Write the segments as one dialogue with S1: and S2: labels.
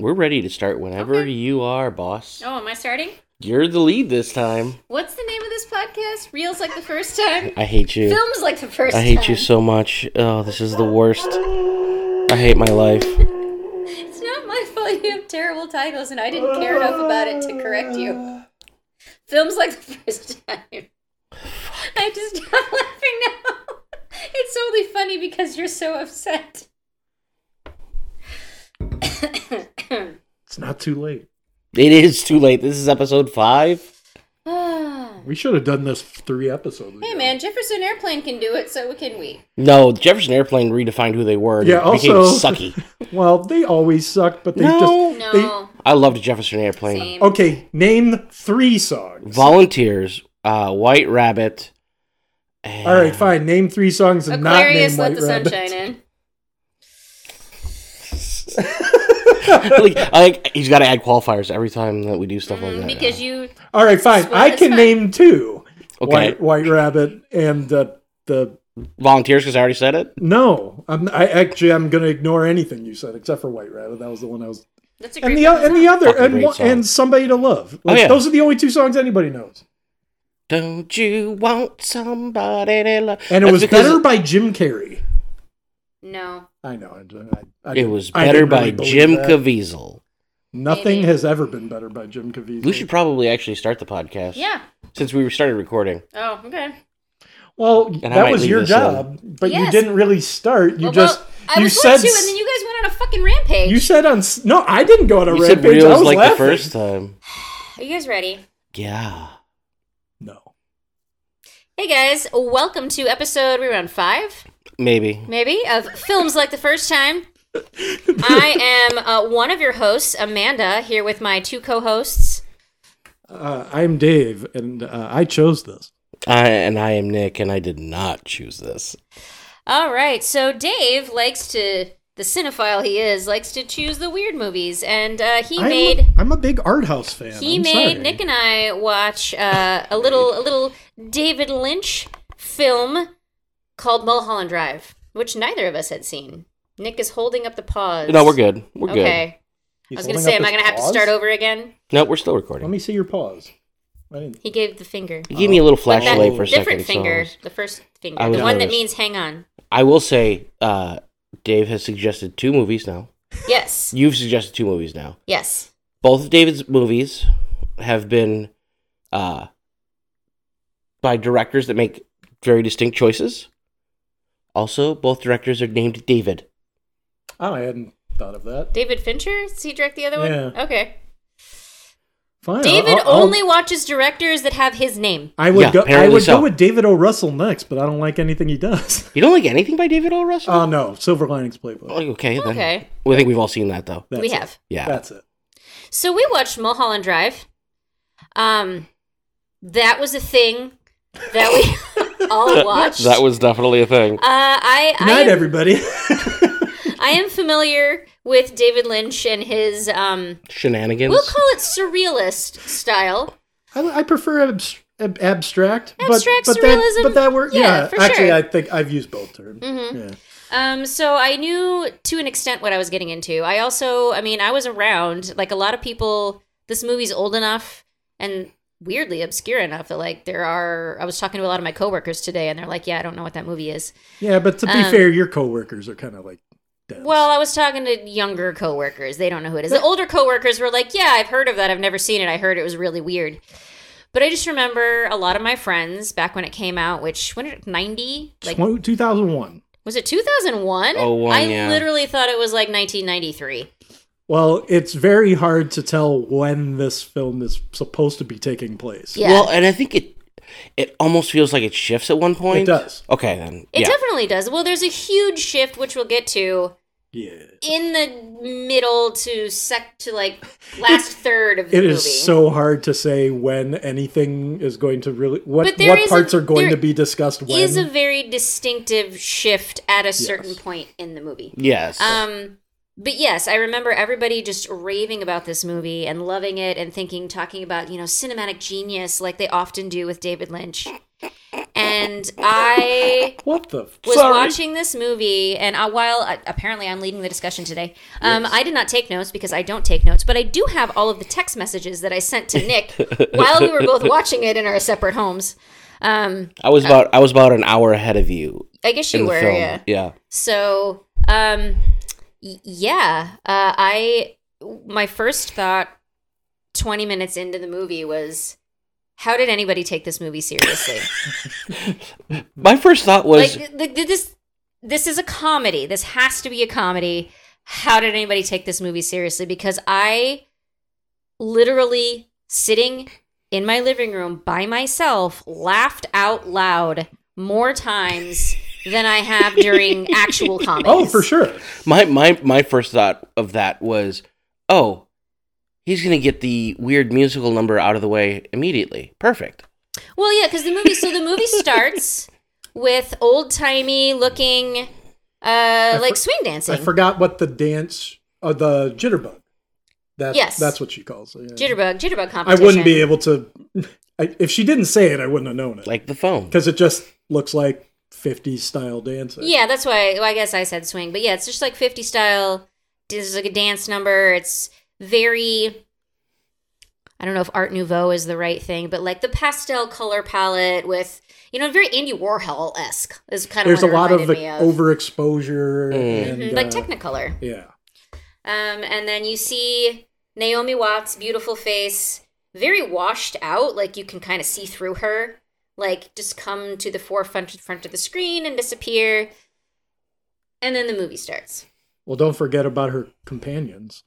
S1: We're ready to start whenever
S2: Okay.
S1: you are, boss.
S2: Oh, am I starting?
S1: You're the lead this time.
S2: What's the name of this podcast? Reels like the first time?
S1: I hate you.
S2: Films like the first
S1: I
S2: time.
S1: hate you so much. Oh, this is the worst. I hate my life.
S2: It's not my fault you have terrible titles and I didn't care enough about it to correct you. Films like the first time. I just stop laughing now. It's only funny because you're so upset.
S3: It's not too late.
S1: It is too late. This is episode five.
S2: Ah.
S3: We should have done this three episodes ago.
S2: hey man, Jefferson Airplane can do it, so can we.
S1: No, Jefferson Airplane redefined who they were. and
S3: Yeah,
S1: became
S3: also-
S1: sucky.
S3: Well, they always sucked, but they
S1: No.
S3: just.
S2: No.
S1: I loved Jefferson Airplane.
S2: Same.
S3: They, okay, name three songs.
S1: Volunteers, uh, White Rabbit.
S3: All right, fine. Name three songs and
S2: Aquarius let
S3: not name White
S2: the
S3: Rabbit.
S2: sunshine in.
S1: like, I like, he's got to add qualifiers every time that we do stuff like that.
S2: Mm, Because you
S3: All right, fine.
S2: Swear
S3: I
S2: it's
S3: can
S2: fine.
S3: name two.
S1: Okay.
S3: White, White Rabbit and uh, the
S1: Volunteers, because I already said it.
S3: no. I'm I actually I'm going to ignore anything you said except for White Rabbit. That was the one I was
S2: that's a great
S3: and the o- and the other
S1: Fucking
S3: and
S1: great
S3: one,
S1: song.
S3: and Somebody to Love.
S1: Oh,
S3: Like,
S1: yeah.
S3: Those are the only two songs anybody knows.
S1: Don't you want somebody to love?
S3: And it
S1: That's
S3: was
S1: because
S3: better by Jim Carrey.
S2: No.
S3: I know. uh, I, I, I
S1: It
S3: didn't-
S1: was
S3: I
S1: better
S3: didn't
S1: by
S3: really believe
S1: Jim
S3: that.
S1: Caviezel.
S3: Nothing
S2: Maybe.
S3: has ever been better by Jim Caviezel.
S1: We should probably actually start the podcast.
S2: Yeah.
S1: Since we started recording.
S2: Oh, okay.
S3: Well,
S1: I
S3: that
S1: might
S3: was
S1: leave
S3: your
S1: this
S3: job, but you
S2: Yes.
S3: didn't really start. You
S2: Well,
S3: just
S2: well, I
S3: you
S2: was
S3: said
S2: going to, and then you guys went on a fucking rampage.
S3: you said on s- no. I didn't go on a
S1: You said
S3: rampage. I
S1: reels
S3: was
S1: like
S3: laughing.
S1: the first time.
S2: Are you guys ready?
S1: Yeah.
S3: No.
S2: Hey guys, welcome to episode we're on five,
S1: Maybe.
S2: maybe, of films like the first time. I am uh, one of your hosts, Amanda, here with my two co-hosts.
S3: Uh, I'm Dave, and uh, I chose this.
S1: I, and I am Nick, and I did not choose this.
S2: All right, so Dave likes to, the cinephile he is, likes to choose the weird movies, and uh, he
S3: I'm,
S2: made.
S3: I'm a big art house fan.
S2: He
S3: I'm
S2: made
S3: sorry.
S2: Nick and I watch uh, a little a little David Lynch film called Mulholland Drive, which neither of us had seen. Nick is holding up the pause.
S1: No, we're good. We're good.
S2: Okay. I
S3: He's
S2: was gonna
S3: holding
S2: say,
S3: up
S2: am I
S3: his
S2: gonna have to
S3: paws?
S2: start over again?
S1: No, we're still
S3: Let
S1: recording.
S3: me see your paws. I didn't.
S2: He gave the finger.
S1: You gave me a little flashlight
S2: That
S1: for a second.
S2: Oh, different
S1: so
S2: finger, the first finger,
S1: I
S2: the
S1: was
S2: one that
S1: nervous.
S2: means hang on.
S1: I will say, uh, Dave has suggested two movies now.
S2: Yes,
S1: You've suggested two movies now.
S2: yes.
S1: both of David's movies have been uh, by directors that make very distinct choices. Also, both directors are named David.
S3: Oh, I hadn't thought of that.
S2: David Fincher, does he direct the other one?
S3: Yeah. Oh,
S2: Okay.
S3: Fine.
S2: David
S3: I'll- I'll-
S2: only watches directors that have his name.
S3: I would
S1: Yeah,
S3: go. I
S1: apparently
S3: would
S1: so.
S3: go with David O. Russell next, but I don't like anything he does.
S1: You don't like anything by David O. Russell?
S3: oh no, Silver Linings Playbook.
S1: Oh, okay, then.
S2: Uh, Okay.
S1: Well, I think we've all seen that though.
S3: That's
S2: we
S3: it.
S2: have.
S1: Yeah.
S3: That's it.
S2: So we watched Mulholland Drive. Um, that was a thing that we all watched.
S1: was definitely a thing.
S2: Uh, I
S3: Good
S2: I
S3: night,
S2: am,
S3: everybody.
S2: I am familiar with David Lynch and his um,
S1: Shenanigans.
S2: we'll call it surrealist style.
S3: I, I prefer abs- ab- abstract, but-
S2: Abstract
S3: but, that,
S2: surrealism?
S3: but that word.
S2: Yeah,
S3: Yeah,
S2: for
S3: actually,
S2: sure.
S3: I think I've used both terms.
S2: Mhm.
S3: Yeah.
S2: Um, so I knew to an extent what I was getting into. I also, I mean, I was around like a lot of people. This movie's old enough and weirdly obscure enough that like there are. I was talking to a lot of my coworkers today, and they're like, "Yeah, I don't know what that movie is."
S3: Yeah, but to be
S2: Um,
S3: fair, your coworkers are kind of like devs.
S2: Well, I was talking to younger coworkers. They don't know who it is. The older coworkers were like, "Yeah, I've heard of that. I've never seen it. I heard it was really weird." But I just remember a lot of my friends back when it came out, which when did it 90? Like
S3: Tw- 2001.
S2: was it 2001?
S1: Oh, one,
S2: I
S1: yeah.
S2: literally thought it was like 1993.
S3: Well, it's very hard to tell when this film is supposed to be taking place.
S2: Yeah.
S1: Well, and I think it it almost feels like it shifts at one point.
S3: It does.
S1: Okay, then.
S2: It
S1: yeah.
S2: definitely does. Well, there's a huge shift which we'll get to
S3: Yeah.
S2: in the middle to sec to like last third of the
S3: It
S2: movie.
S3: is so hard to say when anything is going to really what
S2: But there
S3: what
S2: is a-
S3: parts are going
S2: there
S3: to be discussed when.
S2: is a very distinctive shift at a certain
S3: Yes.
S2: point in the movie.
S1: Yes.
S2: Um, but yes, I remember everybody just raving about this movie and loving it and thinking, talking about, you know, cinematic genius like they often do with David Lynch. And I
S3: what the?
S2: was
S3: Sorry.
S2: watching this movie, and uh, while uh, apparently I'm leading the discussion today, um, I did not take notes because I don't take notes, but I do have all of the text messages that I sent to Nick while we were both watching it in our separate homes. Um,
S1: I was about I was about an hour ahead of you
S2: I guess
S1: in
S2: you
S1: the
S2: were,
S1: film.
S2: yeah.
S1: yeah.
S2: So, um, y- yeah, uh, I my first thought twenty minutes into the movie was, how did anybody take this movie seriously?
S1: My first thought was
S2: like th- th- this, this is a comedy. This has to be a comedy. How did anybody take this movie seriously? Because I literally sitting in my living room by myself laughed out loud more times than I have during actual comedies.
S3: Oh, for sure.
S1: my my my first thought of that was, oh, he's gonna get the weird musical number out of the way immediately. Perfect.
S2: Well, yeah, because the movie. So the movie starts with old timey looking, uh, like swing
S3: I
S2: dancing,
S3: forgot what the dance uh, the jitterbug. That,
S2: Yes.
S3: that's what she calls it. yeah.
S2: jitterbug, jitterbug
S3: I
S2: competition.
S3: wouldn't be able to. I, if she didn't say it, I wouldn't have known it
S1: Like the phone.
S3: because it just looks like 50s style dancing.
S2: Yeah, that's why. Well, I guess I said swing, but yeah, it's just like fifty style. This is like a dance number. It's very. I don't know if Art Nouveau is the right thing, but like the pastel color palette with you know very Andy Warhol esque is kind of
S3: There's a
S2: what it
S3: lot of
S2: reminded
S3: like
S2: me
S3: overexposure
S1: Mm.
S3: and
S2: Mhm, like
S3: uh,
S2: Technicolor.
S3: yeah.
S2: Um, and then you see Naomi Watts' beautiful face, very washed out, like you can kind of see through her, like just come to the forefront front of the screen and disappear. And then the movie starts.
S3: Well, don't forget about her companions.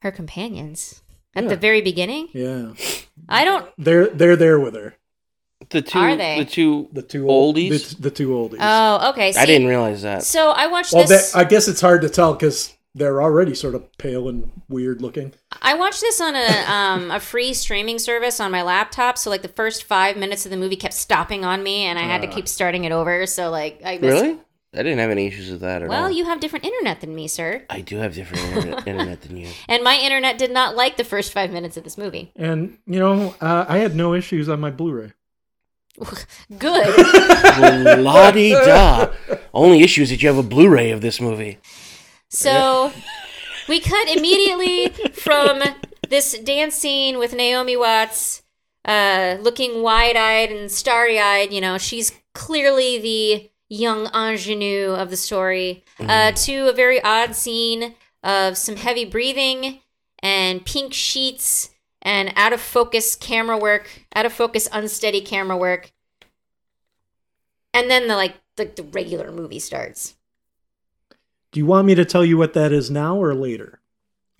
S2: Her companions at
S3: Yeah.
S2: the very beginning.
S3: Yeah,
S2: I don't.
S3: they're they're there with her.
S1: The two
S2: Are they?
S1: the two
S3: The two
S1: Oldies?
S3: The, the two oldies.
S2: Oh, okay.
S1: I
S2: see,
S1: didn't realize that.
S2: So I watched
S3: well,
S2: this.
S3: that, I guess it's hard to tell because they're already sort of pale and weird looking.
S2: I watched this on a um, a free streaming service on my laptop. So like the first five minutes of the movie kept stopping on me, and I had to
S3: Ah.
S2: keep starting it over. So like I missed.
S1: Really? I didn't have any issues with that at all.
S2: Well, you have different internet than me, sir.
S1: I do have different internet, internet than you.
S2: And my internet did not like the first five minutes of this movie.
S3: And you know, uh, I had no issues on my Blu-ray.
S2: Good.
S1: Well, la di da. Only issue is that you have a Blu-ray of this movie.
S2: So we cut immediately from this dance scene with Naomi Watts uh, looking wide eyed and starry eyed. You know, she's clearly the young ingenue of the story
S1: Mm-hmm.
S2: uh, to a very odd scene of some heavy breathing and pink sheets and out of focus camera work, out of focus, unsteady camera work. And then the like the, the regular movie starts.
S3: Do you want me to tell you what that is now or later?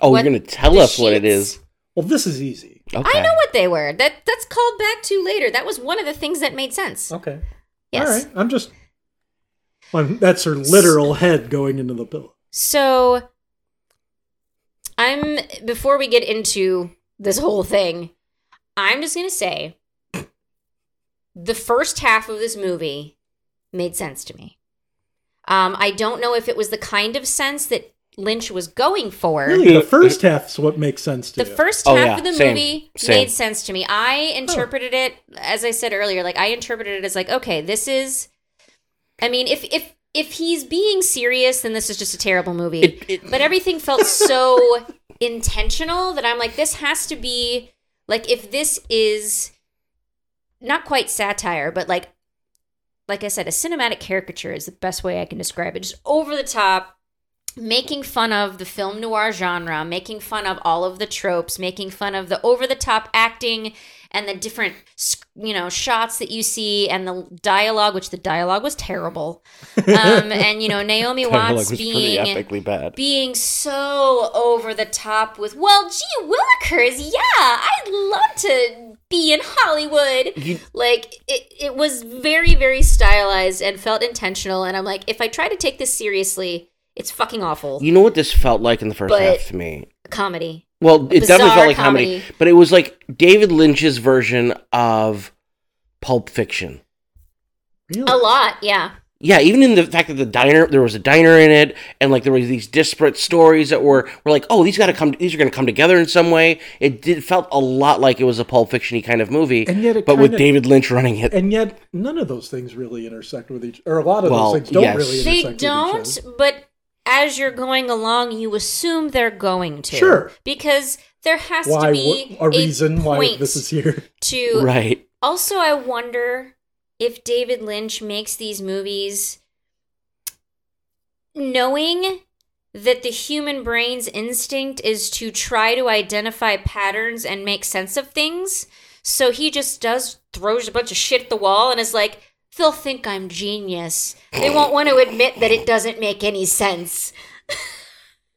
S1: Oh,
S2: What-
S1: you're gonna tell
S2: the
S1: us what it
S2: sheets.
S1: is.
S3: Well, this is easy.
S1: Okay.
S2: I know what they were. That that's called back to later. That was one of the things that made sense.
S3: Okay.
S2: Yes.
S3: Oh, All right. I'm just. Well, that's her literal head going into the pillow.
S2: So I'm before we get into this whole thing, I'm just going to say the first half of this movie made sense to me. Um I don't know if it was the kind of sense that Lynch was going for.
S3: Really, the first half's what makes sense to
S2: The
S3: you.
S2: first
S1: Oh,
S2: half
S1: yeah.
S2: of the
S1: Same.
S2: movie
S1: Same.
S2: made sense to me. I interpreted it as I said earlier, like I interpreted it as like, okay, this is I mean, if if if he's being serious, then this is just a terrible movie.
S1: It, it,
S2: but everything felt so intentional that I'm like, this has to be like if this is not quite satire, but like like I said, a cinematic caricature is the best way I can describe it. Just over the top, making fun of the film noir genre, making fun of all of the tropes, making fun of the over the top acting and the different you know shots that you see and the dialogue which the dialogue was terrible um, and you know naomi
S1: dialogue
S2: watts
S1: was
S2: being
S1: pretty epically bad.
S2: being so over the top with, well, gee willikers, yeah, I'd love to be in Hollywood.
S1: You-
S2: like, it, it was very, very stylized and felt intentional. And I'm like, if I try to take this seriously, it's fucking awful.
S1: You know what this felt like in the first
S2: But-
S1: half to me?
S2: Comedy.
S1: Well, it definitely
S2: bizarre
S1: felt like comedy.
S2: comedy.
S1: but it was like David Lynch's version of Pulp Fiction.
S3: Really?
S2: A lot, yeah.
S1: Yeah, even in the fact that the diner, there was a diner in it, and like there was these disparate stories that were were like, oh, these got to come, these are going to come together in some way. It did felt a lot like it was a Pulp Fictiony kind of movie,
S3: And yet it
S1: but with
S3: kinda-
S1: David Lynch running it.
S3: And yet, none of those things really intersect with each, or a lot of
S1: Well,
S3: those things don't
S1: yes.
S3: really intersect
S2: They
S3: with
S2: don't,
S3: each
S2: but as you're going along, you assume they're going to.
S3: Sure.
S2: Because there has
S3: other.
S2: to
S3: Why wh-
S2: be
S3: a reason why
S2: point
S3: this is here?
S2: to
S1: right.
S2: Also, I wonder if David Lynch makes these movies knowing that the human brain's instinct is to try to identify patterns and make sense of things. So he just does throws a bunch of shit at the wall and is like, they'll think I'm genius. They won't want to admit that it doesn't make any sense.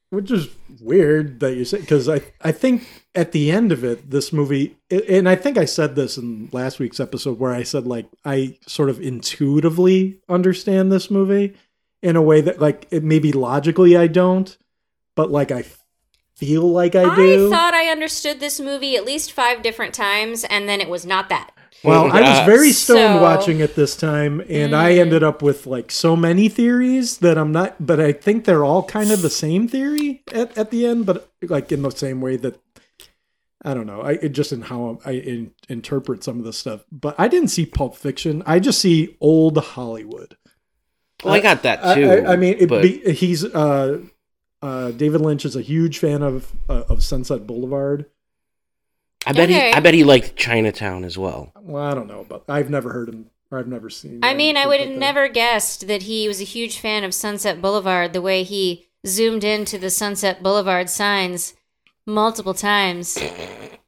S3: which is weird that you say because I I think at the end of it, this movie, and I think I said this in last week's episode where I said like I sort of intuitively understand this movie in a way that like it maybe logically I don't, but like I feel like I
S2: I
S3: do.
S2: thought I understood this movie at least five different times, and then it was not that.
S3: well, I was very stoned
S2: So- Mm.
S3: watching it this time, and I ended up with like so many theories that I'm not. But I think they're all kind of the same theory at, at the end, but like in the same way that I don't know. I it just in how I in, interpret some of this stuff. But I didn't see Pulp Fiction. I just see old Hollywood.
S1: Well, Oh, I got that
S3: I-
S1: too.
S3: I, I mean, it
S1: but
S3: be, he's uh, uh, David Lynch is a huge fan of uh, of Sunset Boulevard.
S1: I bet
S2: Okay.
S1: he, I bet he liked Chinatown as well.
S3: Well, I don't know, but I've never heard him or I've never seen.
S2: I mean, I would have
S3: anything.
S2: never guessed that he was a huge fan of Sunset Boulevard the way he zoomed into the Sunset Boulevard signs multiple times.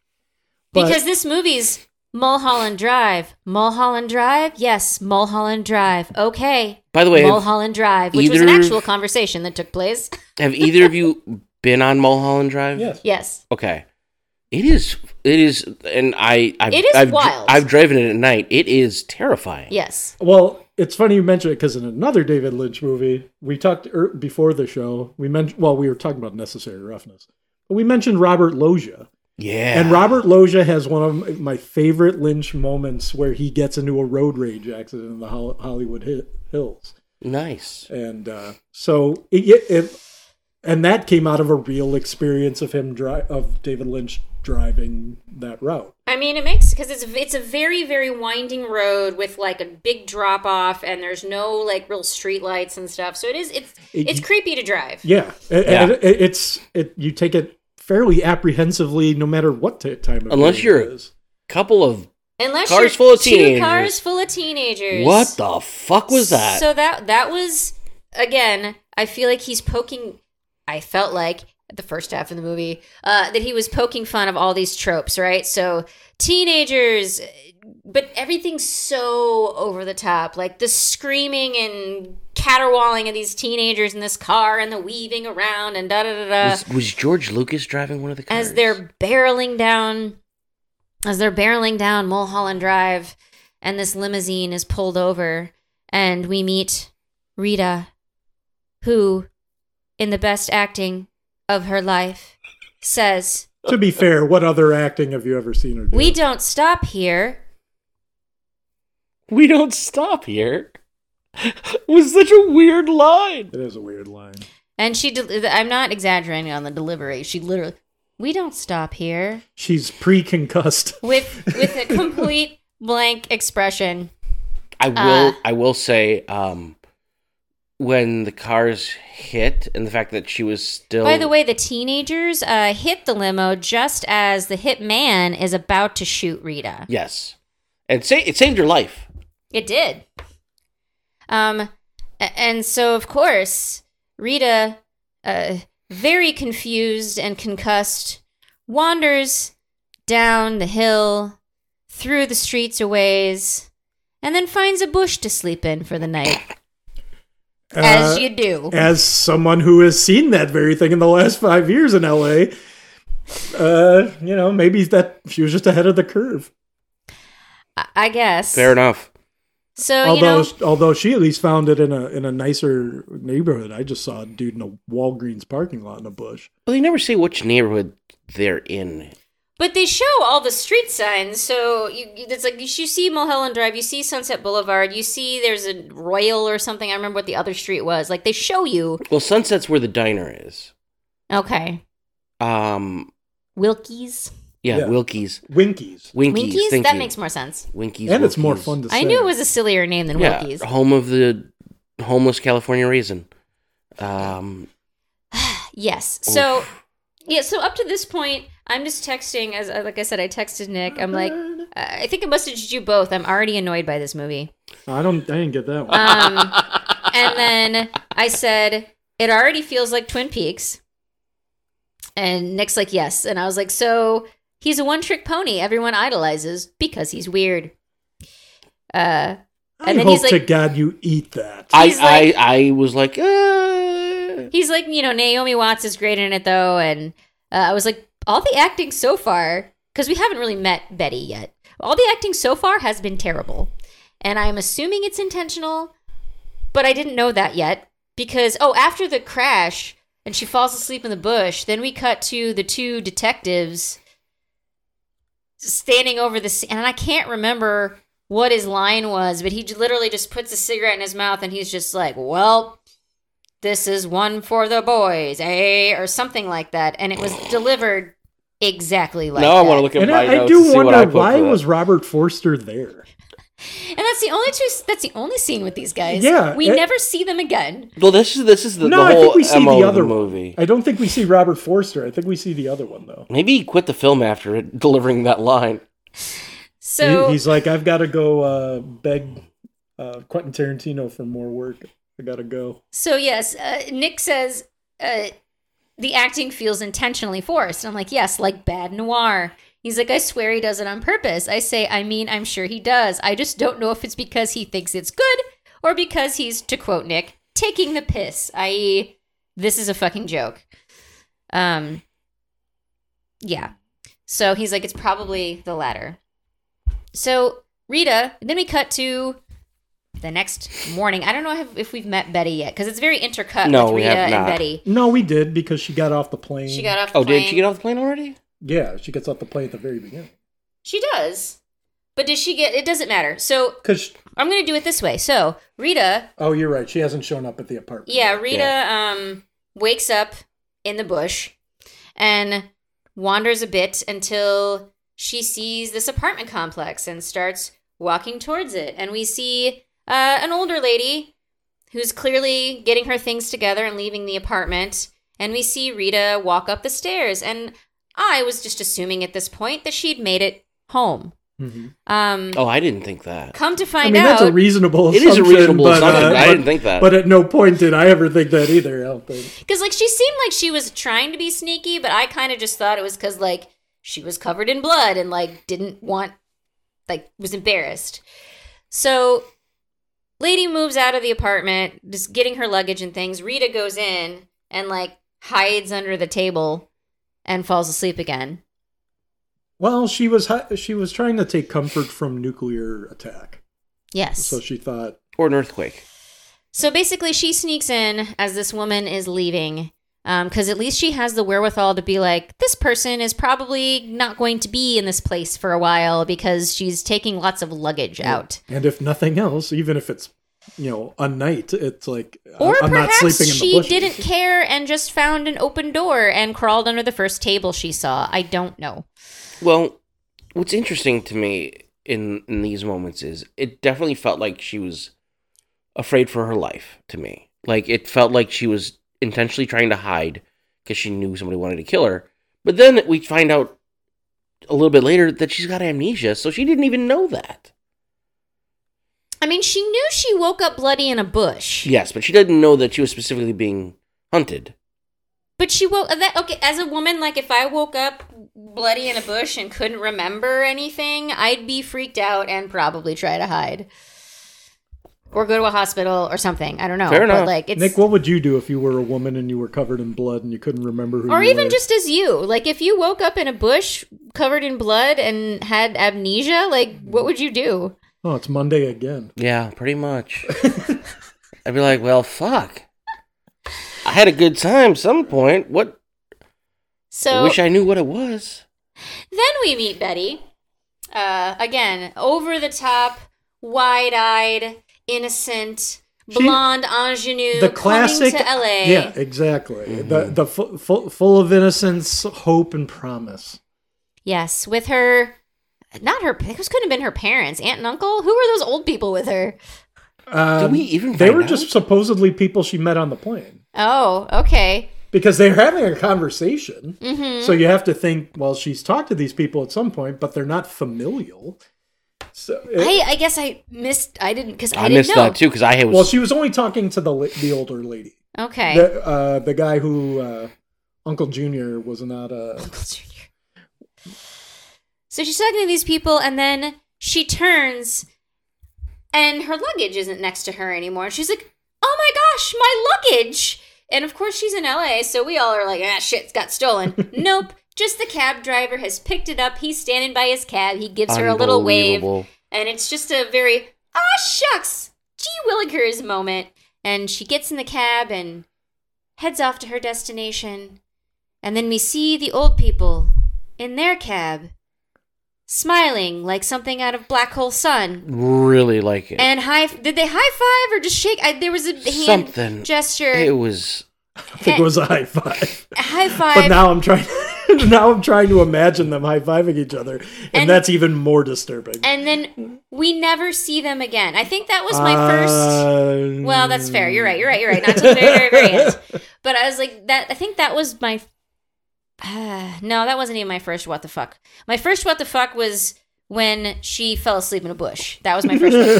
S3: But-
S2: because this movie's Mulholland Drive. Mulholland Drive? Yes, Mulholland Drive. Okay.
S1: By the way, have,
S2: Mulholland Drive, which was an
S1: either-
S2: actual conversation that took place.
S1: have either of you been on Mulholland Drive?
S3: Yes.
S2: yes.
S1: Okay. It is. It is, and I. I've,
S2: It is
S1: I've, dr-
S2: wild.
S1: I've driven it at night. It is terrifying.
S2: Yes.
S3: Well, it's funny you mention it because in another David Lynch movie, we talked er, before the show. We mentioned well, we were talking about necessary roughness, but we mentioned Robert Loggia,
S1: Yeah.
S3: and Robert Loggia has one of my favorite Lynch moments where he gets into a road rage accident in the Hol- Hollywood Hi- Hills,
S1: nice.
S3: and uh, so it, it, it- and that came out of a real experience of him dri- of David Lynch driving that route.
S2: I mean, it makes because it's it's a very very winding road with like a big drop off, and there's no like real street lights and stuff. So it is it's
S3: It-
S2: it's creepy to drive.
S3: Yeah, and,
S1: Yeah.
S3: and it, it- it's it. You take it fairly apprehensively, no matter what t- time of
S1: Unless
S3: day
S1: you're-
S3: it is.
S1: Couple of
S2: Unless
S1: Cars
S2: you're
S1: full of
S2: Two
S1: teenagers.
S2: cars full of teenagers.
S1: what the fuck was that?
S2: So that that was again. I feel like he's poking. I felt like at the first half of the movie uh, that he was poking fun of all these tropes, right? So teenagers, but everything's so over the top, like the screaming and caterwauling of these teenagers in this car and the weaving around and da da da da
S1: was, was George Lucas driving one of the cars?
S2: uh, as they're barreling down as they're barreling down Mulholland Drive and this limousine is pulled over and we meet Rita who in the best acting of her life says
S3: To be fair, what other acting have you ever seen her do?
S2: we don't stop here
S1: we don't stop here. was such a weird line.
S3: It is a weird line.
S2: and she del- I'm not exaggerating on the delivery she literally we don't stop here
S3: She's pre-concussed.
S2: with with a complete blank expression
S1: I will.
S2: Uh.
S1: I will say. Um, when the cars hit and the fact that she was still
S2: By the way, the teenagers uh, hit the limo just as the hit man is about to shoot Rita.
S1: yes and sa- it saved her life
S2: It did. Um, a- and so of course Rita, uh, very confused and concussed, wanders down the hill, through the streets a ways, and then finds a bush to sleep in for the night, as
S3: Uh,
S2: you do.
S3: as someone who has seen that very thing in the last five years in LA, uh, you know, maybe that she was just ahead of the curve.
S2: I I guess.
S1: fair enough
S2: So you
S3: although,
S2: know,
S3: although she at least found it in a in a nicer neighborhood. I just saw a dude in a Walgreens parking lot in a bush.
S1: well they never say which neighborhood they're in
S2: But they show all the street signs, so you, it's like you see Mulholland Drive, you see Sunset Boulevard, you see there's a Royal or something. I remember what the other street was. Like they show you.
S1: well sunset's where the diner is
S2: Okay,
S1: um
S2: Wilkies,
S1: yeah,
S3: Yeah.
S1: Wilkies
S3: Winkies.
S1: Winkies,
S2: Winkies.
S1: thank
S2: That
S1: you.
S2: makes more sense.
S1: Winkies
S3: and it's more
S1: Wilkies.
S3: fun to say.
S2: I knew it was a sillier name than
S1: yeah,
S2: Wilkies.
S1: home of the homeless California raisin. Um,
S2: Yes. So yeah. So up to this point, I'm just texting. As like I said, I texted Nick. I'm like,
S1: Uh-huh.
S2: I think I messaged you both. I'm already annoyed by this movie.
S3: I don't. I didn't get that one.
S2: Um, and then I said, it already feels like Twin Peaks. And Nick's like, yes. And I was like, so he's a one trick pony everyone idolizes because he's weird. Uh,
S3: I
S2: and then
S3: hope
S2: he's like-
S3: to God you eat that.
S1: I,
S2: He's like-
S1: I I was like, uh,
S2: he's like, you know, Naomi Watts is great in it though. And uh, I was like, all the acting so far, because we haven't really met Betty yet, all the acting so far has been terrible. And I'm assuming it's intentional, but I didn't know that yet because, oh, after the crash and she falls asleep in the bush, then we cut to the two detectives standing over the scene. And I can't remember what his line was, but he j- literally just puts a cigarette in his mouth and he's just like, well, this is one for the boys, eh? Or something like that. And it was delivered exactly like
S1: now I
S2: that.
S1: want to look at
S3: and
S1: my
S3: I, I
S1: notes to
S3: do
S1: see what I
S3: wonder
S1: put
S3: why
S1: for that.
S3: was Robert Forster there?
S2: And that's the only two. That's the only scene with these guys.
S3: Yeah,
S2: we
S3: it-
S2: never see them again.
S1: Well, this is this is the,
S3: no,
S1: the
S3: I
S1: whole
S3: think we see
S1: MO
S3: the
S1: of
S3: other
S1: the
S3: one.
S1: movie.
S3: I don't think we see Robert Forster. I think we see the other one though.
S1: Maybe he quit the film after it, delivering that line.
S2: So
S3: He- he's like, I've got to go uh, beg uh, Quentin Tarantino for more work. I got to go.
S2: so yes, uh, Nick says uh, the acting feels intentionally forced. And I'm like, yes, like bad noir. He's like, I swear he does it on purpose. I say, I mean, I'm sure he does. I just don't know if it's because he thinks it's good or because he's, to quote Nick, taking the piss. I.e., this is a fucking joke. Um, yeah. So he's like, it's probably the latter. So Rita, then we cut to the next morning. I don't know if- if we've met Betty yet because it's very intercut
S1: No,
S2: with
S1: we
S2: Rita
S1: have
S2: and
S1: not.
S2: Betty.
S3: No, we did because she got off the plane.
S2: She got off. The
S1: Oh,
S2: plane.
S1: did she get off the plane already?
S3: Yeah, she gets off the plane at the very beginning.
S2: She does, but does she get? It doesn't matter. So
S3: Because
S2: I'm gonna do it this way. So Rita,
S3: oh, you're right. She hasn't shown up at the apartment.
S2: yeah, Rita, um, wakes up in the bush and wanders a bit until she sees this apartment complex and starts walking towards it. And we see uh, an older lady who's clearly getting her things together and leaving the apartment. And we see Rita walk up the stairs. And I was just assuming at this point that she'd made it home.
S3: Mhm.
S2: Um,
S1: Oh, I didn't think that.
S2: come to
S3: I
S2: find
S3: mean,
S2: out,
S3: that's a reasonable.
S1: It is a
S3: assumption,
S1: reasonable
S3: but, uh,
S1: assumption. but I
S3: but-
S1: didn't think that.
S3: But at no point did I ever think that either. I don't think.
S2: Because like she seemed like she was trying to be sneaky, but I kind of just thought it was because like she was covered in blood and like didn't want, like was embarrassed. So, lady moves out of the apartment, just getting her luggage and things. Rita goes in and like hides under the table and falls asleep again.
S3: Well, she was hi- she was trying to take comfort from nuclear attack,
S2: Yes.
S3: so she thought
S1: or an earthquake.
S2: So basically, she sneaks in as this woman is leaving. Because at least she has the wherewithal to be like, this person is probably not going to be in this place for a while because she's taking lots of luggage out.
S3: And if nothing else, even if it's you know a night, it's like I-
S2: Or
S3: I'm not
S2: perhaps
S3: sleeping in the
S2: she
S3: bushes.
S2: didn't care and just found an open door and crawled under the first table she saw. I don't know.
S1: Well, what's interesting to me in in these moments is it definitely felt like she was afraid for her life to me. Like it felt like she was intentionally trying to hide because she knew somebody wanted to kill her. But then we find out a little bit later that she's got amnesia, so she didn't even know that.
S2: I mean, she knew she woke up bloody in a bush,
S1: Yes, but she didn't know that she was specifically being hunted.
S2: but she woke uh, that okay. As a woman, like if I woke up bloody in a bush and couldn't remember anything, I'd be freaked out and probably try to hide or go to a hospital or something. I don't know.
S1: Fair enough.
S2: But like it's
S3: Nick, what would you do if you were a woman and you were covered in blood and you couldn't remember who
S2: or
S3: you
S2: even
S3: were?
S2: just as you like if you woke up in a bush covered in blood and had amnesia like what would you do
S3: Oh, it's Monday again.
S1: Yeah, pretty much. I'd be like, well, fuck. I had a good time some point. What? I
S2: so
S1: wish I knew what it was.
S2: then we meet betty uh, again over the top wide-eyed innocent
S3: She-
S2: blonde ingenue
S3: The classic
S2: coming to la
S3: Yeah, exactly.
S1: Mm-hmm.
S3: The the fu- full, full of innocence, hope and promise.
S2: yes with her not her those couldn't have been her parents aunt and uncle who were those old people with her
S3: Um,
S1: we even
S3: They
S1: find
S3: were
S1: out?
S3: just supposedly people she met on the plane.
S2: oh okay
S3: because they're having a conversation.
S2: Mm-hmm.
S3: So you have to think, well, she's talked to these people at some point, but they're not familial. So it-
S2: I, I guess I missed. I didn't because
S1: I
S2: I, didn't
S1: missed
S2: know.
S1: that too because I was.
S3: well, she was only talking to the la- the older lady,
S2: Okay,
S3: the uh, the guy who uh, Uncle Junior was not uh, a
S2: Uncle Junior. So she's talking to these people, and then she turns, and her luggage isn't next to her anymore. She's like, "Oh my gosh, my luggage!" And of course, she's in LA, so we all are like, "Ah, shit's got stolen." nope, just the cab driver has picked it up. He's standing by his cab. He gives her a little wave,
S1: Unbelievable.
S2: and it's just a very ah shucks gee willikers moment and she gets in the cab and heads off to her destination and then we see the old people in their cab smiling like something out of black hole sun
S1: Really like it.
S2: and high did they high five or just shake I, there was a hand
S1: Something.
S2: gesture
S1: it was.
S3: I think it was a high five.
S2: high
S3: But
S2: five
S3: now I'm trying. now I'm trying to imagine them high fiving each other, and,
S2: And-
S3: that's even more disturbing.
S2: and then we never see them again i think that was
S1: Uh,
S2: my first
S3: Um,
S2: Well, that's fair. You're right. You're right. You're right. Not to the very, very, very end. But I was like, that. I think that was my. Uh, no, that wasn't even my first. What the fuck? My first what the fuck was when she fell asleep in a bush. That was my first. what the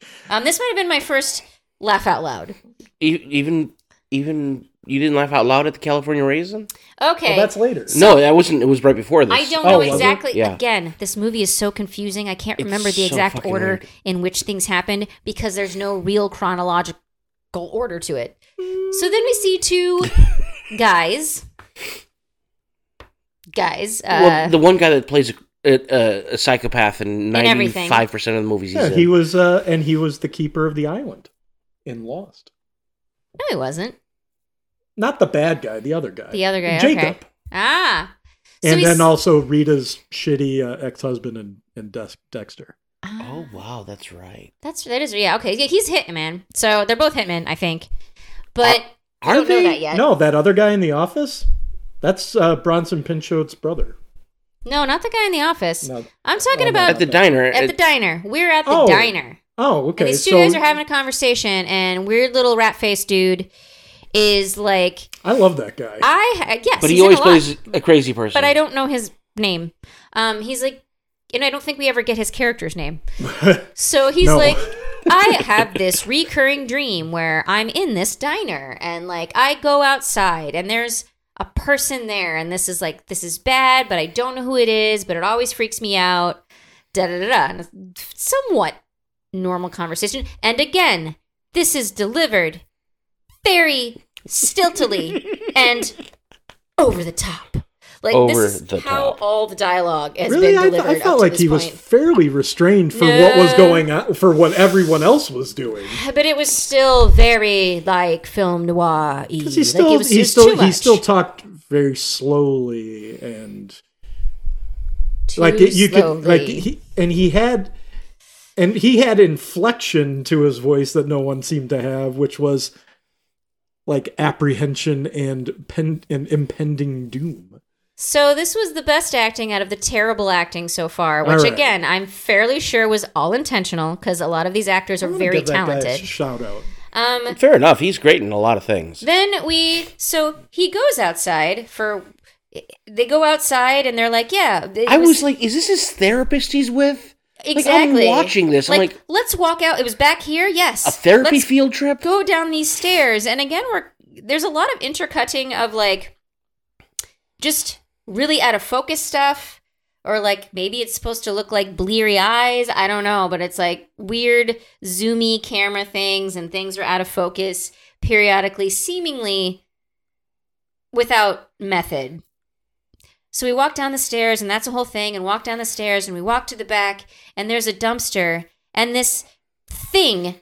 S2: fuck. Um, this might have been my first laugh out loud.
S1: E- even even you didn't laugh out loud at the California raisin.
S2: Okay.
S3: Well, that's later.
S1: no, that wasn't. It was right before this.
S2: I don't
S3: Oh,
S2: know
S3: was it?
S2: exactly.
S1: Yeah.
S2: Again, this movie is so confusing. I can't
S1: It's
S2: remember the
S1: so
S2: exact
S1: fucking
S2: order
S1: weird.
S2: in which things happened because there's no real chronological order to it. So then we see two guys. Guys. Uh,
S1: well, the one guy that plays a, a, a psychopath in
S2: In everything.
S1: ninety-five percent of the movies he's
S3: Yeah,
S1: in.
S3: he was, uh, and he was the keeper of the island in Lost.
S2: no, he wasn't.
S3: Not the bad guy, the other guy.
S2: The other guy.
S3: Jacob.
S2: Okay. Ah. So
S3: and
S2: he's-
S3: then also Rita's shitty uh, ex-husband and, and Dex- Dexter.
S2: Ah.
S1: oh wow, that's right.
S2: That's that is yeah okay yeah he's hitman so they're both hitmen I think, but I
S1: Are
S2: don't
S1: they?
S2: know that yet.
S3: No, that other guy in the office? That's uh, Bronson Pinchot's brother.
S2: No, not the guy in the office.
S3: No.
S2: I'm talking
S3: Oh, no.
S2: about
S1: At the diner.
S2: at the
S1: it-
S2: diner. We're at the
S3: Oh.
S2: diner.
S3: Oh, okay.
S2: and these two
S3: so
S2: guys are having a conversation, and weird little rat faced dude is like,
S3: I love that guy.
S2: I yes,
S1: but
S2: he's
S1: he
S2: in
S1: always
S2: a lot,
S1: plays a crazy person.
S2: but I don't know his name. Um, he's like, and I don't think we ever get his character's name. So he's
S3: No.
S2: like, I have this recurring dream where I'm in this diner and like I go outside and there's a person there and this is like this is bad, but I don't know who it is, but it always freaks me out. Da da da da. And it's Somewhat normal conversation. And again, this is delivered very stiltily and over the top. Like
S1: Over
S2: this is
S1: the
S2: how
S1: top.
S2: all the dialogue has
S3: really,
S2: been
S3: I,
S2: delivered.
S3: th- I
S2: up
S3: felt
S2: to
S3: like
S2: this
S3: he was
S2: point.
S3: fairly restrained for what was
S2: No.
S3: going on, for what everyone else was doing.
S2: But it was still very like film noir.
S3: Because he still,
S2: it was, it
S3: he
S2: was
S3: still,
S2: too
S3: he
S2: much.
S3: still talked very slowly and
S2: Too
S3: like it, you could like
S2: slowly.
S3: he and he had and he had inflection to his voice that no one seemed to have which was like apprehension and pen and impending doom
S2: so this was the best acting out of the terrible acting so far,
S3: All
S2: which
S3: right.
S2: again I'm fairly sure was all intentional because a lot of these actors are
S3: I'm gonna
S2: very
S3: give that guy a
S2: talented.
S3: shout out
S2: Um,
S1: Fair enough. He's great in a lot of things.
S2: Then we, so he goes outside for. They go outside and they're like, yeah. it
S1: I was like, is this his therapist he's with? I'm
S2: exactly
S1: watching this, I'm like-
S2: let's walk out. It was back here, yes.
S1: A therapy
S2: Let's
S1: field trip?
S2: go down these stairs, and again, we're there's a lot of intercutting of like, just really out of focus stuff, or like maybe it's supposed to look like bleary eyes. I don't know, but it's like weird zoomy camera things, and things are out of focus periodically, seemingly without method. So we walk down the stairs, and that's a whole thing, and walk down the stairs, and we walk to the back, and there's a dumpster, and this thing,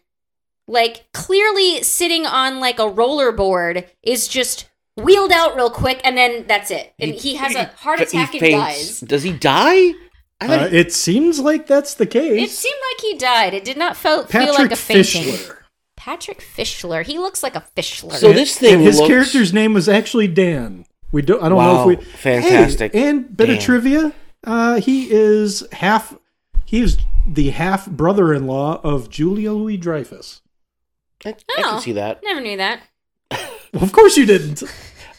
S2: like clearly sitting on like a roller board, is just wheeled out real quick, and then that's it. And he, has a heart
S1: But he
S2: attack and
S1: faints.
S2: dies.
S1: Does he die? I thought
S3: Uh, it seems like that's the
S2: It
S3: case.
S2: seemed like he died. It did not felt, feel
S3: Patrick
S2: like a fainting.
S3: Fischler.
S2: Patrick Fischler. He looks like a Fischler.
S1: So this thing
S3: And his
S1: looks-
S3: character's name was actually Dan. We don't. I don't
S1: Wow,
S3: know if we.
S1: fantastic.
S3: Hey, and bit
S1: Dan.
S3: of trivia. Uh, he is half. He is the half brother-in-law of Julia Louis Dreyfus.
S1: I, I
S2: Oh.
S1: can see that.
S2: Never knew that.
S3: Well, of course you didn't.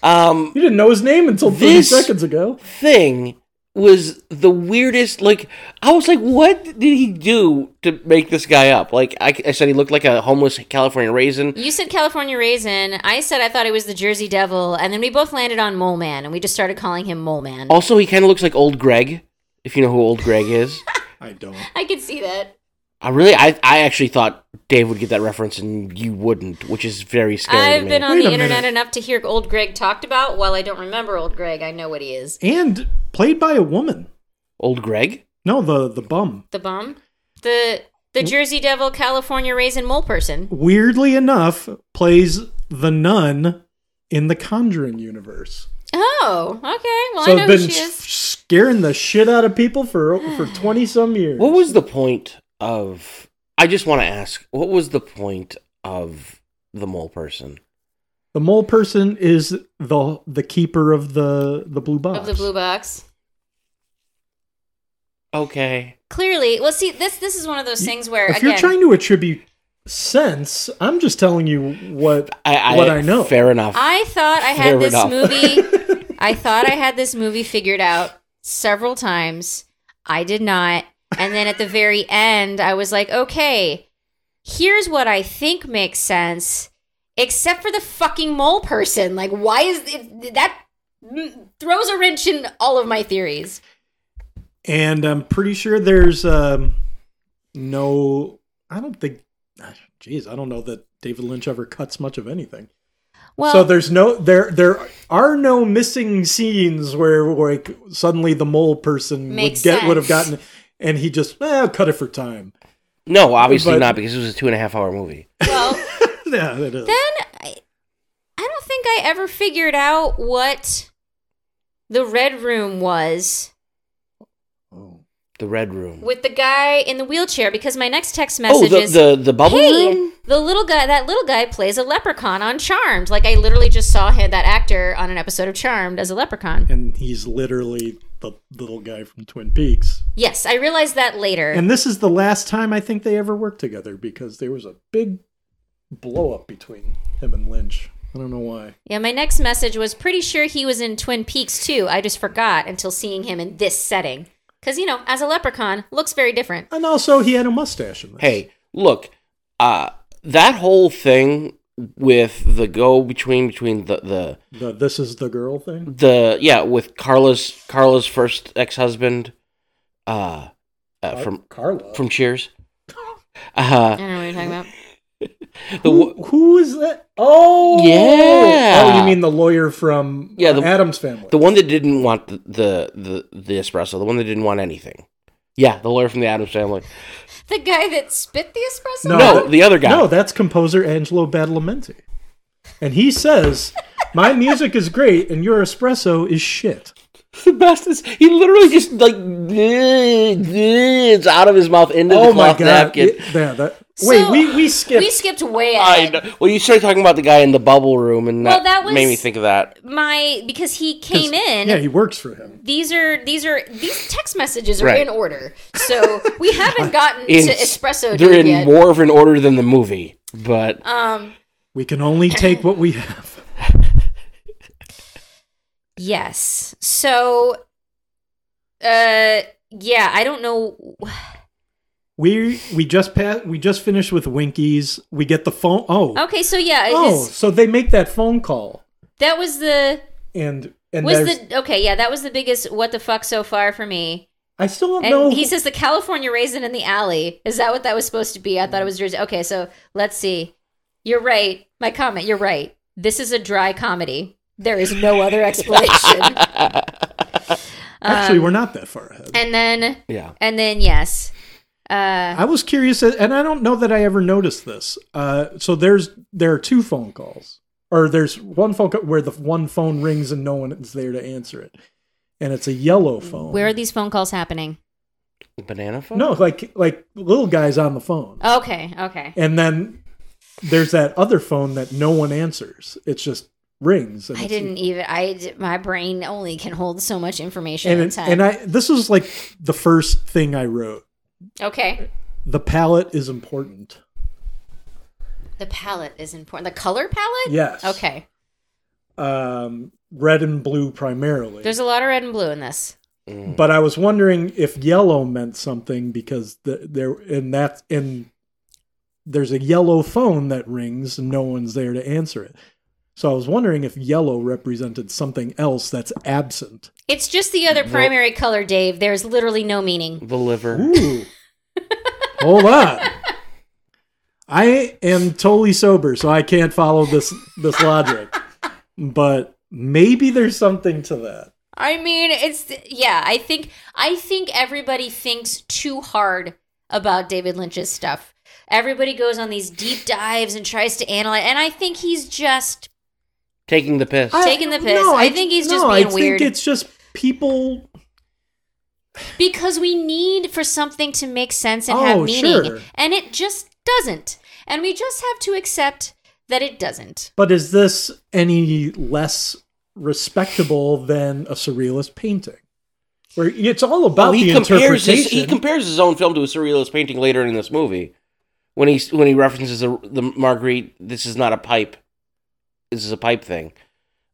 S1: Um,
S3: You didn't know his name until thirty
S1: This-
S3: seconds ago.
S1: thing was the weirdest. Like I was like, what did he do to make this guy up? Like I, I said, he looked like a homeless California raisin.
S2: You said California Raisin. I said I thought it was the Jersey Devil, and then we both landed on Mole Man, and we just started calling him Mole Man.
S3: Oh.
S1: Also, he kind of looks like old Greg, if you know who old Greg is.
S3: I don't.
S2: I could see that.
S1: I really, I, I actually thought Dave would get that reference and you wouldn't, which is very scary. to
S2: I've
S1: me.
S2: been on
S3: Wait
S2: the
S3: a
S2: internet
S3: minute.
S2: enough to hear old Greg talked about. While I don't remember old Greg, I know what he is.
S3: And played by a woman.
S1: old Greg.
S3: No, the the bum.
S2: The bum, the the
S3: Hmm?
S2: Jersey Devil, California Raisin mole person.
S3: Weirdly enough, plays the nun in the Conjuring universe.
S2: Oh, okay. Well,
S3: so
S2: I
S3: I've
S2: know who
S3: been
S2: she
S3: s-
S2: is.
S3: scaring the shit out of people for for twenty some years.
S1: What was the point of? I just want to ask, what was the point of the mole person?
S3: The mole person is the the keeper of the the blue box.
S2: Of the blue box.
S1: Okay.
S2: Clearly, well, see this. This is one of those things where
S3: If
S2: again,
S3: you're trying to attribute sense, I'm just telling you what
S1: I, I,
S3: what I know.
S1: Fair enough.
S2: I thought I
S1: Fair
S2: had this
S1: enough.
S2: movie. I thought I had this movie figured out several times. I did not. And then at the very end, I was like, okay, here's what I think makes sense, except for the fucking mole person. Like, why is it, that mm, throws a wrench in all of my theories?
S3: and I'm pretty sure there's um, no. I don't think. Jeez, I don't know that David Lynch ever cuts much of anything.
S2: Well,
S3: so there's no there there are no missing scenes where like suddenly the mole person would
S2: Makes
S3: get would have
S2: sense.
S3: gotten, and he just eh, cut it for time.
S1: no, obviously
S3: but-
S1: not, because it was a two and a half hour movie.
S2: well,
S3: yeah, it is.
S2: then I, I don't think I ever figured out what the red room was.
S3: Oh.
S1: The Red Room.
S2: with the guy in the wheelchair because my next text
S1: oh,
S2: message
S1: the,
S2: is
S1: the the bubble
S2: hey
S1: room.
S2: the little guy that little guy plays a leprechaun on charmed like i literally just saw him that actor on an episode of charmed as a leprechaun
S3: And he's literally the little guy from Twin Peaks.
S2: yes i realized that later
S3: And this is the last time I think they ever worked together because there was a big blow up between him and Lynch. I don't know why.
S2: yeah my next message was pretty sure he was in twin peaks too i just forgot until seeing him in this setting because you know as a leprechaun looks very different
S3: And also, he had a mustache in this.
S1: Hey, look, uh, that whole thing with the go between between the the
S3: the this is the girl thing.
S1: the yeah with Carla's Carla's first ex husband, uh, uh, from
S3: Carla.
S1: from Cheers. Uh,
S2: i don't know what you're talking about
S1: the
S3: who,
S1: wo-
S3: who is that? Oh,
S1: Yeah.
S3: Oh, you mean the lawyer from
S1: Yeah,
S3: yeah,
S1: the-
S3: Adam's family?
S1: the one that didn't want the, the the the espresso, the one that didn't want anything. Yeah, the lawyer from the Adams family.
S2: the guy that spit the espresso
S1: No, the other guy.
S3: No, that's composer Angelo Badalamenti, and he says, "My music is great, and your espresso is shit."
S1: The best is he literally just like it's out of his mouth into the
S3: oh my
S1: cloth
S3: god!
S1: napkin.
S3: It- yeah, that. Wait,
S2: So-
S3: we we skipped.
S2: we skipped way
S1: I
S2: ahead
S1: know. Well, you started talking about the guy in the bubble room, and
S2: Well,
S1: that,
S2: that was-
S1: made me think of that.
S2: my because he came in
S3: Yeah, he works for him.
S2: these are these are these text messages are
S1: Right.
S2: in order so we haven't gotten to
S1: It's-
S2: espresso
S1: They're
S2: dude
S1: in
S2: yet
S1: more of an order than the movie. but
S2: Um,
S3: We can only take what we have.
S2: Yes. So, uh, yeah, I don't know.
S3: We we just passed. We just finished with Winkies. We get the phone. Oh,
S2: Okay, so yeah, it
S3: oh,
S2: is-
S3: so they make that phone call,
S2: that was the
S3: and and
S2: was
S3: there's-
S2: the okay, yeah, that was the biggest what the fuck so far for me.
S3: I still
S1: Oh,
S3: don't
S2: And
S3: know.
S2: he says the California raisin in the alley. Is that what that was supposed to be? I thought it was Jersey. Okay, so let's see. You're right. My comment. You're right. This is a dry comedy. There is no other explanation.
S3: Actually,
S2: Um,
S3: we're not that far ahead.
S2: and then
S1: yeah.
S2: and then yes, uh,
S3: I was curious, and I don't know that I ever noticed this. Uh, so there's there are two phone calls, or there's one phone call where the one phone rings and no one is there to answer it, and it's a yellow phone.
S2: where are these phone calls happening?
S1: Banana phone?
S3: no like like little guys on the phone,
S2: Okay, okay.
S3: and then there's that other phone that no one answers. It's just rings. And
S2: I
S3: it's-
S2: didn't even. I d- my brain only can hold so much information
S3: And
S2: at a
S3: it,
S2: time.
S3: and I this was like the first thing I wrote.
S2: okay,
S3: The palette is important.
S2: the palette is important. The color palette.
S3: Yes.
S2: Okay.
S3: Um, red and blue primarily.
S2: There's a lot of red and blue in this.
S1: Mm.
S3: but I was wondering if yellow meant something because the, there and that and there's a yellow phone that rings and no one's there to answer it. So I was wondering if yellow represented something else that's absent.
S2: It's just the other
S1: Well-
S2: primary color, Dave. There's literally no meaning.
S1: The liver.
S3: Ooh. Hold on. I am totally sober, so I can't follow this this logic. But maybe there's something to that.
S2: I mean, it's yeah. I think I think everybody thinks too hard about David Lynch's stuff. Everybody goes on these deep dives and tries to analyze, and I think he's just
S1: Taking the piss.
S2: Taking the piss. I think he's just
S3: I
S2: being weird.
S3: think it's just people
S2: because we need for something to make sense and
S3: Oh,
S2: have meaning
S3: sure.
S2: and it just doesn't and we just have to accept that it doesn't
S3: But is this any less respectable than a surrealist painting? Where it's all about
S1: Well, he
S3: the
S1: compares his,
S3: interpretation.
S1: he compares his own film to a surrealist painting later in this movie when he when he references the, the Marguerite. This is not a pipe. This is a pipe thing.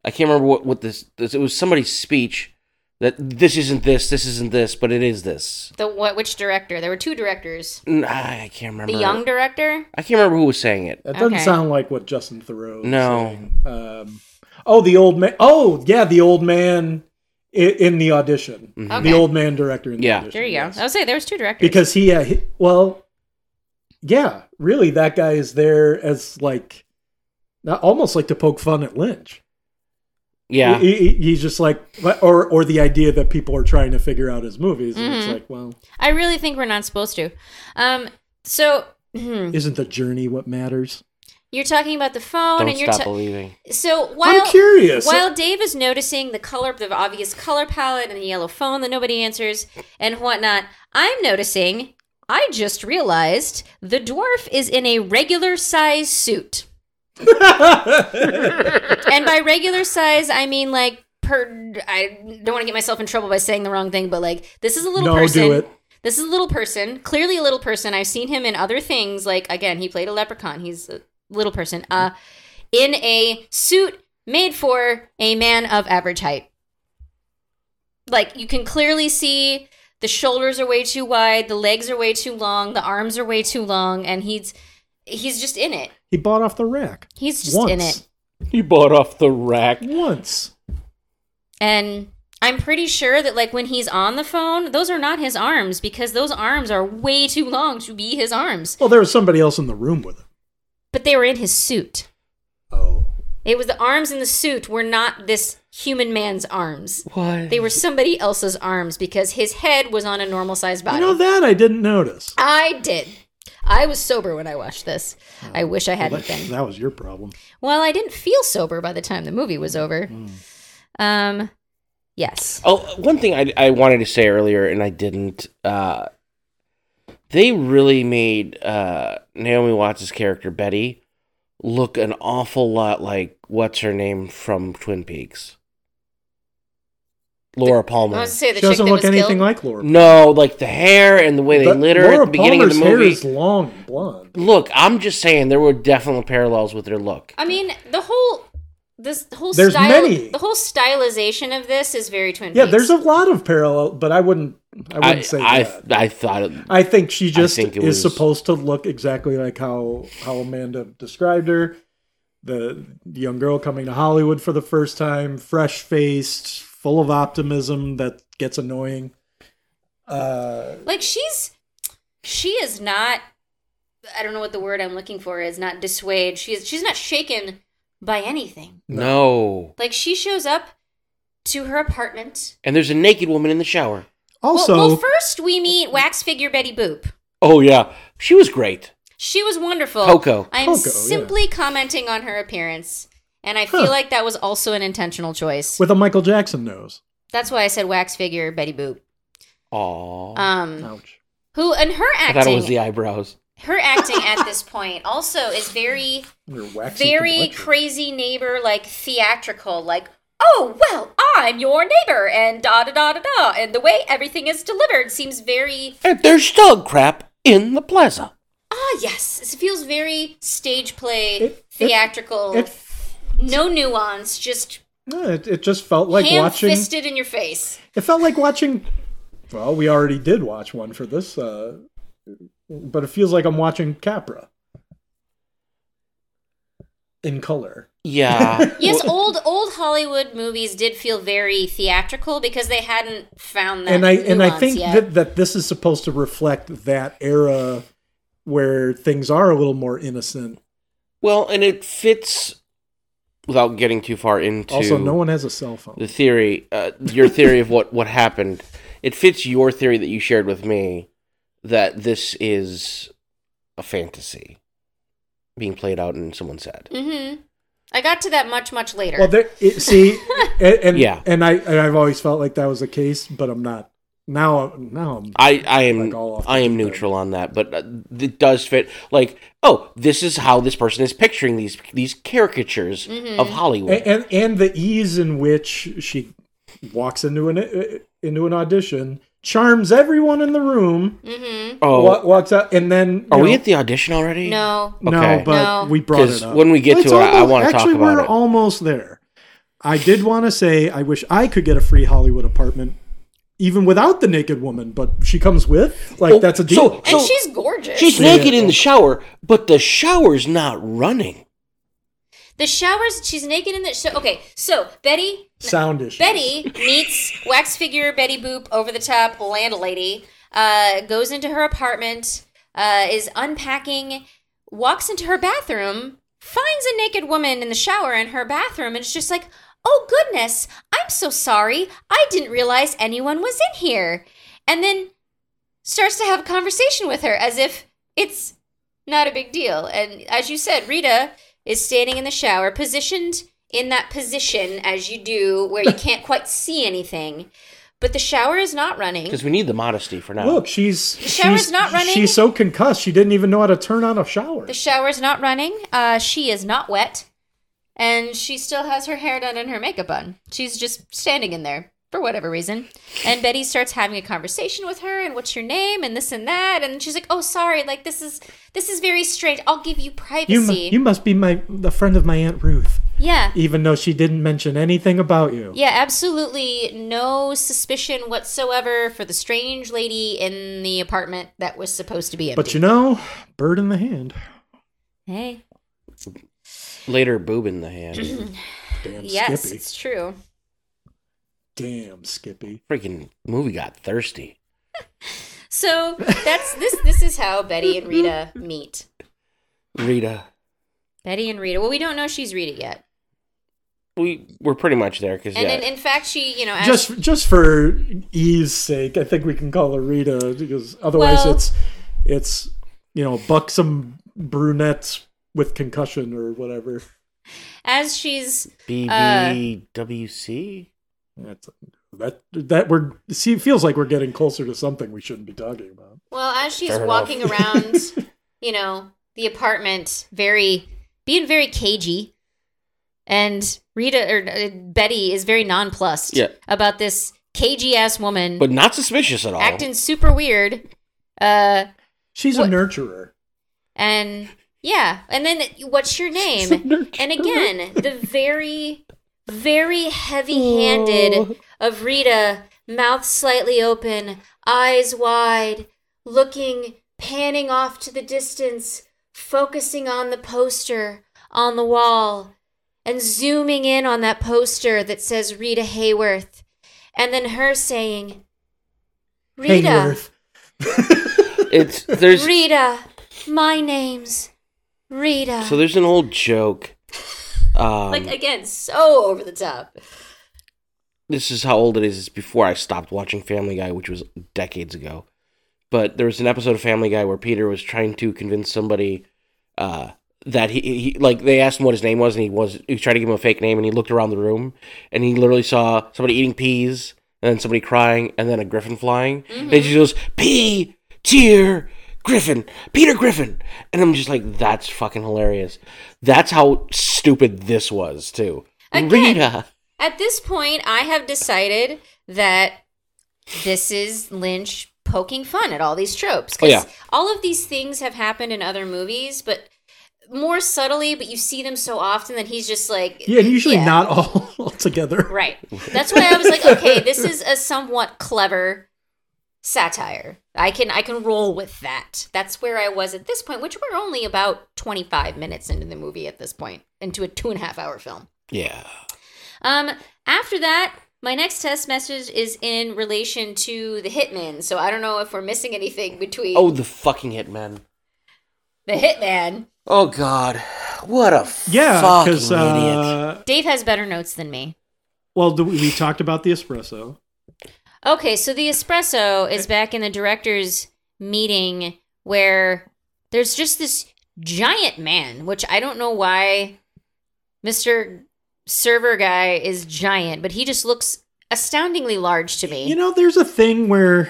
S1: I can't remember what what this, this. It was somebody's speech that this isn't this. This isn't this. But it is this.
S2: the what which director there were two directors
S1: N- I can't remember.
S2: the young director
S1: I can't remember who was saying it.
S3: that doesn't
S2: Okay.
S3: sound like what Justin Thoreau. is
S1: No.
S3: saying. Um, oh, the old man. Oh, yeah, the old man i- in the audition.
S2: Okay.
S3: The old man director in
S1: Mm-hmm.
S3: the
S1: Yeah.
S3: audition.
S2: there you
S3: yes.
S2: go i'll say there was two directors
S3: Because he, uh, he- well, yeah, really, that guy is there as like, not, almost like to poke fun at Lynch.
S1: Yeah.
S3: He- he- he's just like, or or the idea that people are trying to figure out his movies, and it's
S2: Mhm.
S3: like, well,
S2: i really think we're not supposed to um so hmm,
S3: isn't the journey what matters?
S2: you're talking about the phone
S1: Don't
S2: and you're
S1: stop
S2: ta-
S1: believing.
S2: so while
S3: I'm curious.
S2: While Dave is noticing the color, the obvious color palette and the yellow phone that nobody answers and whatnot, I'm noticing, I just realized the dwarf is in a regular size suit. and by regular size, I mean like per. I don't want to get myself in trouble by saying the wrong thing, but like this is a little
S3: No,
S2: person.
S3: do it.
S2: This is a little person, clearly a little person. I've seen him in other things. Like again, he played a leprechaun. He's a little person. Uh, in a suit made for a man of average height. Like you can clearly see the shoulders are way too wide, the legs are way too long, the arms are way too long, and he's he's just in it.
S3: He bought off the rack.
S2: He's just
S3: once.
S2: in it.
S1: He bought off the rack.
S3: Once.
S2: And I'm pretty sure that like when he's on the phone, those are not his arms because those arms are way too long to be his arms.
S3: Well, there was somebody else in the room with him.
S2: But they were in his suit.
S3: Oh,
S2: It was the arms in the suit were not this human man's arms.
S1: What?
S2: They were somebody else's arms because his head was on a normal sized body.
S3: you know that I didn't notice.
S2: I did. I was sober when I watched this.
S3: Oh,
S2: I wish I hadn't
S3: That,
S2: been.
S3: that was your problem.
S2: Well, I didn't feel sober by the time the movie was over.
S3: Hmm.
S2: Um, yes.
S1: Oh, one thing I, I wanted to say earlier and I didn't. Uh, they really made uh, Naomi Watts' character Betty look an awful lot like what's her name from Twin Peaks. Laura
S2: I
S1: Palmer.
S2: was to say the chick
S3: She
S2: that
S3: doesn't
S2: was
S3: look anything
S2: killed.
S3: like Laura.
S1: No, like the hair and the way they
S3: But
S1: lit her at the beginning of the
S3: hair
S1: movie.
S3: is long and blonde.
S1: Look, I'm just saying there were definitely parallels with their look.
S2: I mean, the whole this whole
S3: There's
S2: style,
S3: many.
S2: the whole stylization of this is very Twin
S3: Yeah,
S2: Peaks.
S3: there's a lot of parallel, but I wouldn't. I wouldn't
S1: I
S3: say
S1: I,
S3: that.
S1: I thought it,
S3: I think she just
S1: think it was-
S3: is supposed to look exactly like how how Amanda described her. The young girl coming to Hollywood for the first time, fresh faced, full of optimism that gets annoying. Uh,
S2: like she's she is not. I don't know what the word I'm looking for is. Not dissuade. She is. She's not shaken by anything.
S1: no.
S2: Like she shows up to her apartment.
S1: And there's a naked woman in the shower.
S3: also,
S2: well, well, first we meet wax figure Betty Boop.
S1: Oh yeah, she was great.
S2: She was wonderful.
S1: Coco.
S2: I'm
S3: Coco, yeah.
S2: simply commenting on her appearance, and I feel
S3: Huh.
S2: like that was also an intentional choice.
S3: with a Michael Jackson nose.
S2: That's why I said wax figure Betty Boop.
S1: Aw.
S2: Um,
S3: Ouch.
S2: who and her
S1: Oh, I
S2: acting,
S1: thought it was the eyebrows.
S2: her acting at this point also is very,
S3: Your waxy
S2: very
S3: complexion.
S2: crazy neighbor like theatrical, like. Oh well, I'm your neighbor, and da da da da da, and the way everything is delivered seems very
S1: And there's dog crap in the plaza.
S2: ah yes, it feels very stage play,
S3: It- it-
S2: theatrical,
S3: It,
S2: no nuance, just
S3: no, it it just felt like
S2: ham
S3: watching.
S2: fisted in your face.
S3: It felt like watching. Well, we already did watch one for this, uh, but it feels like I'm watching Capra in color.
S1: Yeah.
S2: Yes, oh. old old Hollywood movies did feel very theatrical because they hadn't found that.
S3: and I and I
S2: nuance
S3: think
S2: yet.
S3: that that this is supposed to reflect that era where things are a little more innocent.
S1: Well, and it fits without getting too far into
S3: Also, no one has a cell phone.
S1: the theory, uh, your theory of what what happened. It fits your theory that you shared with me that this is a fantasy being played out in someone's head.
S2: hmm I got to that much much later.
S3: Well, there, it, see, and, and
S1: Yeah.
S3: and I and I've always felt like that was the case, but I'm not now. Now I'm
S1: I, I am
S3: Like all off the
S1: I am
S3: deep end.
S1: neutral on that, but uh, it does fit. Like, oh, this is how this person is picturing these these caricatures
S2: Mm-hmm.
S1: of Hollywood.
S3: and, and and the ease in which she walks into an uh, into an audition charms everyone in the room
S2: hmm
S1: oh,
S3: wa- walks out and then
S1: are
S3: you
S1: we
S3: know,
S1: at the audition already?
S2: No,
S1: okay.
S3: no but
S2: No.
S3: we brought
S1: because
S3: it up
S1: when we get
S3: It's
S1: to it, I, I
S3: almost-
S1: want to talk
S3: actually
S1: about
S3: we're
S1: it.
S3: almost there i did want to say i wish i could get a free hollywood apartment even without the naked woman but she comes with like
S1: Oh,
S3: that's a
S1: so-
S3: deal
S2: and
S1: so-
S2: she's gorgeous.
S1: She's
S3: Yeah.
S1: naked in the shower, but the shower's not running.
S2: Mm-hmm. the showers. She's naked in the. So, okay, so Betty
S3: sound issue
S2: Betty meets wax figure Betty Boop over the top landlady, uh, goes into her apartment, uh, is unpacking, walks into her bathroom, finds a naked woman in the shower in her bathroom, and it's just like, oh goodness, I'm so sorry. I didn't realize anyone was in here. And then starts to have a conversation with her as if it's not a big deal. And as you said, Rita is standing in the shower, positioned in that position as you do, where you can't quite see anything. But the shower is not running.
S1: Because we need the modesty for now.
S3: look she's
S2: shower's
S3: she's,
S2: not running.
S3: she's so concussed she didn't even know how to turn on a shower
S2: The shower's not running. Uh, she is not wet. And she still has her hair done and her makeup on. She's just standing in there for whatever reason. And Betty starts having a conversation with her and what's your name and this and that. And she's like, oh, sorry. Like, this is this is very strange. I'll give you privacy.
S3: you, mu- you must be my the friend of my aunt ruth
S2: yeah.
S3: even though she didn't mention anything about you.
S2: Yeah, absolutely no suspicion whatsoever for the strange lady in the apartment that was supposed to be empty.
S3: But you know, bird in the hand.
S2: hey,
S1: Later, boob in the hand.
S3: Damn
S2: yes,
S3: Skippy.
S2: it's true.
S3: Damn Skippy.
S1: Freaking movie got thirsty.
S2: So that's this. This is how Betty and Rita meet.
S1: Rita,
S2: Betty and Rita. Well, we don't know she's Rita yet,
S1: we we're pretty much there because
S2: and
S1: yeah,
S2: in, in fact, she you know as-
S3: Just just for ease sake, I think we can call her Rita because otherwise
S2: Well-
S3: it's it's you know, buxom brunette with concussion or whatever.
S2: as she's uh,
S1: BBWC.
S3: That's that that we're see it feels like we're getting closer to something we shouldn't be talking about.
S2: well as she's
S1: Fair enough.
S2: walking around, you know the apartment, very being very cagey, and Rita or uh, Betty is very nonplussed
S1: Yeah.
S2: about this cagey ass woman
S1: but not suspicious at all.
S2: acting super weird. Uh,
S3: She's
S2: What-
S3: a nurturer.
S2: and yeah, and then what's your name? And again, the very, very heavy handed of Rita, mouth slightly open, eyes wide, looking, panning off to the distance, focusing on the poster on the wall, and zooming in on that poster that says Rita Hayworth, and then her saying, Rita.
S3: Hayworth.
S1: it's there's
S2: Rita, my name's Rita.
S1: so there's an old joke. Um,
S2: like again, so over the top.
S1: this is how old it is. It's before I stopped watching Family Guy, which was decades ago. But there was an episode of Family Guy where Peter was trying to convince somebody uh, that he, he like they asked him what his name was, and he was he was trying to give him a fake name, and he looked around the room, and he literally saw somebody eating peas, and then somebody crying, and then a griffin flying, and he just goes pea tear. Griffin, Peter Griffin, and I'm just like, that's fucking hilarious. That's how stupid this was too.
S2: Again,
S1: Rita,
S2: At this point, I have decided that this is Lynch poking fun at all these tropes. 'Cause
S1: Oh, yeah.
S2: all of these things have happened in other movies, but more subtly, but you see them so often that he's just like
S3: Yeah, and usually
S2: Yeah.
S3: not all all together.
S2: Right. That's why I was like, okay, this is a somewhat clever satire. I can I can roll with that. That's where I was at this point, which we're only about twenty five minutes into the movie at this point, into a two and a half hour film.
S1: yeah.
S2: Um, after that, my next test message is in relation to the hitman. So I don't know if we're missing anything between
S1: Oh, the fucking hitmen.
S2: the hitman.
S1: Oh God, what a
S3: Yeah,
S1: fucking
S3: because uh,
S2: Dave has better notes than me.
S3: well, do we, we talked about the espresso.
S2: Okay, so the espresso is back in the director's meeting where there's just this giant man, which I don't know why Mr. Server guy is giant, but he just looks astoundingly large to me.
S3: You know, there's a thing where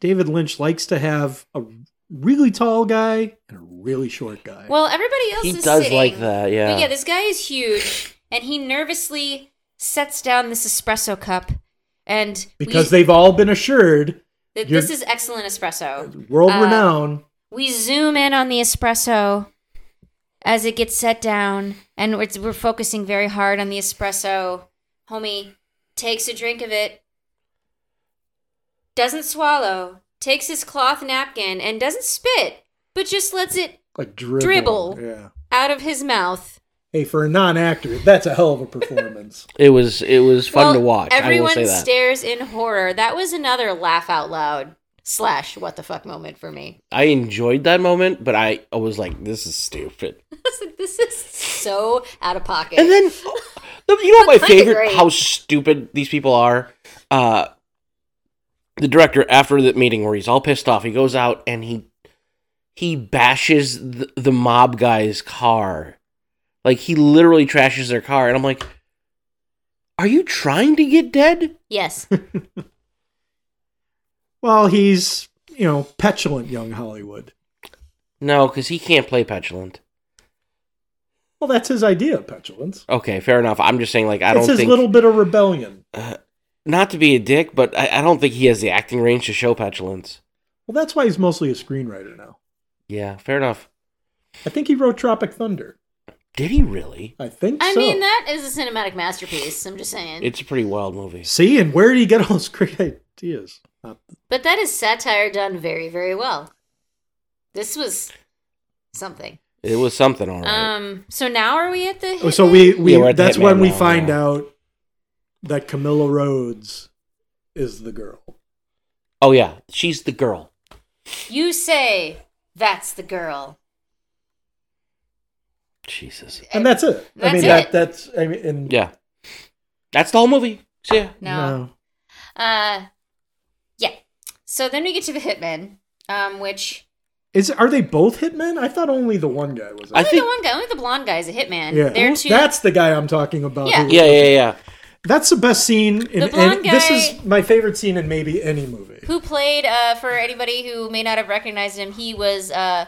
S3: David Lynch likes to have a really tall guy and a really short guy.
S2: well, everybody else
S1: He
S2: is
S1: does
S2: sitting,
S1: like that, yeah.
S2: But yeah, this guy is huge and he nervously sets down this espresso cup and we-
S3: because they've all been assured,
S2: that
S3: you're-
S2: this is excellent espresso.
S3: world
S2: Uh,
S3: renowned.
S2: We zoom in on the espresso as it gets set down, and we're, we're focusing very hard on the espresso. Homie takes a drink of it, doesn't swallow, takes his cloth napkin, and doesn't spit, but just lets it
S3: Like dribble.
S2: dribble.
S3: Yeah.
S2: out of his mouth.
S3: Hey, for a non-actor, that's a hell of a performance.
S1: it was it was fun
S2: Well,
S1: to watch. I will
S2: Everyone
S1: say that.
S2: stares in horror. That was another laugh out loud slash what the fuck moment for me.
S1: I enjoyed that moment, but I, I was like, this is stupid.
S2: I was like, this is so out of pocket.
S1: And then you know what my
S2: Kinda
S1: favorite
S2: great.
S1: how stupid these people are. Uh, the director after that meeting where he's all pissed off, he goes out and he he bashes the, the mob guy's car. Like he literally trashes their car, and I'm like, are you trying to get dead?
S2: yes.
S3: well, he's you know petulant young Hollywood.
S1: No, because he can't play petulant.
S3: Well, that's his idea of petulance.
S1: Okay, fair enough. I'm just saying, like, I
S3: it's
S1: don't
S3: his
S1: think
S3: little bit of rebellion.
S1: not to be a dick, but I, I don't think he has the acting range to show petulance.
S3: Well, that's why he's mostly a screenwriter now.
S1: Yeah, fair enough.
S3: I think he wrote Tropic Thunder.
S1: Did he really?
S3: I think
S2: I
S3: so.
S2: mean, that is a cinematic masterpiece. I'm just saying.
S1: It's a pretty wild movie.
S3: See, and where did he get all those great ideas? Not-
S2: but that is satire done very, very well. This was something.
S1: It was something, all right.
S2: Um. So now are we at the?
S3: Oh, so we,
S2: hitman?
S3: we
S1: Yeah, we're at the
S3: that's
S1: hitman
S3: when we
S1: now,
S3: find
S1: yeah.
S3: out that Camilla Rhodes is the girl.
S1: oh yeah, she's the girl.
S2: You say that's the girl.
S1: Jesus.
S3: And that's it. I
S2: That's it.
S3: mean that that's I mean and
S1: Yeah, that's the whole movie. So, yeah.
S2: No. Uh. Yeah. So then we get to the hitman. Um. Which
S3: Is are they both hitmen? I thought only the one guy was. a-
S1: I
S2: only
S1: think-
S2: the one guy, only the blonde guy is a hitman.
S3: yeah,
S2: They're two.
S3: That's the guy I'm talking about.
S2: Yeah.
S1: Yeah, yeah, yeah.
S3: That's the best scene in,
S2: The blonde
S3: in- this
S2: guy-
S3: is my favorite scene in maybe any movie.
S2: who played uh, for anybody who may not have recognized him he was uh,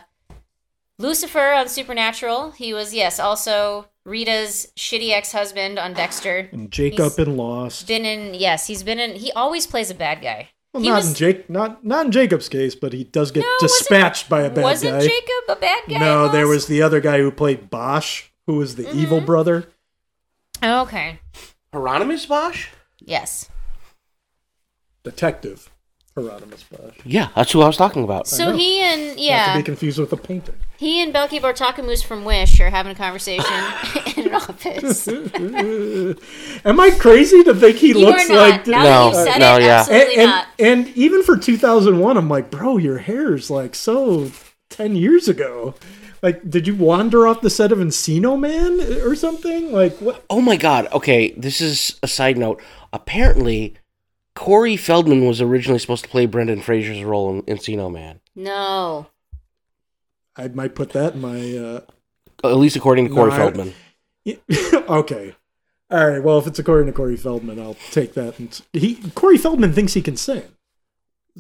S2: lucifer on supernatural he was yes also Rita's shitty ex husband on Dexter.
S3: And Jacob
S2: He's-
S3: and Lost.
S2: Been in yes, he's been in. He always plays a bad guy.
S3: Well,
S2: he
S3: not in
S2: was-
S3: Jake, not not in Jacob's case, but he does get
S2: No, wasn't-
S3: dispatched by a bad
S2: Wasn't
S3: guy.
S2: Jacob a bad guy?
S3: no,
S2: in
S3: there was
S2: Lost?
S3: the other guy who played Bosch, who was the
S2: Mm-hmm.
S3: evil brother.
S2: Okay.
S1: Hieronymus Bosch?
S2: Yes.
S3: Detective Hieronymus Bosch.
S1: Yeah, that's who I was talking about.
S2: So
S3: know.
S2: he and
S3: Not to
S2: yeah,
S3: be confused with a painter.
S2: he and Belky Bartakamus from Wish are having a conversation in an office.
S3: Am I crazy to think he
S2: You
S3: looks
S2: are not.
S3: like
S2: now
S1: No,
S2: that you've said
S1: no,
S2: it,
S1: yeah.
S3: and,
S2: absolutely
S3: and,
S2: not.
S3: and even for 2001 i'm like bro your hair's like so 10 years ago like did you wander off the set of encino man or something like what
S1: Oh my god. Okay, this is a side note. Apparently, Corey Feldman was originally supposed to play Brendan Fraser's role in Encino Man.
S2: No.
S3: i might put that in my uh
S1: At least according to
S3: No,
S1: Corey
S3: I-
S1: Feldman.
S3: okay all right well if it's according to corey feldman i'll take that and he corey feldman thinks he can sing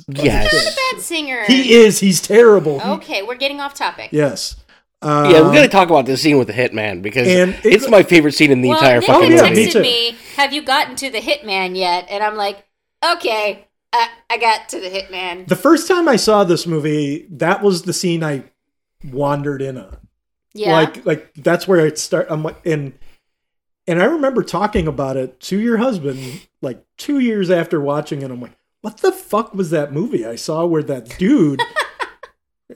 S2: Not
S1: Yes.
S2: a bad singer.
S3: he is he's terrible He-
S2: Okay, we're getting off topic.
S3: yes uh,
S1: Yeah, we got to talk about this scene with the hitman because
S3: And
S1: it's,
S3: it-
S1: my favorite scene in the
S2: well,
S1: entire
S2: Nick
S1: fucking
S2: had
S3: yeah,
S1: movie.
S3: me
S2: texted
S3: too.
S2: me, "Have you gotten to the hitman yet?" And I'm like, "Okay, I, I got to the hitman."
S3: The first time I saw this movie, that was the scene I wandered in on.
S2: Yeah,
S3: Like like that's where it start I'm like and and I remember talking about it to your husband like 2 years after watching it I'm like what the fuck was that movie I saw where that dude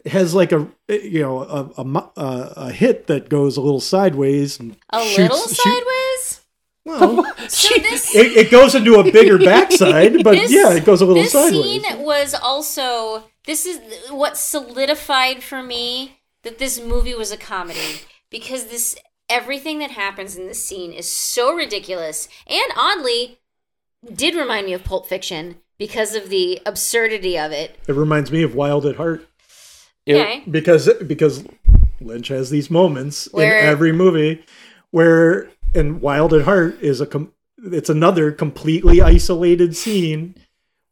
S3: has like a you know a, a mu- a a hit that goes a little sideways and
S2: a
S3: shoots-
S2: little
S3: shoot-
S2: sideways.
S3: well,
S2: So this
S3: it, it goes into a bigger backside but
S2: This-
S3: Uh, yeah it goes a little
S2: this
S3: sideways
S2: scene was also this is what solidified for me that this movie was a comedy because this everything that happens in this scene is so ridiculous and oddly did remind me of Pulp Fiction because of the absurdity of it.
S3: it reminds me of Wild at Heart
S1: It-
S2: Okay.
S3: because because Lynch has these moments
S2: Where-
S3: in every movie where and Wild at Heart is a com- it's another completely isolated scene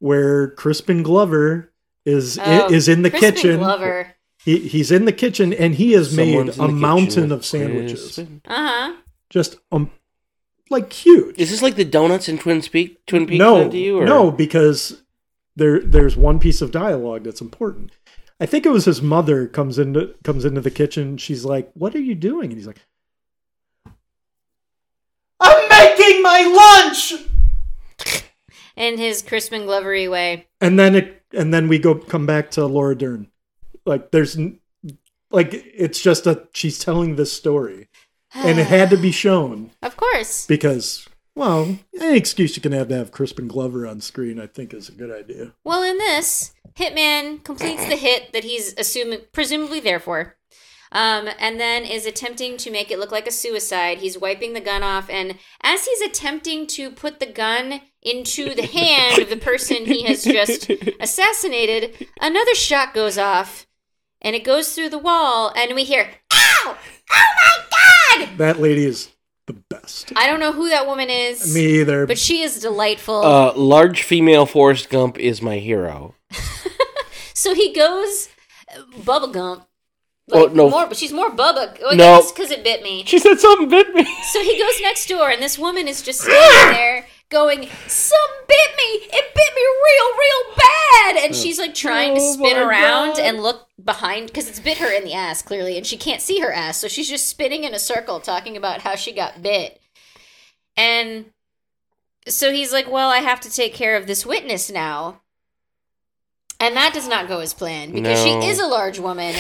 S3: where Crispin Glover is
S2: Oh,
S3: is in the
S2: Crispin
S3: kitchen.
S2: Glover.
S3: He, he's in the kitchen and he has
S1: Someone's in
S3: made
S1: the
S3: a
S1: kitchen
S3: mountain
S1: with
S3: of sandwiches.
S1: Crispin.
S2: Uh huh.
S3: Just um like huge.
S1: Is this like the donuts in Twin Peak? Twin Peaks
S3: No,
S1: did to you? Or?
S3: no, because there there's one piece of dialogue that's important. I think it was his mother comes into comes into the kitchen. She's like, "What are you doing?" And he's like, "I'm making my lunch."
S2: In his Crispin Glovery way.
S3: And then it and then we go come back to Laura Dern. Like there's n- like it's just that she's telling this story, and it had to be shown
S2: Of course.
S3: because well, any excuse you can have to have Crispin Glover on screen, I think, is a good idea.
S2: Well, in this, Hitman completes the hit that he's assuming, presumably there for, um, and then is attempting to make it look like a suicide. He's wiping the gun off, and as he's attempting to put the gun into the hand of the person he has just assassinated, another shot goes off, and it goes through the wall, and we hear, "Ow! Oh my God!"
S3: That lady is the best.
S2: I don't know who that woman is,
S3: Me either.
S2: but she is delightful.
S1: Uh, large female Forrest Gump is my hero.
S2: So he goes uh, Bubba Gump.
S1: Oh, no.
S2: More, she's more Bubba. Oh,
S1: No.
S2: because it bit me.
S1: She said something bit me.
S2: So he goes next door, and this woman is just standing there going, Some bit me! It bit me real, real bad! And she's like trying to
S1: Oh
S2: spin
S1: my
S2: around
S1: God.
S2: and look behind because it's bit her in the ass, clearly, and she can't see her ass. So she's just spinning in a circle talking about how she got bit. And so he's like, Well, I have to take care of this witness now. And that does not go as planned because
S1: No.
S2: she is a large woman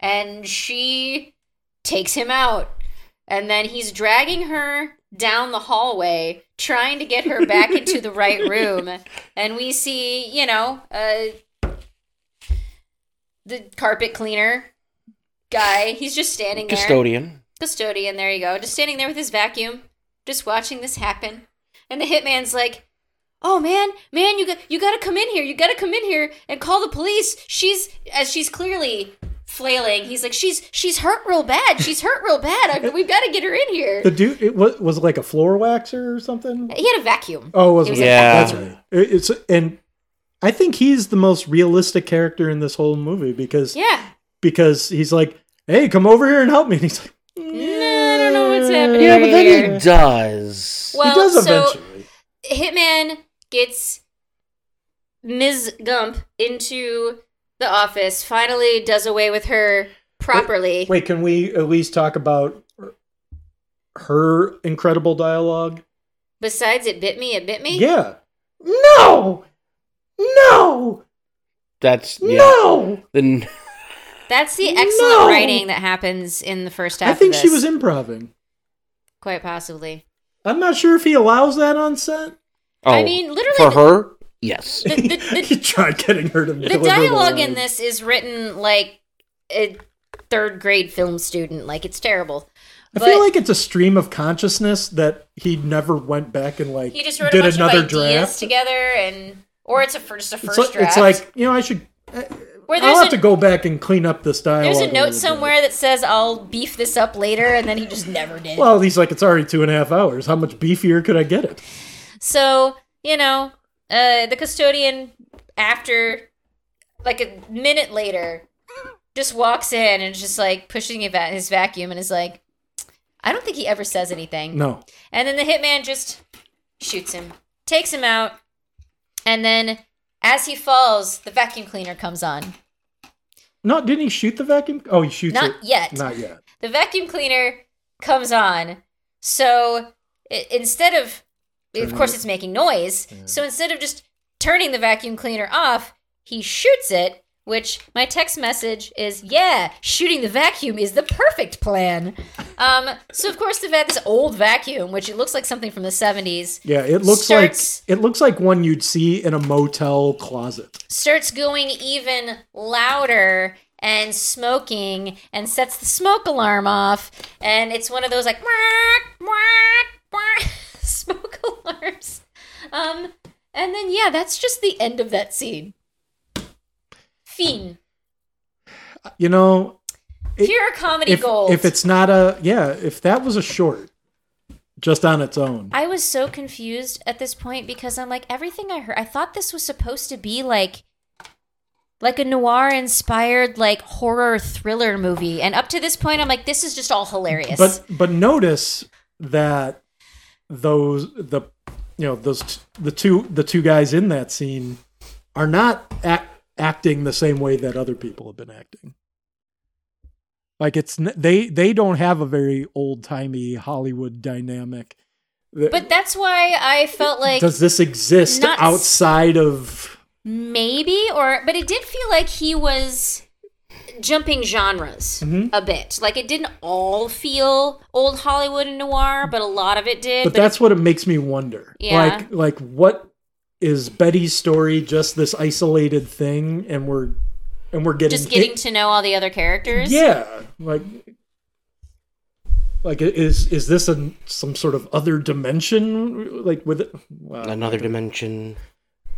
S2: and she takes him out. And then he's dragging her down the hallway, trying to get her back into the right room. And we see, you know, uh, the carpet cleaner guy. He's just standing there.
S1: Custodian.
S2: Custodian, there you go. Just standing there with his vacuum, just watching this happen. And the hitman's like, "Oh man, man, you got you got to come in here. You got to come in here and call the police. She's as she's clearly flailing. He's like, "She's she's hurt real bad. She's hurt real bad. I, we've got to get her in here."
S3: the dude it was was it like a floor waxer or something.
S2: He had a vacuum.
S3: Oh, it wasn't.
S2: He was a
S1: Yeah.
S3: That's right. It- It's and I think he's the most realistic character in this whole movie because
S2: Yeah.
S3: because he's like, "Hey, come over here and help me." And he's like,
S2: No, I don't know what's
S3: "Eh,
S2: happen
S1: Yeah,
S2: every
S1: but then
S2: year.
S1: he does.
S2: Well,
S3: he does
S2: so
S3: eventually.
S2: Hitman gets Ms. Gump into the office, finally does away with her properly.
S3: Wait, can we at least talk about her incredible dialogue?
S2: Besides, it bit me, it bit me.
S3: Yeah. No. No.
S1: That's yeah.
S3: No.
S1: Then
S2: That's the excellent
S3: No!
S2: writing that happens in the first half
S3: I think
S2: of
S3: she
S2: this,
S3: was improving.
S2: Quite possibly.
S3: I'm not sure if he allows that on set.
S1: oh,
S2: I mean, literally
S1: for
S2: the-
S1: her, yes.
S2: The, the, the,
S3: he tried getting her to.
S2: the dialogue in this is written like a third grade film student. Like, it's terrible.
S3: I feel like it's a stream of consciousness that he never went back and like
S2: he just wrote
S3: did
S2: a bunch
S3: another
S2: of ideas
S3: draft.
S2: together and or it's a first a
S3: It's
S2: first
S3: like,
S2: draft
S3: it's like you know I should.
S2: where there's
S3: I'll have
S2: a,
S3: to go back and clean up this dialogue.
S2: there's a
S3: little
S2: note
S3: bit.
S2: somewhere that says i'll beef this up later and then he just never did
S3: Well, he's like, it's already two and a half hours. How much beefier could I get it?
S2: so you know uh the custodian after like a minute later just walks in and is just like pushing his va- his vacuum and is like i don't think he ever says anything
S3: No,
S2: And then the hitman just shoots him, takes him out, and then as he falls, the vacuum cleaner comes on.
S3: no, didn't he shoot the vacuum? Oh, he shoots
S2: Not
S3: it.
S2: yet.
S3: Not yet.
S2: The vacuum cleaner comes on. So i instead of, of
S3: Turning
S2: course,
S3: it-
S2: it's making noise. So instead of just turning the vacuum cleaner off, he shoots it. Which my text message is, yeah, shooting the vacuum is the perfect plan. Um, so of course they've had this old vacuum, which it looks like something from the seventies.
S3: Yeah, it looks
S2: Starts-
S3: like it looks like one you'd see in a motel closet.
S2: starts going even louder and smoking and sets the smoke alarm off and it's one of those like "Whack, whack, whack" smoke alarms um and then yeah that's just the end of that scene fiend
S3: You know, It-
S2: pure comedy
S3: if
S2: gold
S3: if it's not a yeah, if that was a short, just on its own.
S2: I was so confused at this point because I'm like everything I heard. I thought this was supposed to be like like a noir inspired like horror thriller movie and up to this point I'm like this is just all hilarious.
S3: But but notice that those the you know those t- the two the two guys in that scene are not ac acting the same way that other people have been acting. Like it's n- they they don't have a very old timey Hollywood dynamic. Th-
S2: But that's why I felt like
S3: does this exist
S2: not s-
S3: outside of?
S2: maybe or but it did feel like he was jumping genres
S3: Mm-hmm.
S2: a bit. Like it didn't all feel old Hollywood and noir, but a lot of it did.
S3: But that's what it makes me wonder.
S2: Yeah.
S3: Like like what is Betty's story? Just this isolated thing, and we're and we're getting
S2: just getting
S3: hit-
S2: to know all the other characters.
S3: Yeah, like like is is this a some sort of other dimension? Like with it? Wow,
S1: Another dimension.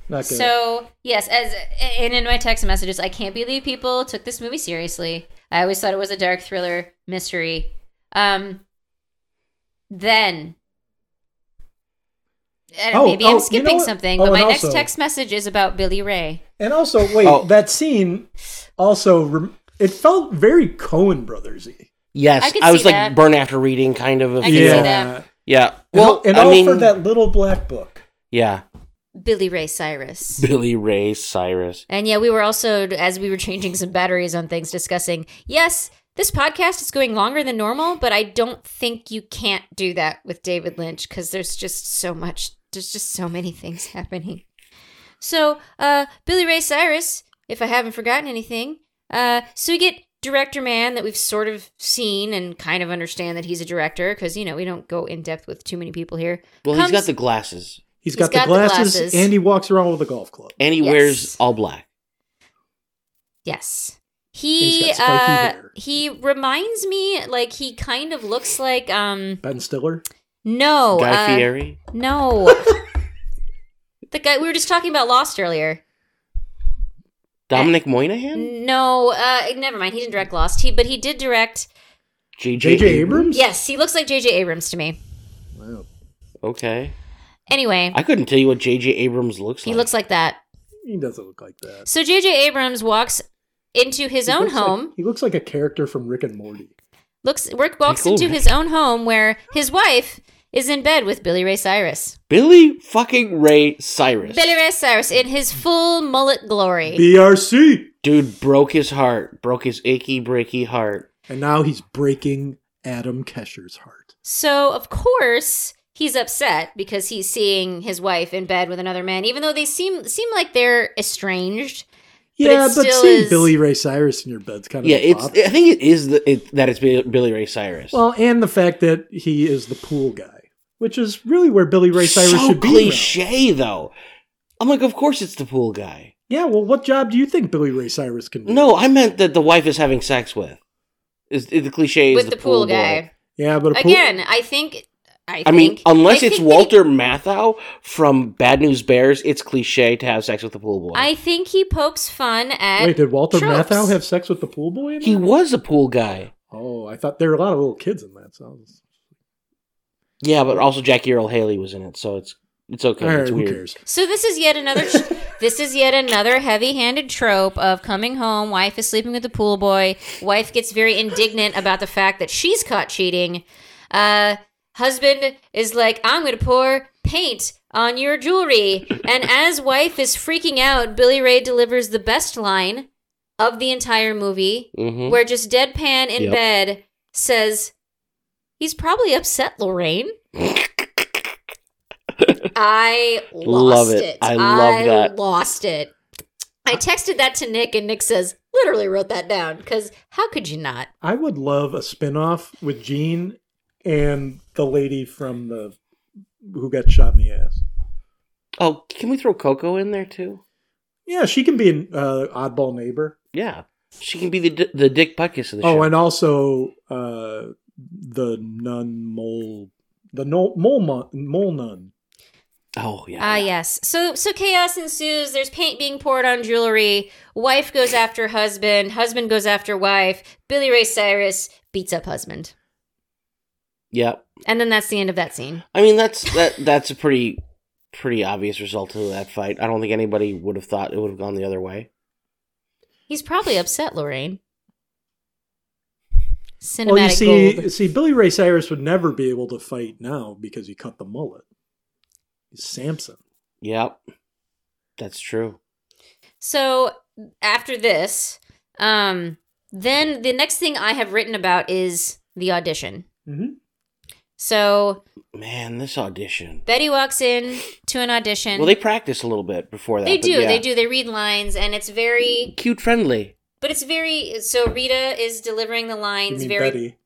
S3: not good.
S2: So yes, as and in my text messages, I can't believe people took this movie seriously. I always thought it was a dark thriller mystery. Um, then, I don't-
S3: Oh,
S2: maybe
S3: oh, you
S2: I'm
S3: know
S2: skipping
S3: what?
S2: something,
S3: Oh,
S2: but my
S3: and
S2: next
S3: also-
S2: text message is about Billy Ray.
S3: and also wait
S1: Oh.
S3: that scene also rem- it felt very Cohen brothersy.
S1: Yes,
S2: I could
S1: I, was
S2: see
S1: like
S2: that.
S1: burn after reading, kind of. a
S2: I can see
S1: feel.
S2: Yeah. that.
S1: Yeah.
S3: Well,
S1: Well,
S3: and
S1: I
S3: all
S1: mean,
S3: for that little black book.
S1: yeah,
S2: Billy Ray Cyrus.
S1: Billy Ray Cyrus.
S2: And yeah, we were also as we were changing some batteries on things, discussing yes. This podcast is going longer than normal, but I don't think you can't do that with David Lynch because there's just so much, there's just so many things happening. So, uh, Billy Ray Cyrus, if I haven't forgotten anything, uh, so we get director man that we've sort of seen and kind of understand that he's a director because you know we don't go in depth with too many people here.
S1: Well,
S2: Comes-
S1: he's got the glasses,
S3: He's got,
S2: got
S3: the,
S2: the
S3: glasses,
S2: glasses.
S3: and he walks around with a golf club.
S1: and he
S2: Yes.
S1: wears all black.
S2: Yes.
S3: He's
S2: He
S3: got spiky
S2: uh,
S3: hair.
S2: he reminds me like he kind of looks like um
S3: Ben Stiller.
S2: no
S1: Guy
S2: uh,
S1: Fieri.
S2: no the guy we were just talking about Lost earlier.
S1: Dominic Moynihan.
S2: No, uh never mind. He didn't direct Lost. He but he did direct.
S1: J.J.
S3: J.J. Abrams?
S2: Yes, he looks like J.J. Abrams to me.
S3: Wow.
S1: Okay,
S2: Anyway,
S1: I couldn't tell you what J.J. Abrams looks
S2: he
S1: like.
S2: looks like that.
S3: He doesn't look like that.
S2: So J.J. Abrams walks into his
S3: He
S2: own
S3: looks like-
S2: home.
S3: he looks like a character from Rick and Morty.
S2: Looks work walks
S1: Cool,
S2: into
S1: man.
S2: his own home where his wife is in bed with Billy Ray Cyrus.
S1: Billy fucking Ray Cyrus.
S2: Billy Ray Cyrus in his full mullet glory.
S3: BRC.
S1: Dude broke his heart. Broke his achy, breaky heart.
S3: And now he's breaking Adam Kesher's heart.
S2: So, of course, he's upset because he's seeing his wife in bed with another man, even though they seem seem like they're estranged. But
S3: yeah,
S2: it
S3: but
S2: still
S3: seeing
S2: is-
S3: Billy Ray Cyrus in your bed's kind of
S1: Yeah,
S3: a
S1: it's.
S3: bop.
S1: I think it is the, it, that it's Bi- Billy Ray Cyrus.
S3: well, and the fact that he is the pool guy, which is really where Billy Ray Cyrus
S1: so
S3: should be. now.
S1: cliche though. I'm like, of course it's the pool guy.
S3: Yeah, well, what job do you think Billy Ray Cyrus can do?
S1: No, I meant that the wife is having sex with. Is is the cliche is
S2: With the pool
S1: boy.
S2: guy.
S3: Yeah, but a pool,
S2: Again, I think I,
S1: I mean,
S2: think-
S1: unless
S2: I
S1: it's
S2: think that he-
S1: Walter Matthau from Bad News Bears, it's cliche to have sex with the pool boy.
S2: I think he pokes fun at
S3: Wait, did Walter
S2: tropes.
S3: Matthau have sex with the pool boy? In
S1: he
S3: that?
S1: was a pool guy.
S3: Oh, I thought there were a lot of little kids in that. So I was-
S1: Yeah, but also Jackie Earl Haley was in it, so it's it's okay.
S3: All right,
S1: it's
S3: who
S1: weird.
S3: cares?
S2: So this is yet another this is yet another heavy-handed trope of coming home, wife is sleeping with the pool boy, wife gets very indignant about the fact that she's caught cheating. Uh husband is like, "I'm going to pour paint on your jewelry." And as wife is freaking out, Billy Ray delivers the best line of the entire movie
S1: Mhm.
S2: where just deadpan in
S1: Yep.
S2: bed says, "He's probably upset, Lorraine." I
S1: Love
S2: lost
S1: it.
S2: it.
S1: I love that.
S2: Lost it. I texted that to Nick, and Nick says, "Literally wrote that down because how could you not?"
S3: I would love a spin-off with Gene and the lady from the who got shot in the ass.
S1: Oh, can we throw Coco in there too?
S3: Yeah, she can be an uh, oddball neighbor.
S1: Yeah, she can be the D- the Dick Butkus of the show.
S3: Oh, and also uh, the nun mole, the no, mole mon, mole nun.
S1: oh yeah.
S2: Ah, yes. So, so chaos ensues. There's paint being poured on jewelry. Wife goes after husband. Husband goes after wife. Billy Ray Cyrus beats up husband,
S1: yeah.
S2: and then that's the end of that scene.
S1: I mean, that's that that's a pretty pretty obvious result of that fight. I don't think anybody would have thought it would have gone the other way.
S2: He's probably upset, Lorraine. Cinematic
S3: Well, Oh, you see,
S2: gold.
S3: see, Billy Ray Cyrus would never be able to fight now because he cut the mullet. He's Samson.
S1: Yep, that's true.
S2: So after this, um, then the next thing I have written about is the audition.
S3: Mm-hmm.
S2: So
S1: Man, this audition.
S2: Betty walks in to an audition.
S1: Well, they practice a little bit before that.
S2: They
S1: but
S2: do,
S1: yeah.
S2: they do, they read lines, and it's very,
S1: Cute friendly.
S2: but it's very. So Rita is delivering the
S3: You
S2: lines
S3: mean
S2: very.
S3: Betty?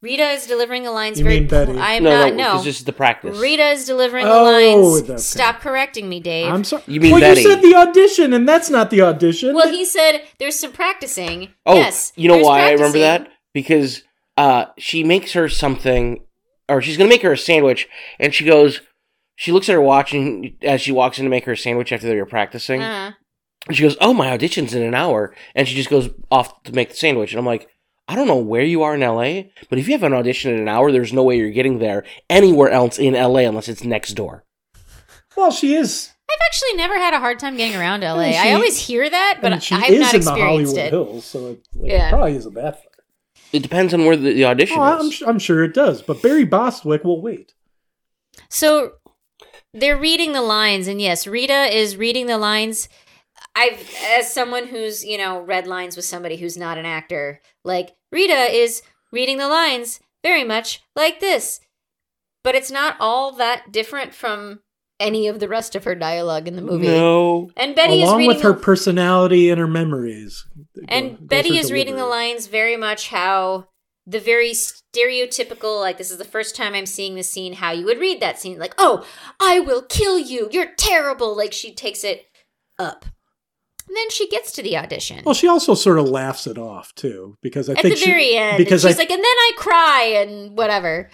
S2: Rita is delivering the lines
S3: You
S2: very.
S3: mean Betty.
S2: I am
S1: no,
S2: not.
S1: no,
S2: No,
S1: because this is the practice.
S2: Rita is delivering
S3: Oh,
S2: the lines.
S3: okay.
S2: Stop correcting me, Dave.
S3: I'm sorry.
S1: You mean
S3: well,
S1: Betty.
S3: you said the audition, and that's not the audition.
S2: well, he said there's some practicing.
S1: Oh,
S2: yes,
S1: you know
S2: there's
S1: why I remember
S2: practicing.
S1: that? Because uh, she makes her something, or she's gonna make her a sandwich, and she goes. She looks at her watch and as she walks in to make her a sandwich after they're practicing.
S2: Uh-huh.
S1: And she goes, "Oh, my audition's in an hour," and she just goes off to make the sandwich. And I'm like, "I don't know where you are in LA, but if you have an audition in an hour, there's no way you're getting there anywhere else in LA unless it's next door."
S3: well, she is.
S2: I've actually never had a hard time getting around LA.
S3: mean,
S2: I
S3: she-
S2: always hear that,
S3: I
S2: but
S3: mean, she
S2: I've
S3: is
S2: not
S3: in the Hollywood
S2: experienced it.
S3: Hills, so it, like, it
S2: Yeah.
S3: probably isn't that far.
S1: It depends on where the, the audition
S3: Oh, I'm,
S1: is.
S3: su- I'm sure it does. But Barry Bostwick will wait.
S2: So they're reading the lines, and yes, Rita is reading the lines. I've, as someone who's, you know, read lines with somebody who's not an actor, like, Rita is reading the lines very much like this. But it's not all that different from any of the rest of her dialogue in the movie.
S1: No,
S2: And Betty is
S3: Along
S2: reading
S3: with her
S2: the-
S3: personality and her memories.
S2: And
S3: Goes her
S2: Betty is reading the
S3: delivery.
S2: lines very much how the very stereotypical, like, this is the first time I'm seeing this scene, how you would read that scene. Like, oh, I will kill you. You're terrible. Like, she takes it up. And then she gets to the audition.
S3: Well, she also sort of laughs it off too, because I
S2: At the
S3: think she-
S2: very end.
S3: because
S2: Because she's
S3: I
S2: like, and then I cry and whatever.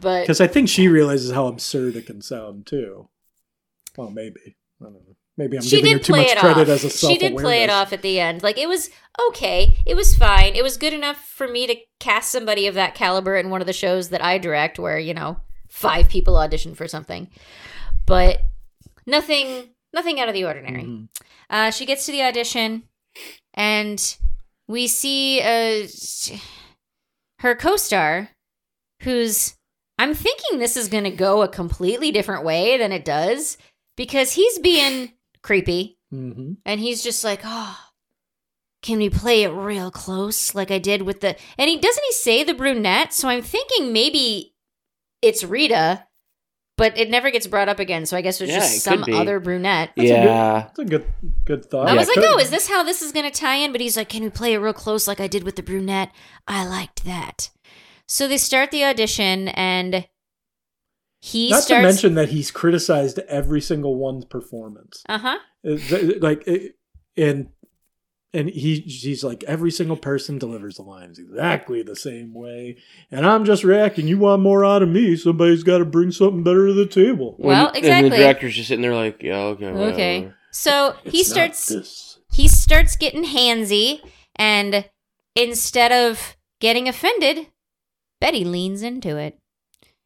S2: But
S3: because I think she realizes how absurd it can sound too. Well, maybe I don't know. Maybe I'm
S2: she
S3: giving her
S2: did
S3: too
S2: play
S3: much
S2: it
S3: credit
S2: off.
S3: as a self
S2: she did play it off at the end. Like, it was okay. It was fine. It was good enough for me to cast somebody of that caliber in one of the shows that I direct, where, you know, five people audition for something. But nothing nothing out of the ordinary.
S3: Mm-hmm.
S2: Uh, she gets to the audition and we see uh her co-star, who's I'm thinking this is going to go a completely different way than it does because he's being creepy
S3: hmm
S2: and he's just like, oh, can we play it real close like I did with the. And he doesn't he say the brunette? So I'm thinking maybe it's Rita, but it never gets brought up again. So I guess it's
S1: Yeah,
S2: just
S1: it
S2: some
S1: could be.
S2: other brunette.
S3: That's a good-
S1: yeah.
S3: That's a good good thought.
S2: I was
S1: Yeah,
S2: like,
S3: Could-
S2: oh, is this how this is going to tie in? But he's like, can we play it real close like I did with the brunette? I liked that. So they start the audition and he
S3: Not to
S2: starts.
S3: mention that he's criticized every single one's performance.
S2: uh huh.
S3: It- th- like it, and and he he's like every single person delivers the lines exactly the same way and i'm just reacting you want more out of me somebody's got to bring something better to the table
S2: Well,
S1: And
S2: exactly.
S1: the director's just sitting there like, yeah, okay.
S2: Okay.
S1: whatever.
S2: So he
S3: It's not
S2: starts.
S3: this.
S2: he starts getting handsy and instead of getting offended betty leans into it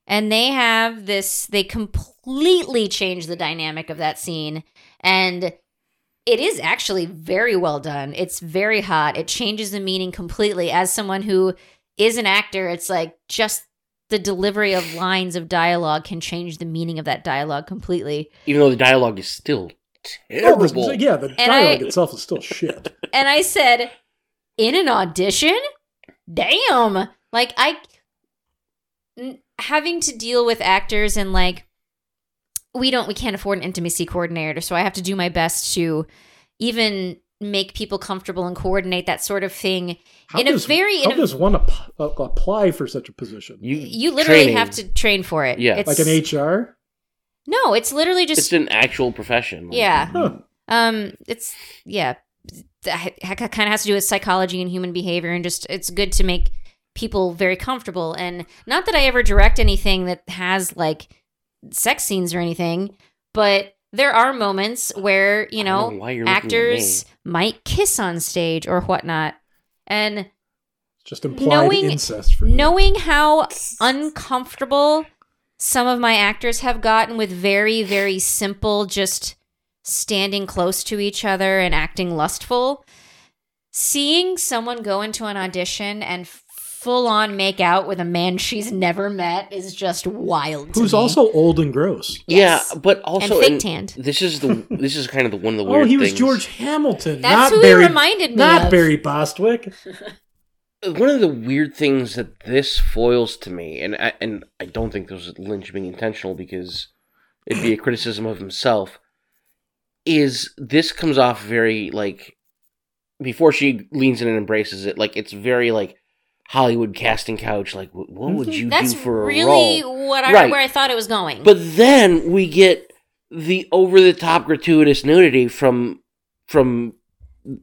S2: and they have this they completely change the dynamic of that scene and it is actually very well done it's very hot it changes the meaning completely as someone who is an actor it's like just the delivery of lines of dialogue can change the meaning of that dialogue completely
S1: Even though the dialogue is still
S3: Oh, this-
S1: terrible.
S3: yeah the
S2: And
S3: dialogue
S2: I-
S3: itself is still shit
S2: and I said, "In an audition? Damn!" Like I n- having to deal with actors and like we don't we can't afford an intimacy coordinator, so I have to do my best to even make people comfortable and coordinate that sort of thing.
S3: how
S2: In a
S3: does,
S2: very-
S3: how
S2: in a-
S3: does one ap- a- apply for such a position
S1: You,
S2: You literally
S1: training.
S2: have to train for it.
S1: Yeah.
S2: It's-
S3: like an hr
S2: No, it's literally just
S1: It's an actual profession. Like,
S2: Yeah.
S3: Huh.
S2: Um, it's yeah, kind of has to do with psychology and human behavior, and just it's good to make people very comfortable. And not that I ever direct anything that has like sex scenes or anything, but there are moments where you
S1: I don't
S2: know,
S1: why you're looking at
S2: actors might kiss on stage or whatnot, and
S3: just implied
S2: Knowing-
S3: incest for you.
S2: knowing how uncomfortable some of my actors have gotten with very very simple just standing close to each other and acting lustful seeing someone go into an audition and full on make out with a man she's never met is just wild to
S3: who's
S2: me.
S3: also old and gross
S1: me.
S2: Yes.
S1: Yeah, but also
S2: fake
S1: and
S2: tanned.
S1: This is the this is kind of the one of the
S3: oh
S1: weird
S3: he was
S1: things.
S3: george hamilton
S2: that's
S3: not
S2: who
S3: barry
S2: he reminded me
S3: not
S2: of
S3: barry bostwick
S1: one of the weird things that this foils to me, and I, and I don't think this was Lynch being intentional because it'd be a criticism of himself, is this comes off very like before she leans in and embraces it, like it's very like Hollywood casting couch, like wh-
S3: Mhm.
S1: what would you
S2: that's
S1: do for a
S2: really
S1: role?
S2: what I,
S1: Right.
S2: where I thought it was going
S1: But then we get the over the top gratuitous nudity from from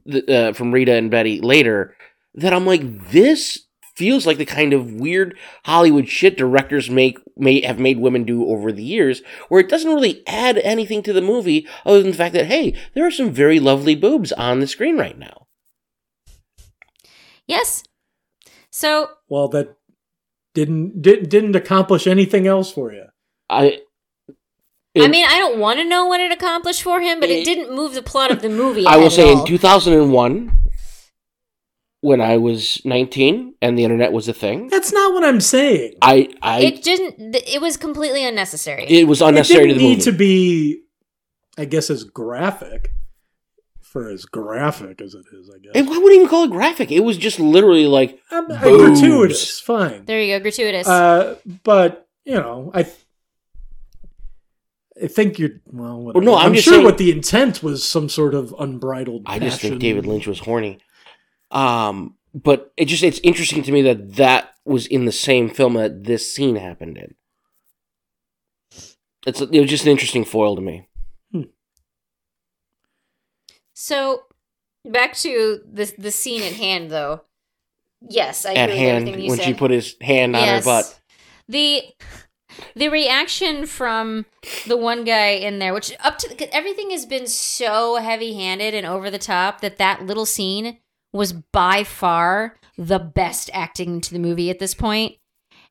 S1: the, uh, from Rita and Betty later that I'm like this feels like the kind of weird Hollywood shit directors make may have made women do over the years where it doesn't really add anything to the movie other than the fact that hey there are some very lovely boobs on the screen right now.
S2: yes so
S3: well that didn't didn't didn't accomplish anything else for you
S1: I
S2: I
S1: in-
S2: mean, I don't want to know what it accomplished for him, but it,
S1: It-
S2: didn't move the plot of the movie.
S1: I
S2: ahead
S1: will
S2: at
S1: say
S2: all.
S1: in 2001 when I was 19 and the internet was a thing
S3: that's not what i'm saying
S1: I I
S2: it didn't. th- It was completely unnecessary.
S1: It was unnecessary to
S3: it
S1: the
S3: didn't
S1: movie.
S3: need to be i guess as graphic for as graphic as it is i guess
S1: And I wouldn't even call it graphic. It was just literally like,
S3: I'm- I'm
S1: Boobs.
S3: gratuitous fine
S2: there you go, gratuitous.
S3: uh but you know i I think you're well. Whatever.
S1: no, I'm
S3: I'm
S1: just
S3: sure
S1: saying-
S3: what the intent was some sort of unbridled.
S1: I just
S3: passion.
S1: think David Lynch was horny. Um, but it just it's interesting to me that that was in the same film that this scene happened in. It's it was just an interesting foil to me.
S2: so, back to the the scene at hand, though. Yes, I
S1: At
S2: agree
S1: hand
S2: with everything you
S1: when
S2: said.
S1: she put his hand on her butt.
S2: The the reaction from the one guy in there, which up to 'cause everything has been so heavy handed and over the top that that little scene was by far the best acting to the movie at this point.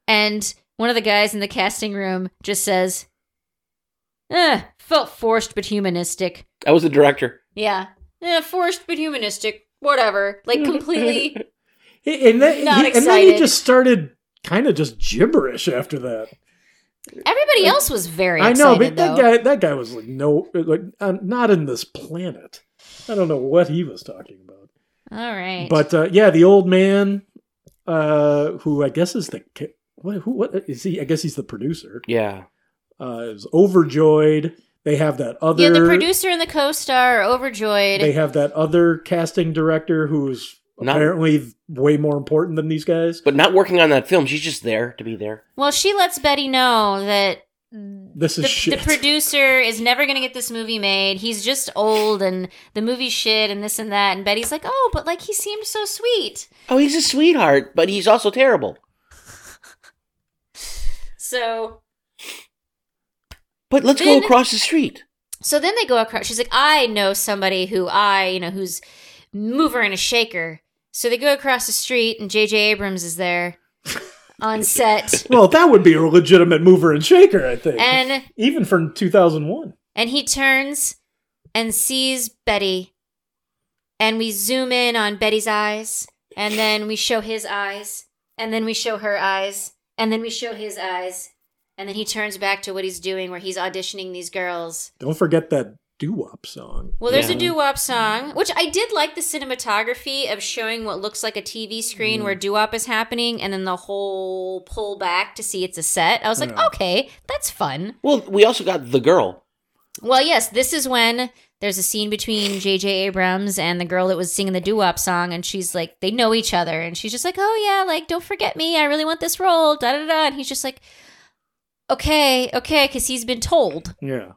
S2: And one of the guys in the casting room just says, eh, "Felt forced but humanistic."
S1: That was the director.
S2: Yeah, eh, forced but humanistic. Whatever, like completely
S3: He- And then,
S2: Not
S3: he, and then he
S2: excited.
S3: just started kind of just gibberish after that.
S2: Everybody else was very
S3: I
S2: excited,
S3: know, but that
S2: though.
S3: guy that guy was like no like uh, not in this planet. I don't know what he was talking about.
S2: All right.
S3: But uh, yeah, the old man uh who I guess is the ki- what who what is he? I guess he's the producer.
S1: Yeah.
S3: Uh is overjoyed. They have that other
S2: yeah, the producer and the co-star are overjoyed.
S3: they have that other casting director who's
S1: Not-
S3: apparently way more important than these guys.
S1: But not working on that film. She's just there to be there.
S2: well, she lets Betty know that
S3: This is
S2: the, the
S3: shit.
S2: producer is never going to get this movie made. He's just old, and the movie's shit, and this and that. And Betty's like, "Oh, but like he seemed so sweet."
S1: Oh, he's a sweetheart, but he's also terrible.
S2: So,
S1: But let's
S2: Then-
S1: go across the street.
S2: so then they go across. She's like, "I know somebody who I, you know, who's mover and a shaker." So they go across the street, and J.J. Abrams is there on set,
S3: well, that would be a legitimate mover and shaker, I think.
S2: and
S3: even from 2001.
S2: and he turns and sees Betty, and we zoom in on Betty's eyes, and then we show his eyes, and then we show her eyes, and then we show his eyes, and then he turns back to what he's doing, where he's auditioning these girls.
S3: Don't forget that doo-wop song.
S2: Well, there's
S1: Yeah.
S2: a doo wop song, which I did like the cinematography of showing what looks like a TV screen where doo wop is happening, and then the whole pull back to see it's a set. I was like,
S3: Yeah.
S2: okay, that's fun.
S1: Well, we also got the girl.
S2: Well, yes, this is when there's a scene between J.J. Abrams and the girl that was singing the doo wop song, and she's like, they know each other, and she's just like, oh yeah, like don't forget me, I really want this role, da da da, and he's just like, okay, okay, because he's been told.
S3: Yeah.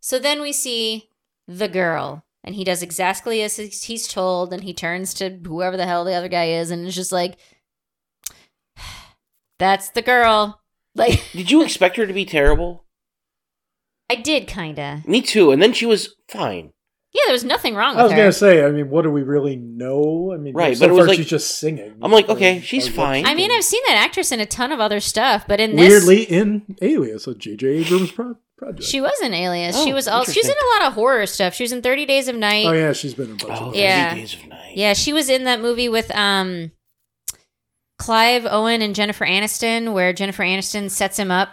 S2: So then we see the girl, and he does exactly as he's he's told, and he turns to whoever the hell the other guy is, and is just like, that's the girl. Like
S1: Did you expect her to be terrible?
S2: I did, kinda.
S1: Me too. And then she was fine.
S2: Yeah, there was nothing wrong with
S3: I was
S2: her.
S3: going to say, I mean, what do we really know? I mean,
S1: Right,
S3: so
S1: but it was
S3: far
S1: like-
S3: she's just singing.
S1: I'm like,
S3: Or-
S1: okay, she's
S3: or
S1: fine.
S2: I mean, I've seen that actress in a ton of other stuff, but in this,
S3: weirdly in Alias, a J.J. Abrams pro- project.
S2: she was an alias. she
S1: Oh,
S2: was all she was in
S1: interesting.
S2: a lot of horror stuff. She was in Thirty Days of Night.
S3: oh
S2: yeah.
S3: yeah, she's been in a bunch
S1: Oh,
S3: of
S2: Yeah.
S3: yeah.
S1: 30 Days of Night.
S2: she was in that movie with um, Clive Owen and Jennifer Aniston, where Jennifer Aniston sets him up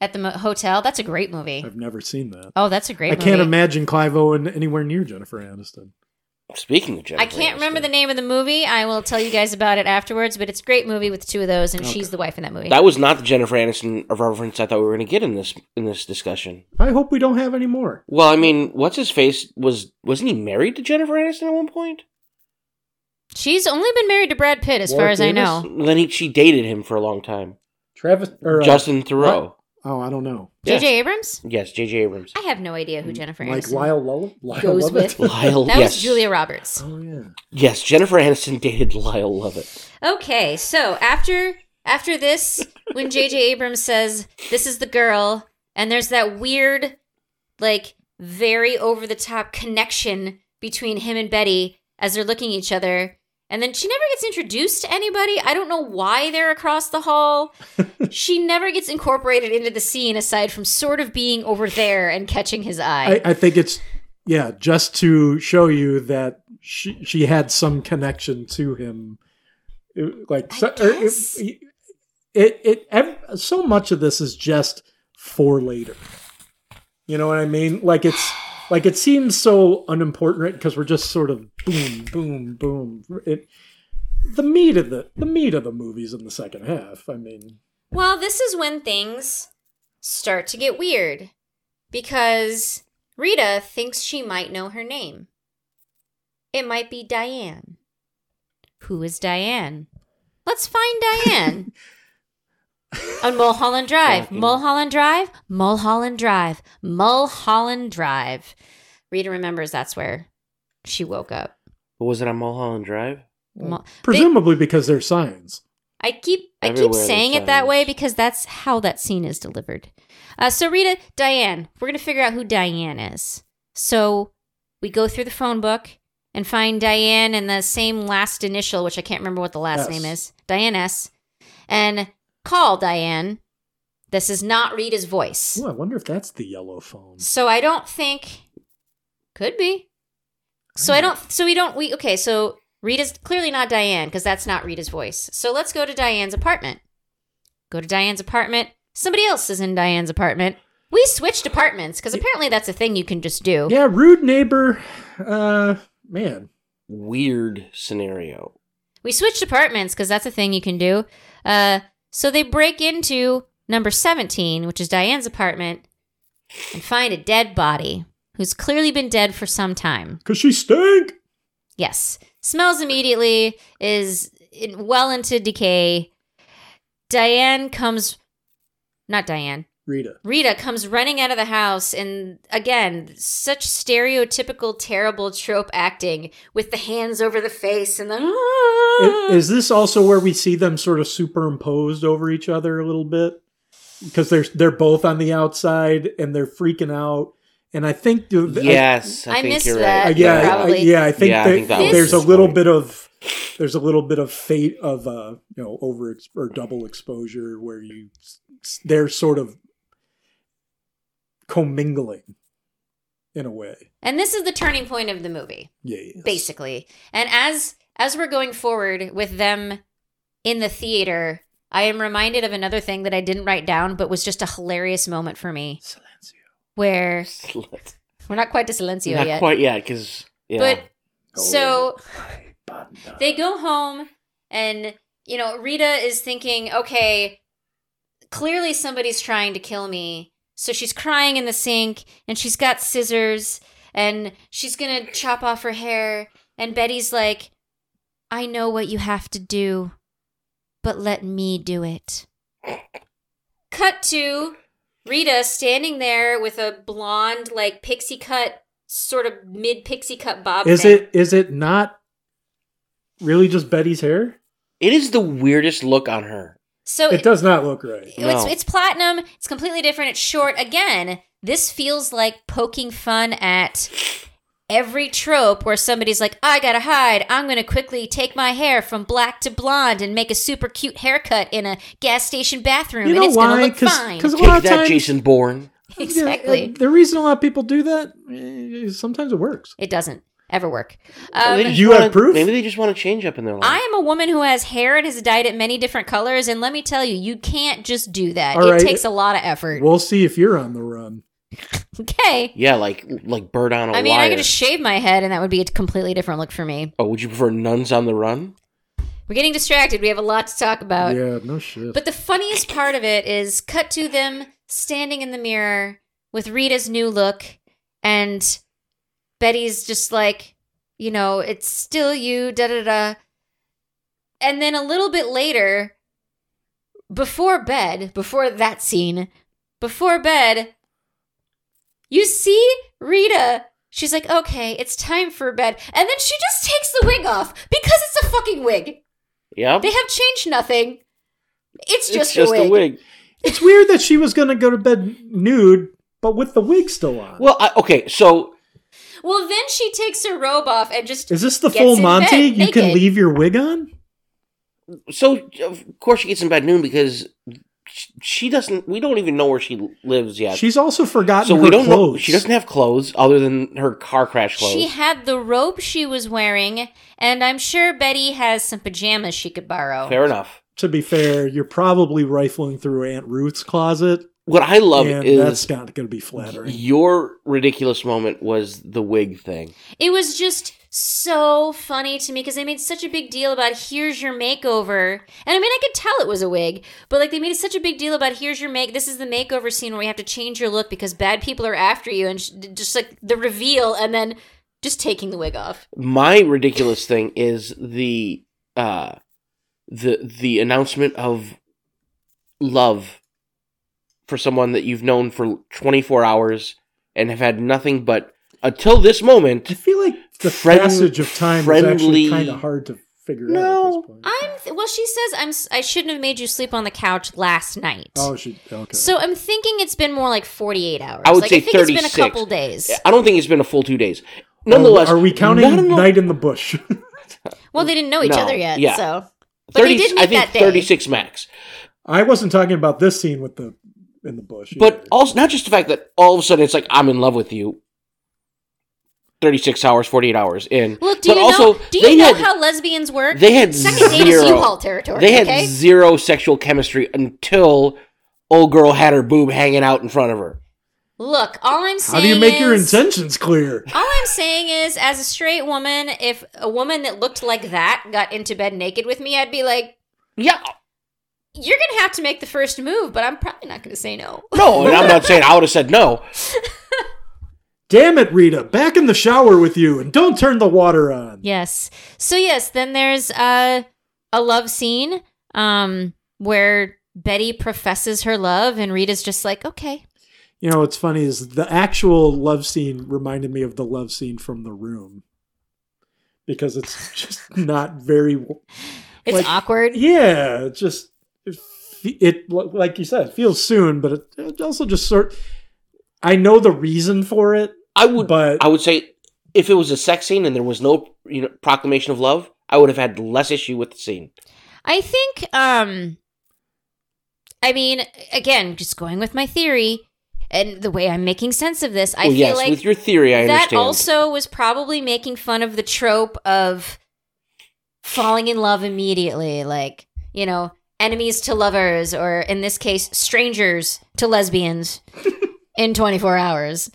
S2: at the mo- hotel. That's a great movie.
S3: I've never seen that.
S2: Oh, that's a great.
S3: I can't
S2: movie.
S3: imagine Clive Owen anywhere near Jennifer Aniston.
S1: Speaking of Jennifer
S2: I can't remember
S1: Aniston,
S2: the name of the movie. I will tell you guys about it afterwards. But it's a great movie with two of those, and she's the wife in that movie.
S1: That was not the Jennifer Aniston reference I thought we were going to get in this in this discussion.
S3: I hope we don't have any more.
S1: Well, I mean, what's his face was wasn't he married to Jennifer Aniston at one point?
S2: she's only been married to Brad Pitt, as far
S3: Warwick
S2: as I
S3: Davis?
S2: know.
S1: Then he, she dated him for a long time.
S3: Travis or uh,
S1: Justin Thoreau.
S3: Oh, I don't know.
S1: Yeah.
S2: J.J. Abrams.
S1: Yes, J.J. Abrams.
S2: I have no idea who Jennifer
S3: Like
S2: Aniston
S3: Lyle, Lull- Lyle
S2: goes
S3: Lovett.
S2: with.
S1: Lyle.
S2: That
S1: yes.
S2: was Julia Roberts.
S3: Oh yeah.
S1: Yes, Jennifer Aniston dated Lyle Lovett.
S2: Okay, so after after this, when J.J. Abrams says this is the girl, and there's that weird, like very over the top connection between him and Betty as they're looking at each other. And then she never gets introduced to anybody. I don't know why they're across the hall. she never gets incorporated into the scene aside from sort of being over there and catching his eye.
S3: I, I think it's yeah, just to show you that she she had some connection to him, It- like
S2: I
S3: so, or
S2: guess.
S3: it, it, it ev- so much of this is just for later. You know what I mean? Like it's like it seems so unimportant because we're just sort of boom, boom, boom. It the meat of the the meat of the movies in the second half. I mean,
S2: Well, this is when things start to get weird because Rita thinks she might know her name. It might be Diane. Who is Diane? Let's find Diane. On Mulholland Drive.
S1: Fucking-
S2: Mulholland Drive. Mulholland Drive. Mulholland Drive. Rita remembers that's where she woke up.
S1: But was it on Mulholland Drive?
S2: Mul-
S3: presumably because they're signs.
S2: I keep I keep
S1: Everywhere they
S2: saying it
S1: shine.
S2: that way because that's how that scene is delivered. Uh, so Rita, Diane, we're gonna figure out who Diane is. So we go through the phone book and find Diane and the same last initial, which I can't remember what the last
S3: S.
S2: name is, Diane S. And call Diane. This is not Rita's voice,
S3: Ooh, I wonder if that's the yellow phone.
S2: so I don't think could be. So I don't. So we don't. We okay. So Rita's clearly not Diane because that's not Rita's voice. So let's go to Diane's apartment. Go to Diane's apartment. Somebody else is in Diane's apartment. We switched apartments because apparently that's a thing you can just do.
S3: Yeah, rude neighbor. Uh, man.
S1: Weird scenario.
S2: We switched apartments because that's a thing you can do. Uh, so they break into number 17, which is Diane's apartment, and find a dead body who's clearly been dead for some time.
S3: Cause she stank.
S2: Yes. Smells immediately, is in, well into decay. Diane comes, not Diane,
S3: Rita.
S2: Rita comes running out of the house, and again, such stereotypical, terrible trope acting with the hands over the face and the. "Ah."
S3: I- Is this also where we see them sort of superimposed over each other a little bit? Because they're they're both on the outside and they're freaking out. And I think the- I-
S1: Yes, I,
S2: I
S1: think
S2: missed
S1: you're
S3: I-
S1: right.
S2: that.
S3: yeah, I-
S2: Probably.
S3: yeah, I think,
S1: Yeah, I
S3: there-
S1: think that was
S3: there's a
S1: his
S3: little
S1: point.
S3: bit of there's a little bit of fate of uh you know over ex- or double exposure where you s- s- they're sort of commingling in a way.
S2: And this is the turning point of the movie.
S3: Yeah, yes.
S2: basically. And as as we're going forward with them in the theater, I am reminded of another thing that I didn't write down, but was just a hilarious moment for me, where
S1: Slut.
S2: we're not quite to Silencio
S1: Not
S2: yet,
S1: quite yet, because yeah.
S2: but Oh, so they go home and you know rita is thinking okay clearly somebody's trying to kill me so she's crying in the sink and she's got scissors and she's gonna chop off her hair and betty's like i know what you have to do but let me do it cut to rita standing there with a blonde like pixie cut sort of mid pixie cut bob
S3: Is
S2: thing.
S3: it is it not really just Betty's hair?
S1: it is the weirdest look on her.
S2: so
S3: It does not look right.
S1: No.
S2: It's, it's platinum. It's completely different. It's short. Again, this feels like poking fun at every trope where somebody's like, I gotta hide. I'm gonna quickly take my hair from black to blonde and make a super cute haircut in a gas station bathroom,
S3: You
S2: and
S3: know
S2: it's gonna
S3: why?
S2: look
S3: 'Cause-
S2: fine.
S3: 'cause- A lot
S1: Take
S3: of
S1: that,
S3: times-
S1: Jason Bourne.
S2: exactly.
S3: The, the reason a lot of people do that eh, sometimes it works.
S2: it doesn't ever work.
S1: Maybe
S2: Um,
S1: they just
S3: You have
S1: wanna-
S3: proof?
S1: Maybe they just want to change up in their life.
S2: I am a woman who has hair and has dyed it many different colors, and let me tell you, you can't just do that.
S3: All
S2: it
S3: right.
S2: takes a lot of effort.
S3: We'll see if you're on the run.
S2: okay.
S1: yeah, like like bird on a
S2: I mean,
S1: wire.
S2: I could just shave my head, and that would be a completely different look for me.
S1: oh, would you prefer nuns on the run?
S2: We're getting distracted. We have a lot to talk about.
S3: yeah, no shit.
S2: Uh, But the funniest part of it is cut to them standing in the mirror with Rita's new look, and Betty's just like, you know, it's still you, da da da. And then a little bit later, before bed, before that scene, before bed, you see Rita. She's like, okay, it's time for bed. And then she just takes the wig off because it's a fucking wig.
S1: Yep.
S2: They have changed nothing. It's just,
S1: it's just
S2: a, wig.
S3: it's weird that she was going to go to bed nude, but with the wig still on.
S1: Well, I, okay, so
S2: Well, then she takes her robe off and just.
S3: Is this the
S2: Gets
S3: full
S2: in
S3: Monty?
S2: bed
S3: You can
S2: naked.
S3: leave your wig on?
S1: so of course she gets in bed noon because sh- she doesn't. We don't even know where she lives yet.
S3: She's also forgotten
S1: so
S3: her
S1: we don't
S3: clothes.
S1: know. She doesn't have clothes other than her car crash clothes.
S2: She had the robe she was wearing, and I'm sure Betty has some pajamas she could borrow.
S1: Fair enough.
S3: to be fair, you're probably rifling through Aunt Ruth's closet,
S1: What I love
S3: and
S1: is
S3: that's not going to be flattering.
S1: your ridiculous moment was the wig thing.
S2: It was just so funny to me because they made such a big deal about here's your makeover. And I mean, I could tell it was a wig, but like they made such a big deal about here's your make. This is the makeover scene where you have to change your look because bad people are after you, and sh- just like the reveal, and then just taking the wig off.
S1: My ridiculous thing is the uh the the announcement of love for someone that you've known for 24 hours and have had nothing but until this
S3: I
S1: moment
S3: feel like the
S1: Friend-
S3: passage of time is
S1: friendly-
S3: actually kind of hard to figure out
S1: No.
S3: at this point.
S2: I'm th- well. She says I'm. s- I shouldn't have made you sleep on the couch last night.
S3: oh, she okay.
S2: So I'm thinking it's been more like 48 hours.
S1: I would
S2: like, I
S1: say
S2: think it's
S1: 36.
S2: been a couple days.
S1: I don't think it's been a full 2 days. Nonetheless,
S3: are we counting
S1: not enough-
S3: night in the bush?
S2: Well, they didn't know each
S1: No,
S2: other yet,
S1: yeah.
S2: so but they did
S1: I
S2: meet
S1: think
S2: that day.
S1: 36 max.
S3: I wasn't talking about this scene with the in the bush.
S1: But
S3: either.
S1: also not just the fact that all of a sudden it's like I'm in love with you. 36 hours, 48 hours in.
S2: Look, do you know? Do you know how lesbians work?
S1: they had
S2: Second date is
S1: zero-
S2: U-Haul territory.
S1: They had
S2: okay?
S1: zero sexual chemistry until old girl had her boob hanging out in front of her.
S2: Look, all I'm
S3: How
S2: saying
S3: do you make your
S2: is-
S3: intentions clear?
S2: All I'm saying is, as a straight woman, if a woman that looked like that got into bed naked with me, I'd be like,
S1: Yeah.
S2: "You're gonna have to make the first move," but I'm probably not gonna say no.
S1: No, and I'm not saying I would have said no.
S3: Damn it, Rita! Back in the shower with you, and don't turn the water on.
S2: Yes. So yes, then there's uh, a love scene um, where Betty professes her love, and Rita's just like, "Okay."
S3: You know what's funny is the actual love scene reminded me of the love scene from The Room because it's just not very.
S2: It's
S3: Like-
S2: awkward.
S3: Yeah, it just it, fe- it like you said, it feels soon, but it, it also just sort. I know the reason for it,
S1: I would
S3: but
S1: I would say if it was a sex scene and there was no you know proclamation of love, I would have had less issue with the scene.
S2: I think um I mean, again, just going with my theory and the way I'm making sense of this, I
S1: well,
S2: feel
S1: yes,
S2: like
S1: with your theory, I
S2: that
S1: understand.
S2: also was probably making fun of the trope of falling in love immediately, like, you know, enemies to lovers or in this case strangers to lesbians in 24 hours.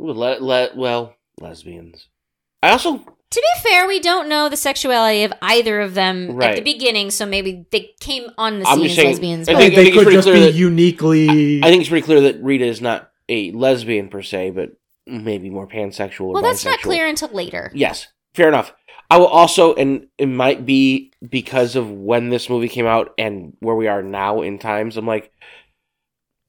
S1: Ooh, le- le- well, lesbians. I also
S2: To be fair, we don't know the sexuality of either of them at the
S1: Right.
S2: beginning, so maybe they came on the
S1: I'm
S2: scene
S1: just
S2: as
S1: saying-
S2: lesbians.
S1: I
S2: but-
S3: I
S1: think-
S3: think
S1: I
S3: they
S1: think it's
S3: could
S1: pretty
S3: just
S1: clear
S3: be
S1: that-
S3: uniquely.
S1: I think it's pretty clear that Rita is not a lesbian per se, but maybe more pansexual. Or
S2: Well, that's not
S1: bisexual.
S2: clear until later.
S1: Yes, fair enough. I will also, and it might be because of when this movie came out and where we are now in times. I'm like,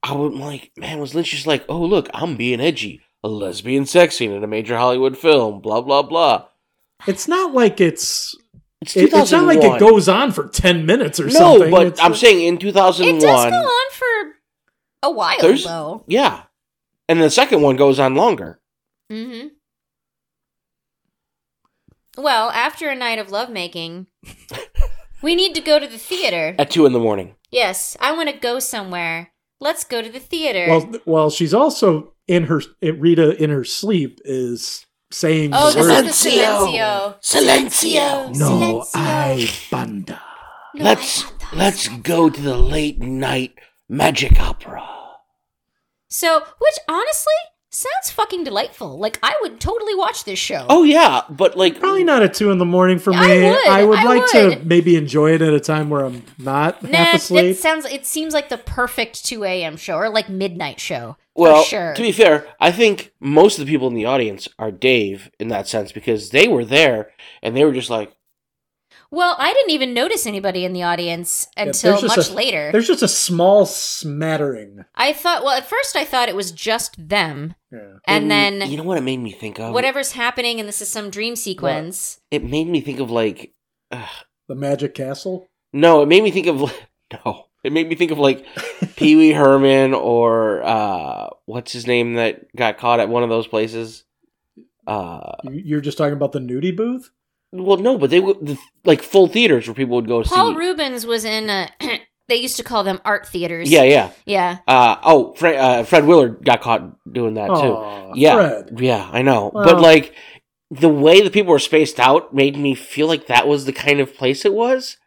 S1: I would I'm like, man, was Lynch just like, oh look, I'm being edgy, a lesbian sex scene in a major Hollywood film, blah blah blah.
S3: it's not like it's.
S1: It's
S3: it- it's not like it
S1: 2001.
S3: goes on for ten minutes or
S1: No,
S3: something.
S1: but
S3: It's
S1: I'm
S3: like-
S1: saying in
S2: It
S1: 2001,
S2: does go on for a while,
S1: There's-
S2: though.
S1: yeah, and the second one goes on longer.
S2: hmm Well, after a night of lovemaking, we need to go to the theater.
S1: At two in the morning.
S2: Yes, I want to go somewhere. Let's go to the theater.
S3: Well, th- well, she's also in her Rita in her sleep is saying.
S2: oh,
S3: the words,
S2: this is the silencio.
S1: Silencio.
S3: no,
S2: silencio.
S3: I banda.
S2: No,
S1: let's
S2: I got that.
S1: let's go to the late night magic opera.
S2: So, which honestly sounds fucking delightful. Like I would totally watch this show.
S1: Oh yeah, but like
S3: Probably not at two in the morning for me.
S2: Yeah, I would, I
S3: like to
S2: would.
S3: maybe enjoy it at a time where I'm not half
S2: Nah, that
S3: asleep.
S2: sounds. It seems like the perfect two a.m. show or like midnight show.
S1: well,
S2: for sure.
S1: to be fair, I think most of the people in the audience are Dave in that sense because they were there and they were just like,
S2: Well, I didn't even notice anybody in the audience
S3: Yeah,
S2: until
S3: there's just
S2: much
S3: a-
S2: later.
S3: There's just a small smattering.
S2: I thought, well, at first I thought it was just them,
S3: Yeah.
S2: and
S1: "Mm,
S2: then
S1: you know what it made me think of?
S2: whatever's happening, and this is some dream sequence.
S1: It made me think of like,
S3: The Magic Castle.
S1: no, it made me think of like, no, it made me think of like Pee Wee Herman or uh, what's his name that got caught at one of those places. Uh,
S3: You- You're just talking about the nudie booth.
S1: Well, no, but they would the, like full theaters where people would go to
S2: Paul
S1: see.
S2: Rubens was in a. they used to call them art theaters.
S1: yeah, yeah.
S2: yeah.
S1: Uh, oh, Fred, uh, Fred Willard got caught doing that
S3: Aw,
S1: too. Yeah,
S3: Fred.
S1: yeah, I know.
S3: Oh. Well-
S1: but like the way the people were spaced out made me feel like that was the kind of place it was,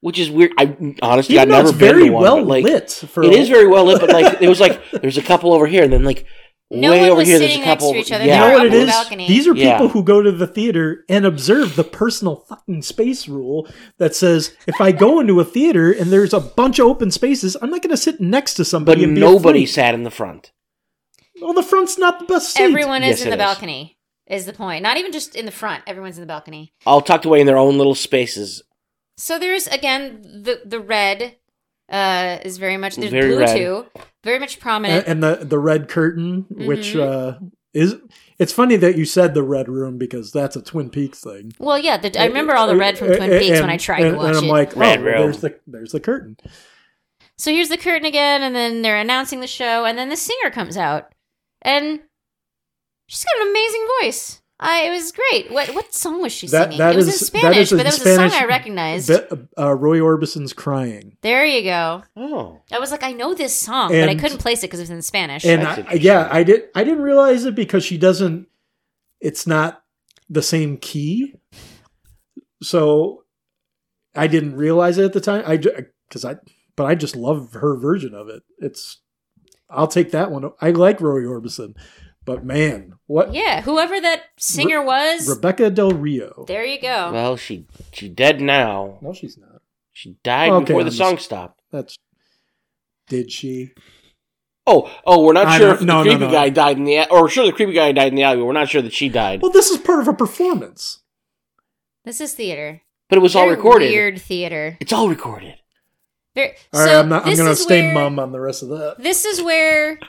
S1: which is weird. I honestly,
S3: Even
S1: I've
S3: though
S1: never
S3: it's
S1: been
S3: very
S1: to one.
S3: well
S1: but, like,
S3: lit. For
S1: It is very well lit, but like it was like there's a couple over here, and then like
S2: No
S1: way
S2: one
S1: over
S2: was
S1: here, there's a
S2: sitting next
S1: couple.
S2: to each other.
S1: Yeah,
S3: You know what
S2: up
S3: it
S2: on the
S3: is?
S2: balcony.
S3: These are
S1: Yeah.
S3: people who go to the theater and observe the personal fucking space rule that says if I go into a theater and there's a bunch of open spaces, I'm not going to sit next to
S1: but
S3: somebody. and be a
S1: nobody
S3: freak.
S1: sat in the front.
S3: Well, the front's not the best seat.
S2: Everyone is
S1: Yes,
S2: in the
S1: it is.
S2: balcony. Is the point? Not even just in the front. Everyone's in the balcony.
S1: All tucked away in their own little spaces.
S2: So there's again the the red uh is very much there's
S1: Very
S2: blue
S1: red.
S2: too, very much
S3: and,
S2: prominent.
S3: and the the red curtain, which uh,
S2: Mm-hmm.
S3: is it's funny that you said the red room because that's a Twin Peaks thing.
S2: well, yeah, the, I remember all the red from Twin
S3: And-
S2: Peaks when I
S3: and-
S2: tried
S3: and,
S2: to watch
S3: and I'm
S2: it.
S3: like,
S1: Red
S3: oh,
S1: room.
S3: there's the there's the curtain.
S2: so here's the curtain again, and then they're announcing the show, and then the singer comes out, and she's got an amazing voice. I it was great. What what song was she
S3: That-
S2: singing?
S3: that
S2: it was
S3: is-
S2: in
S3: that
S2: Spanish,
S3: is
S2: but
S3: in
S2: that was a
S3: Spanish.
S2: song I recognized.
S3: Be- uh, Roy Orbison's crying.
S2: there you go.
S1: Oh,
S2: I was like, I know this song, but I
S3: And-
S2: couldn't place it because it was in Spanish.
S3: and
S1: That's
S3: I,
S1: interesting.
S3: yeah, I did. I didn't realize it because she doesn't. it's not the same key. So I didn't realize it at the time. I because I but I just love her version of it. It's I'll take that one. I like Roy Orbison, but man, what
S2: Yeah, whoever that singer was.
S3: Rebecca Del Rio?
S2: there you go.
S1: Well, she she dead now.
S3: No, she's not.
S1: She died
S3: Okay,
S1: before the
S3: I'm
S1: song
S3: just-
S1: stopped.
S3: That's did she?
S1: Oh, oh, we're not
S3: I
S1: sure
S3: don't-
S1: if the
S3: no, no,
S1: creepy
S3: no.
S1: guy died in the a- or sure the creepy guy died in the alley. We're not sure that she died,
S3: Well, this is part of a performance.
S2: This is theater.
S1: but it was all
S2: Very
S1: recorded.
S2: Weird theater.
S1: It's all recorded.
S2: Very,
S3: All right,
S2: so
S3: I'm not. I'm
S2: this
S3: gonna
S2: is
S3: stay
S2: where-
S3: mum on the rest of that.
S2: This is where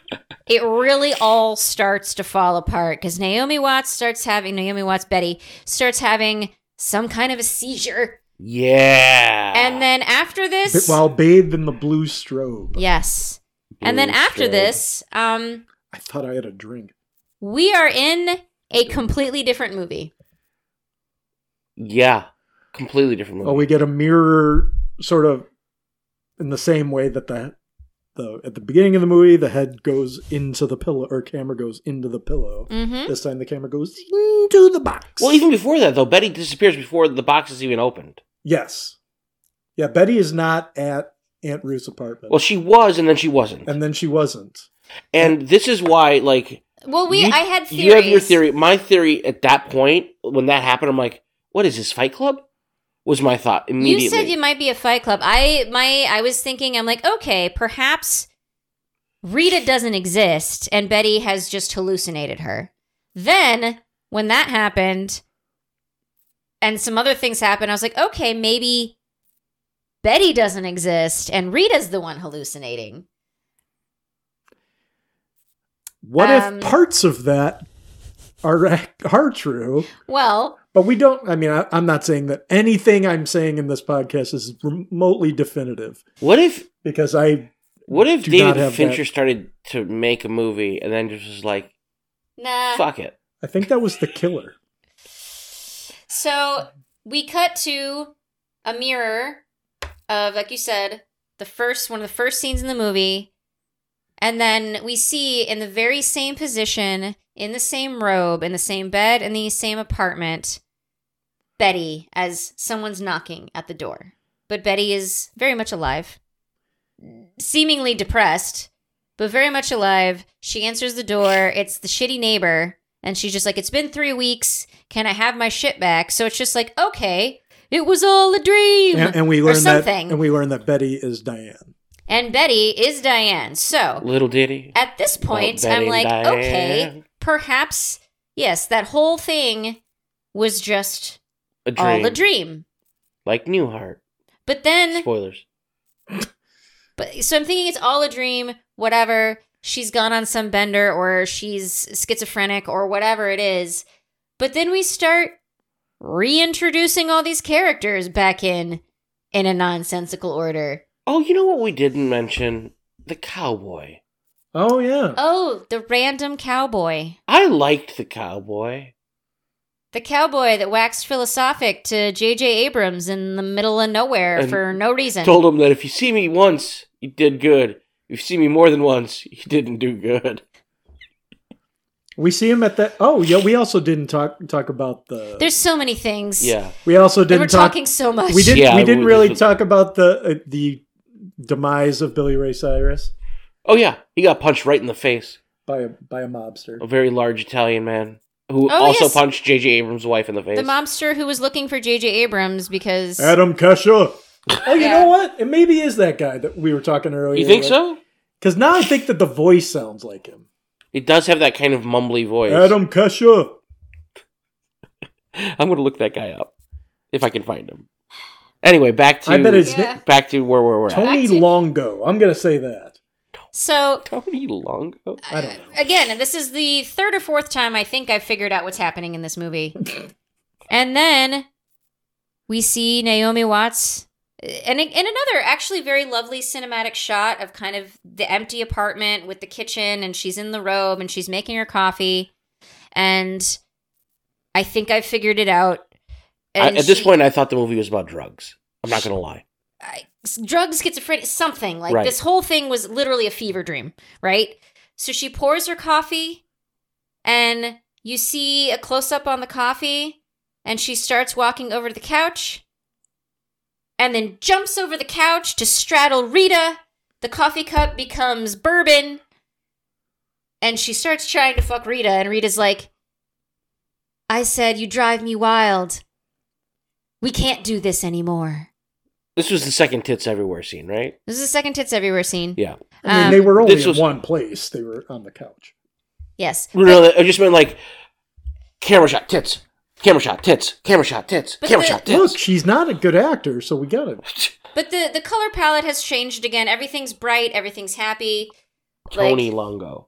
S2: it really all starts to fall apart because Naomi Watts starts having Naomi Watts Betty starts having some kind of a seizure,
S1: Yeah.
S2: and then after this,
S3: While bathed in the blue strobe,
S2: yes, and then
S1: Blue
S2: after
S1: strobe.
S2: this, um,
S3: I thought I had a drink.
S2: we are in a completely different movie.
S1: yeah, completely different movie.
S3: Well, we get a mirror sort of in the same way that the the at the beginning of the movie the head goes into the pillow or camera goes into the pillow.
S2: Mm-hmm.
S3: This time the camera goes into the box.
S1: Well, even before that though, Betty disappears before the box is even opened.
S3: yes, yeah. Betty is not at Aunt Ruth's apartment,
S1: Well, she was, and then she wasn't.
S3: and then she wasn't.
S1: And this is why, like,
S2: Well, we
S1: You-
S2: I had theories.
S1: you have your theory. My theory at that point, when that happened, I'm like, what is this Fight Club? Was my thought immediately.
S2: You said you might be a Fight Club. I my I was thinking I'm like okay, perhaps Rita doesn't exist and Betty has just hallucinated her. Then when that happened and some other things happened, I was like okay, maybe Betty doesn't exist and Rita's the one hallucinating.
S3: What
S2: Um,
S3: if parts of that are are true?
S2: Well,
S3: But we don't. I mean, I, I'm not saying that anything I'm saying in this podcast is remotely definitive
S1: what if
S3: because I
S1: what if
S3: Do not
S1: David
S3: have
S1: Fincher
S3: that.
S1: started to make a movie and then just was like,
S2: nah.
S1: fuck it.
S3: I think that was the killer.
S2: So we cut to a mirror of, like you said, the first one of the first scenes in the movie. And then we see in the very same position, in the same robe, in the same bed, in the same apartment, Betty as someone's knocking at the door. But Betty is very much alive, seemingly depressed, but very much alive. She answers the door. It's the shitty neighbor. And she's just like, It's been three weeks. Can I have my shit back? So it's just like, Okay, it was all a dream.
S3: and, and we
S2: or
S3: learned that
S2: something.
S3: and we learned that Betty is Diane.
S2: And Betty is Diane. So
S1: Little Diddy.
S2: at this point,
S1: Betty
S2: I'm like,
S1: Diane.
S2: okay, perhaps, yes, that whole thing was just
S1: A dream.
S2: all a dream.
S1: Like Newhart.
S2: But then,
S1: Spoilers.
S2: but, so I'm thinking it's all a dream, whatever. She's gone on some bender or she's schizophrenic or whatever it is. But then we start reintroducing all these characters back in in a nonsensical order.
S1: Oh, you know what we didn't mention? The cowboy.
S3: Oh yeah.
S2: Oh, the random cowboy.
S1: I liked the cowboy.
S2: The cowboy that waxed philosophic to J.J. Abrams in the middle of nowhere
S1: And
S2: for no reason.
S1: Told him that if you see me once, you did good. If you see me more than once, you didn't do good.
S3: We see him at that. Oh yeah. We also didn't talk talk about the.
S2: There's so many things.
S1: Yeah.
S3: we also
S2: And we're
S3: didn't talk.
S2: talking so much.
S3: we didn't.
S1: Yeah,
S3: we didn't
S1: we-
S3: really talk about the uh, the demise of Billy Ray Cyrus
S1: Oh yeah, he got punched right in the face.
S3: by a by a mobster.
S1: A very large Italian man who
S2: Oh,
S1: also
S2: yes.
S1: punched J.J. Abrams' wife in the face.
S2: The mobster who was looking for J.J. Abrams because.
S3: Adam Kesha. Oh, you
S2: Yeah.
S3: know what? It maybe is that guy that we were talking earlier.
S1: you think so?
S3: Because now I think that the voice sounds like him.
S1: It does have that kind of mumbly voice.
S3: Adam Kesha.
S1: I'm gonna look that guy up if I can find him. Anyway, back to
S3: I bet his
S2: Yeah.
S3: na-
S1: back to where we're at.
S3: Tony
S2: Back to-
S3: Longo. I'm gonna say that.
S2: So,
S1: Tony Longo.
S3: I don't know.
S2: Uh, again, this is the third or fourth time I think I've figured out what's happening in this movie. and then we see Naomi Watts. uh, And, and another actually very lovely cinematic shot of kind of the empty apartment with the kitchen, and she's in the robe and she's making her coffee. And I think I figured it out.
S1: I,
S2: And
S1: at this
S2: she-
S1: point, I thought the movie was about drugs. I'm not gonna lie.
S2: I, drugs, schizophrenia, something like
S1: Right.
S2: this whole thing was literally a fever dream, right? So she pours her coffee and You see a close up on the coffee, and she starts walking over to the couch, and then jumps over the couch to straddle Rita. The coffee cup becomes bourbon, and she starts trying to fuck Rita, and Rita's like, I said, you drive me wild. We can't do this anymore.
S1: This was the second tits everywhere scene, right?
S2: This is the second tits everywhere scene.
S1: Yeah.
S3: I mean,
S2: Um,
S3: they were only
S1: this
S3: in
S1: was-
S3: one place. They were on the couch.
S2: Yes.
S1: No, I just meant like camera shot tits, camera shot tits, camera shot tits,
S2: But
S1: camera
S2: the-
S1: shot
S3: Look,
S1: tits.
S3: she's not a good actor, so we got it.
S2: But the the color palette has changed again. Everything's bright. Everything's happy.
S1: Tony
S2: Like,
S1: Longo.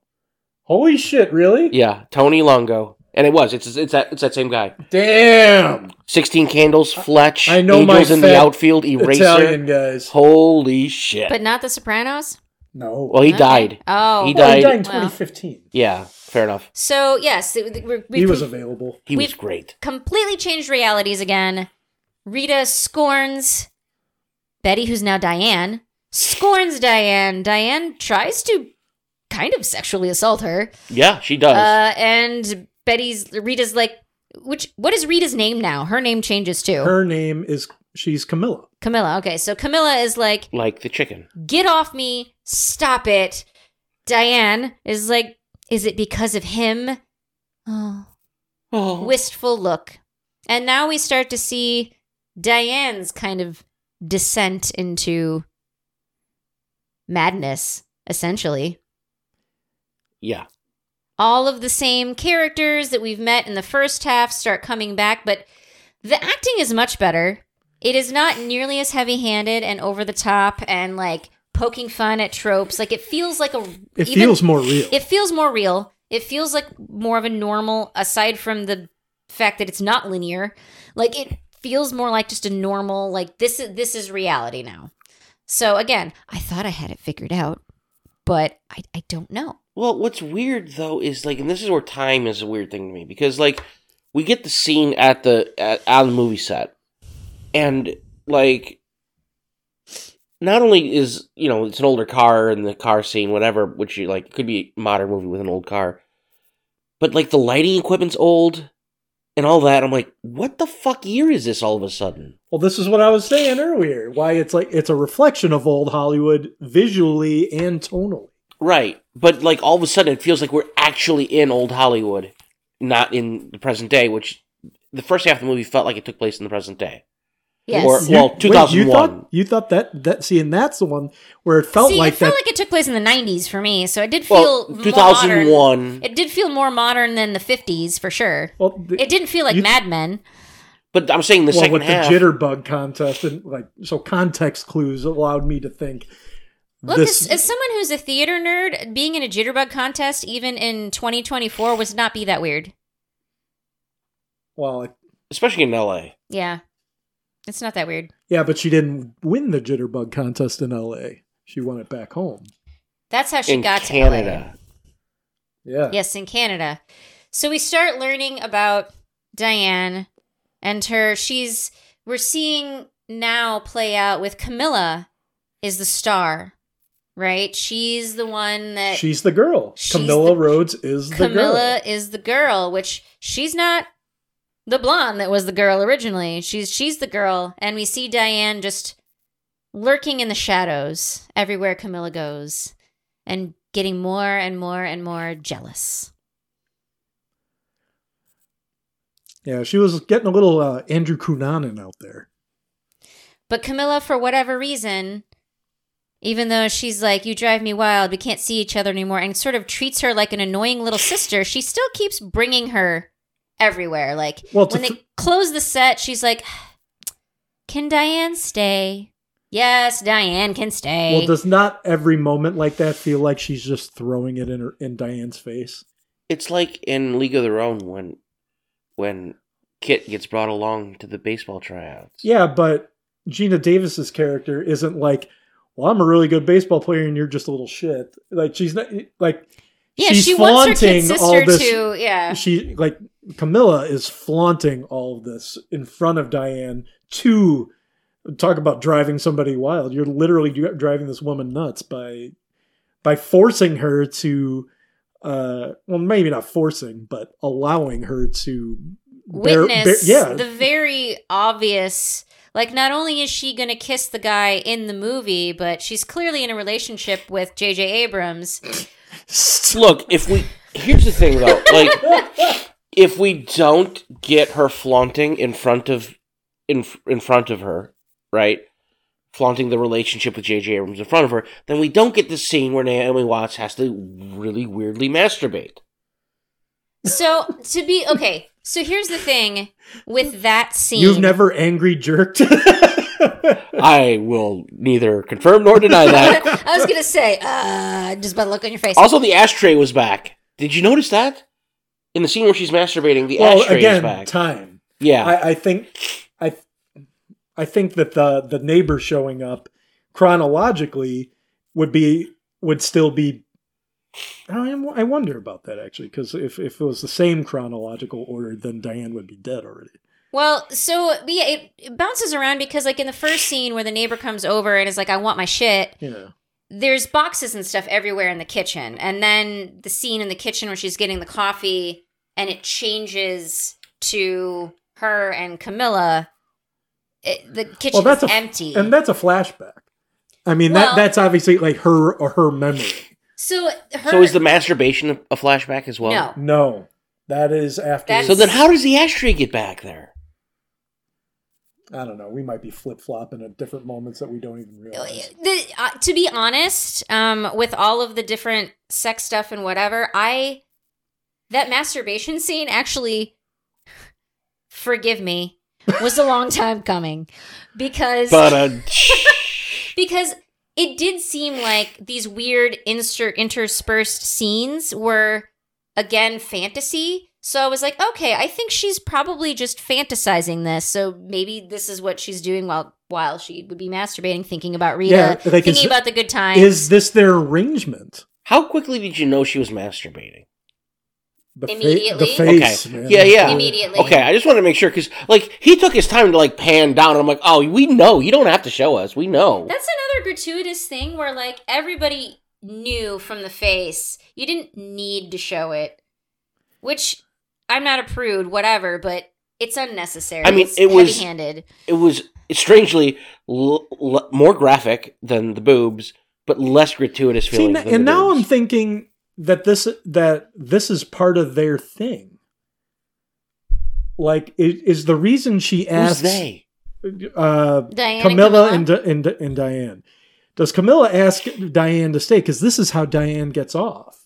S3: Holy shit! Really?
S1: Yeah, Tony Longo, and it was. It's it's that it's that same guy.
S3: Damn!
S1: Sixteen candles, Fletch.
S3: I know my
S1: Angels in the
S3: fat
S1: outfield. Eraser.
S3: Italian guys.
S1: Holy shit!
S2: but not The Sopranos.
S3: No.
S1: well, he
S2: Okay.
S1: died.
S2: Oh,
S1: He
S3: Well,
S1: died-
S3: he died in
S2: Wow.
S3: 2015.
S1: Yeah, fair enough.
S2: So yes, it- we're, we've
S3: He was available.
S1: He was
S2: We've-
S1: great.
S2: completely changed realities again. Rita scorns Betty, who's now Diane. Scorns Diane. Diane tries to kind of sexually assault her.
S1: Yeah, she does.
S2: Uh, and Betty's Rita's like, which what is Rita's name now? Her name changes too.
S3: Her name is she's Camilla.
S2: Camilla. Okay, so Camilla is like,
S1: like the chicken.
S2: get off me, stop it. Diane is like, is it because of him? Oh,
S1: Oh,
S2: wistful look. And now we start to see Diane's kind of descent into madness, essentially.
S1: yeah.
S2: All of the same characters that we've met in the first half start coming back, but the acting is much better. It is not nearly as heavy handed and over the top and like poking fun at tropes. Like it feels like a.
S3: It
S2: even-
S3: feels more real.
S2: it feels more real. It feels like more of a normal, aside from the fact that it's not linear. Like it feels more like just a normal, like this is this is reality now. So again, I thought I had it figured out, but I, I don't know.
S1: Well, what's weird though is like, and this is where time is a weird thing to me because like we get the scene at the at, on the movie set, and like not only is you know it's an older car and the car scene whatever, which you like could be a modern movie with an old car, but like the lighting equipment's old and all that. I'm like, what the fuck year is this all of a sudden?
S3: Well, this is what I was saying earlier. Why it's like it's a reflection of old Hollywood visually and tonally.
S1: Right, but like all of a sudden, it feels like we're actually in old Hollywood, not in the present day. Which the first half of the movie felt like it took place in the present day.
S2: Yes.
S1: Or- Well,
S3: wait, you
S1: 2001.
S3: thought you thought that that see, and that's the one where it felt
S2: See,
S3: like
S2: it felt
S3: that.
S2: like it took place in the '90s for me, so it did feel
S1: Well,
S2: more
S1: two thousand
S2: modern.
S1: one,
S2: It did feel more modern than the '50s for sure.
S3: well, the-
S2: It didn't feel like
S3: You-
S2: Mad Men.
S1: but I'm saying the
S3: well,
S1: second
S3: with
S1: half.
S3: the jitterbug contest and like so context clues allowed me to think
S2: Look,
S3: this
S2: as, as someone who's a theater nerd, being in a jitterbug contest even in 2024 would not be that weird.
S3: well
S1: especially in L.A.
S2: Yeah. It's not that weird.
S3: yeah but she didn't win the jitterbug contest in la she won it back home
S2: That's how she
S1: in
S2: got
S1: Canada.
S3: yeah
S2: to LA. Yes, in Canada. So we start learning about Diane and her she's we're seeing now play out with Camilla is the star, right? She's the one that
S3: she's the girl
S2: She's
S3: camilla
S2: the-
S3: rhodes is the
S2: Camilla
S3: girl
S2: is the girl, which she's not the blonde that was the girl originally. She's she's the girl, and we see Diane just lurking in the shadows everywhere Camilla goes, and getting more and more and more jealous.
S3: yeah she was getting a little uh, andrew cunanan out there
S2: But Camilla, for whatever reason, even though she's like, "You drive me wild. We can't see each other anymore," and sort of treats her like an annoying little sister, she still keeps bringing her everywhere. Like
S3: well to
S2: when they close the set, she's like, "Can Diane stay?" Yes, Diane can stay.
S3: well does not every moment like that feel like she's just throwing it in her in diane's face
S1: It's like in League of Their Own when when Kit gets brought along to the baseball tryouts.
S3: Yeah, but Gina Davis's character isn't like, well, I'm a really good baseball player and you're just a little shit. Like she's not like
S2: yeah,
S3: she's
S2: she wants her kid
S3: flaunting all
S2: sister
S3: this-
S2: to. Yeah,
S3: she like Camilla is flaunting all of this in front of Diane to talk about driving somebody wild. You're literally dri- driving this woman nuts by by forcing her to uh, well, maybe not forcing, but allowing her to bear-
S2: witness
S3: bear- yeah,
S2: the very obvious like not only is she going to kiss the guy in the movie but she's clearly in a relationship with JJ Abrams
S1: Look, if we here's the thing though, like if we don't get her flaunting in front of in in front of her, right? Flaunting the relationship with J.J. Abrams in front of her, then we don't get the scene where Naomi Watts has to really weirdly masturbate.
S2: so to be okay so here's the thing with that scene
S3: You've never angry jerked.
S1: I will neither confirm nor deny that.
S2: I was going to say uh just by the look on your face
S1: Also, the ashtray was back. Did you notice that? In the scene where she's masturbating, the
S3: well,
S1: ashtray is
S3: again,
S1: back.
S3: time.
S1: yeah.
S3: I, I think, I, I think that the the neighbor showing up chronologically would be would still be. I, am- I wonder about that actually, because if, if it was the same chronological order, then Diane would be dead already.
S2: Well, so but yeah, it, it bounces around because like in the first scene where the neighbor comes over and is like, "I want my shit."
S3: Yeah.
S2: There's boxes and stuff everywhere in the kitchen, and then the scene in the kitchen where she's getting the coffee, and it changes to her and Camilla. It, the kitchen
S3: that's
S2: is
S3: a-
S2: empty.
S3: And that's a flashback. I mean
S2: Well-
S3: that that's obviously like her or her memory.
S2: so her.
S1: so is the masturbation a- a flashback as well?
S2: no?
S3: No, that is after.
S2: That's-
S1: So then, how does the ashtray get back there?
S3: I don't know. We might be flip flopping at different moments that we don't even realize.
S2: The, uh, to be honest, um, with all of the different sex stuff and whatever, I that masturbation scene actually, forgive me, was a long time coming because
S1: But uh,
S2: because it did seem like these weird inter- interspersed scenes were again fantasy. So I was like, okay, I think she's probably just fantasizing this. So maybe this is what she's doing while while she would be masturbating, thinking about Rita,
S3: Yeah, like,
S2: thinking
S3: is-
S2: about the good times.
S3: Is this their arrangement?
S1: how quickly did you know she was masturbating?
S3: The fa-
S2: Immediately.
S3: the face.
S1: okay.
S3: man.
S1: Yeah, yeah.
S2: Immediately.
S1: Okay, I just want to make sure because like he took his time to like pan down. And I'm like, oh, we know. You don't have to show us. We know.
S2: That's another gratuitous thing where like everybody knew from the face. You didn't need to show it. Which I'm not a prude, whatever, but it's unnecessary.
S1: I mean,
S2: it's
S1: it was-
S2: heavy-handed.
S1: it was strangely l- l- more graphic than the boobs, but less gratuitous
S3: See,
S1: feelings.
S3: n-
S1: than
S3: and
S1: the
S3: now I'm
S1: boobs.
S3: thinking that this that this is part of their thing. Like, i- is, the reason she
S1: who's
S3: asks
S1: they?
S3: Uh,
S2: Diane
S3: Camilla
S2: and
S3: and, Di- and, Di- and Diane. Does Camilla ask Diane to stay? Because this is how Diane gets off.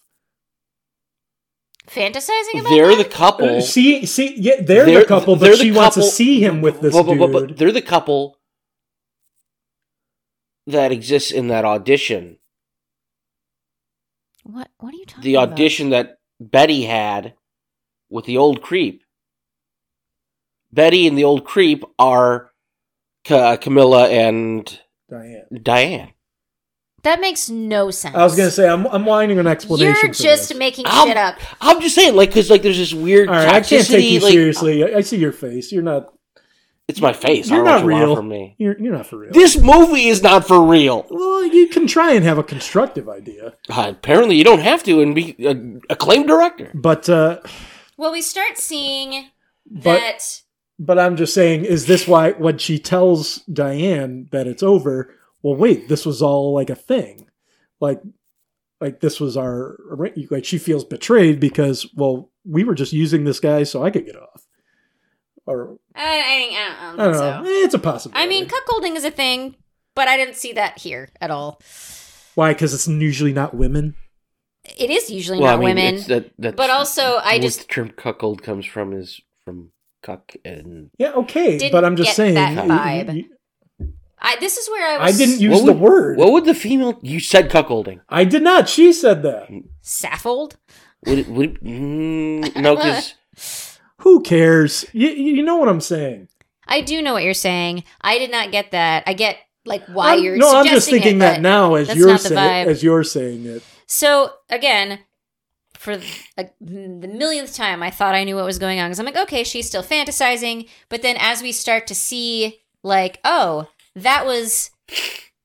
S2: fantasizing about
S1: They're
S2: that?
S1: the couple.
S3: Uh, See, see, yeah, they're, the couple, but
S1: they're the
S3: she wants to
S1: couple-
S3: see him with this
S1: But- but- but- but
S3: dude.
S1: they're the couple that exists in that audition.
S2: What what are you talking
S1: The
S2: about?
S1: audition that Betty had with the old creep. Betty and the old creep are Ca- uh, Camilla and
S3: Diane.
S1: Diane.
S2: That makes no sense.
S3: I was gonna say I'm I'm wanting an explanation.
S2: You're
S3: for
S2: just
S3: this.
S2: making
S1: I'm-
S2: shit up.
S1: I'm just saying, like, because like there's this weird
S3: All right, I can't
S1: toxicity,
S3: take you
S1: like,
S3: seriously. I, I see your face. You're not.
S1: It's my face. I don't
S3: You're
S1: know
S3: not
S1: what you want
S3: real.
S1: from me.
S3: You're you're not for real.
S1: This movie is not for real.
S3: well, you can try and have a constructive idea,
S1: Uh, apparently, you don't have to, and be a acclaimed director.
S3: but uh,
S2: Well, we start seeing
S3: but
S2: that
S3: but I'm just saying, is this why when she tells Diane that it's over? Well, wait, this was all like a thing, like like this was our like she feels betrayed because well we were just using this guy so I could get off, or
S2: uh, I, I, think- I don't, I
S3: I
S2: don't
S3: don't
S2: think
S3: know,
S2: so.
S3: Eh, it's a possibility.
S2: I mean, cuckolding is a thing, but I didn't see that here at all.
S3: why? Because it's usually not women.
S2: It is usually
S1: Well,
S2: not
S1: I mean,
S2: women.
S1: it's that, that's
S2: But also, I
S1: where
S2: just-
S1: the term cuckold comes from is from cuck and
S3: Yeah, okay,
S2: Didn't
S3: but I'm just
S2: get
S3: saying.
S2: that
S3: you-
S2: vibe.
S3: you-
S2: I, this is where I
S3: I
S2: was.
S3: didn't use
S1: What
S3: the
S1: would-
S3: word.
S1: What would the female? You said cuckolding.
S3: I did not. She said that.
S2: Saffold?
S1: Would it, would it, mm, no? Because
S3: Who cares? You, you know what I'm saying.
S2: I do know what you're saying. I did not get that. I get like why
S3: I'm-
S2: you're
S3: No, I'm
S2: suggesting
S3: just thinking
S2: it,
S3: that
S2: but-
S3: now as
S2: that's
S3: you're
S2: not the vibe.
S3: saying as you're saying it.
S2: So again, for a, the millionth time, I thought I knew what was going on because I'm like, okay, she's still fantasizing. But then as we start to see, like, oh, that was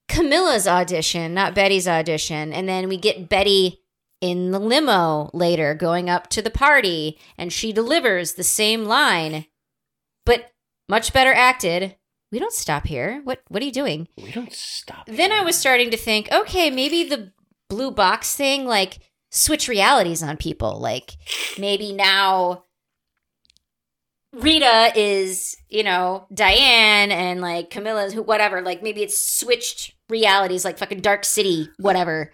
S2: Camilla's audition, not Betty's audition, and then we get Betty in the limo later going up to the party and she delivers the same line but much better acted we don't stop here what what are you doing
S1: We don't stop.
S2: then i was starting to think okay maybe the blue box thing like switch realities on people like maybe now rita is you know diane and like camilla's who whatever like maybe it's switched realities like fucking dark city whatever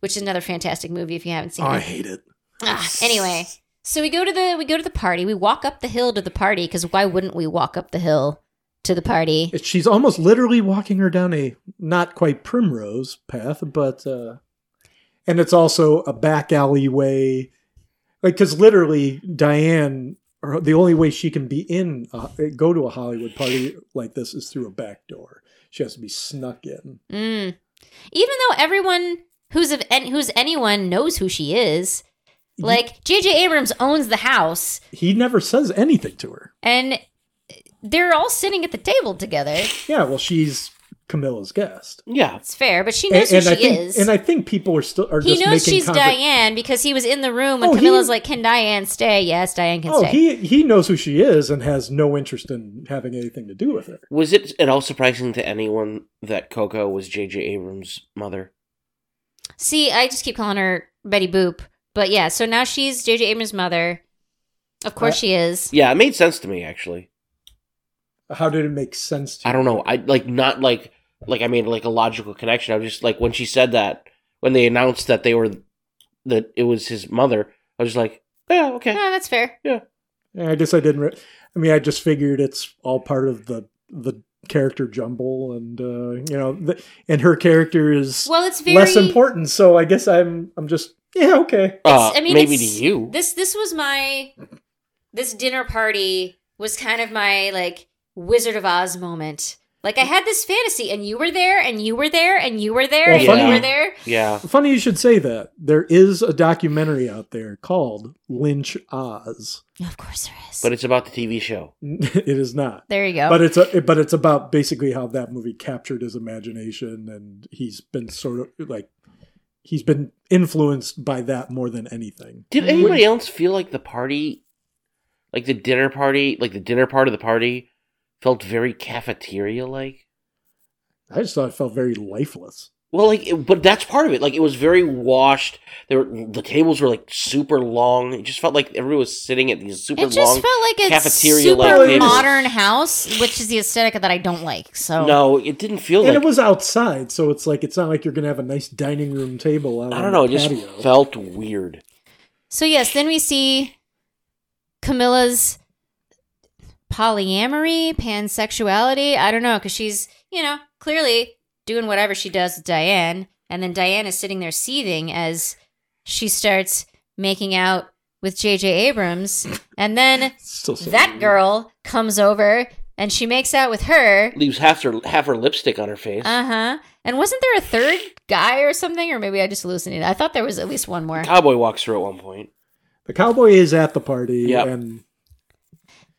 S2: which is another fantastic movie if you haven't seen
S3: Oh, I
S2: it
S3: hate it.
S2: Ah, anyway so we go to the we go to the party we walk up the hill to the party because why wouldn't we walk up the hill to the party
S3: It- She's almost literally walking her down a not quite primrose path, but uh and it's also a back alleyway, like because literally Diane, her, the only way she can be in a, go to a Hollywood party like this is through a back door. She has to be snuck in.
S2: Mm. Even though everyone who's of an who's anyone knows who she is,
S3: Ye-
S2: like J.J. Abrams owns the house,
S3: He never says anything to her.
S2: and they're all sitting at the table together.
S3: Yeah, well, she's Camilla's guest,
S1: Yeah.
S2: It's fair, but she knows who
S3: I
S2: she
S3: think
S2: is.
S3: and I think people are still are
S2: he
S3: just
S2: knows
S3: making
S2: she's
S3: conver-
S2: Diane because he was in the room when
S3: Oh, he-
S2: Camilla's like, "Can Diane stay?" Yes, Diane can
S3: Oh,
S2: stay.
S3: he he knows who she is and has no interest in having anything to do with her.
S1: Was it at all surprising to anyone that Coco was J.J. Abrams' mother?
S2: See, I just keep calling her Betty Boop, but yeah. So now she's J.J. Abrams' mother. Of course,
S3: Uh,
S2: she is.
S1: Yeah, it made sense to me actually.
S3: How did it make sense to
S1: I don't know. I like not like like I made like a logical connection. I was just like when she said that when they announced that they were that it was his mother. I was just like, yeah, okay.
S2: Oh, that's fair.
S3: you? I guess I didn't. Re- I mean, I just figured it's all part of the the character jumble, and uh, you know, the, and her character is
S2: Well, it's very
S3: less important. So I guess I'm I'm just yeah okay.
S1: Uh,
S2: I mean,
S1: maybe to
S2: it's-
S1: you.
S2: this this was my this dinner party was kind of my like Wizard of Oz moment. Like I had this fantasy, and you were there, and you were there, and you were there,
S3: Well,
S2: and
S1: funny-
S2: you were there.
S1: yeah.
S3: Funny you should say that. There is a documentary out there called Lynch Oz.
S2: Of course there is.
S1: But it's about the TV show.
S3: it is not.
S2: there you go.
S3: But it's a, but it's about basically how that movie captured his imagination, and he's been sort of like he's been influenced by that more than anything.
S1: Did
S2: Mm.
S1: anybody else feel like the party, like the dinner party, like the dinner part of the party, felt very cafeteria like?
S3: I just thought it felt very lifeless.
S1: Well, like, it- but that's part of it. Like, it was very washed. There, were, the tables were like super long. It just felt like everyone was sitting at these super
S2: it just
S1: long.
S2: felt like a
S1: cafeteria
S2: super
S1: like
S3: table.
S2: modern house, which is the aesthetic that I don't like. So
S1: No, it didn't feel
S3: and
S1: like.
S3: it was outside, so it's like it's not like you're gonna have a nice dining room table out
S1: I
S3: on
S1: don't know. It
S3: the
S1: just
S3: patio.
S1: felt weird.
S2: So yes, then we see Camilla's polyamory, pansexuality. I don't know because she's you know clearly doing whatever she does with Diane, and then Diane is sitting there seething as she starts making out with J.J. Abrams, and then
S3: Still so
S2: that
S3: weird.
S2: girl comes over and she makes out with her.
S1: Leaves half her half her lipstick on her face.
S2: Uh huh. And wasn't there a third guy or something, or maybe I just hallucinated? I thought there was at least one more.
S1: Cowboy walks through at one point.
S3: The cowboy is at the party,
S1: Yep.
S3: and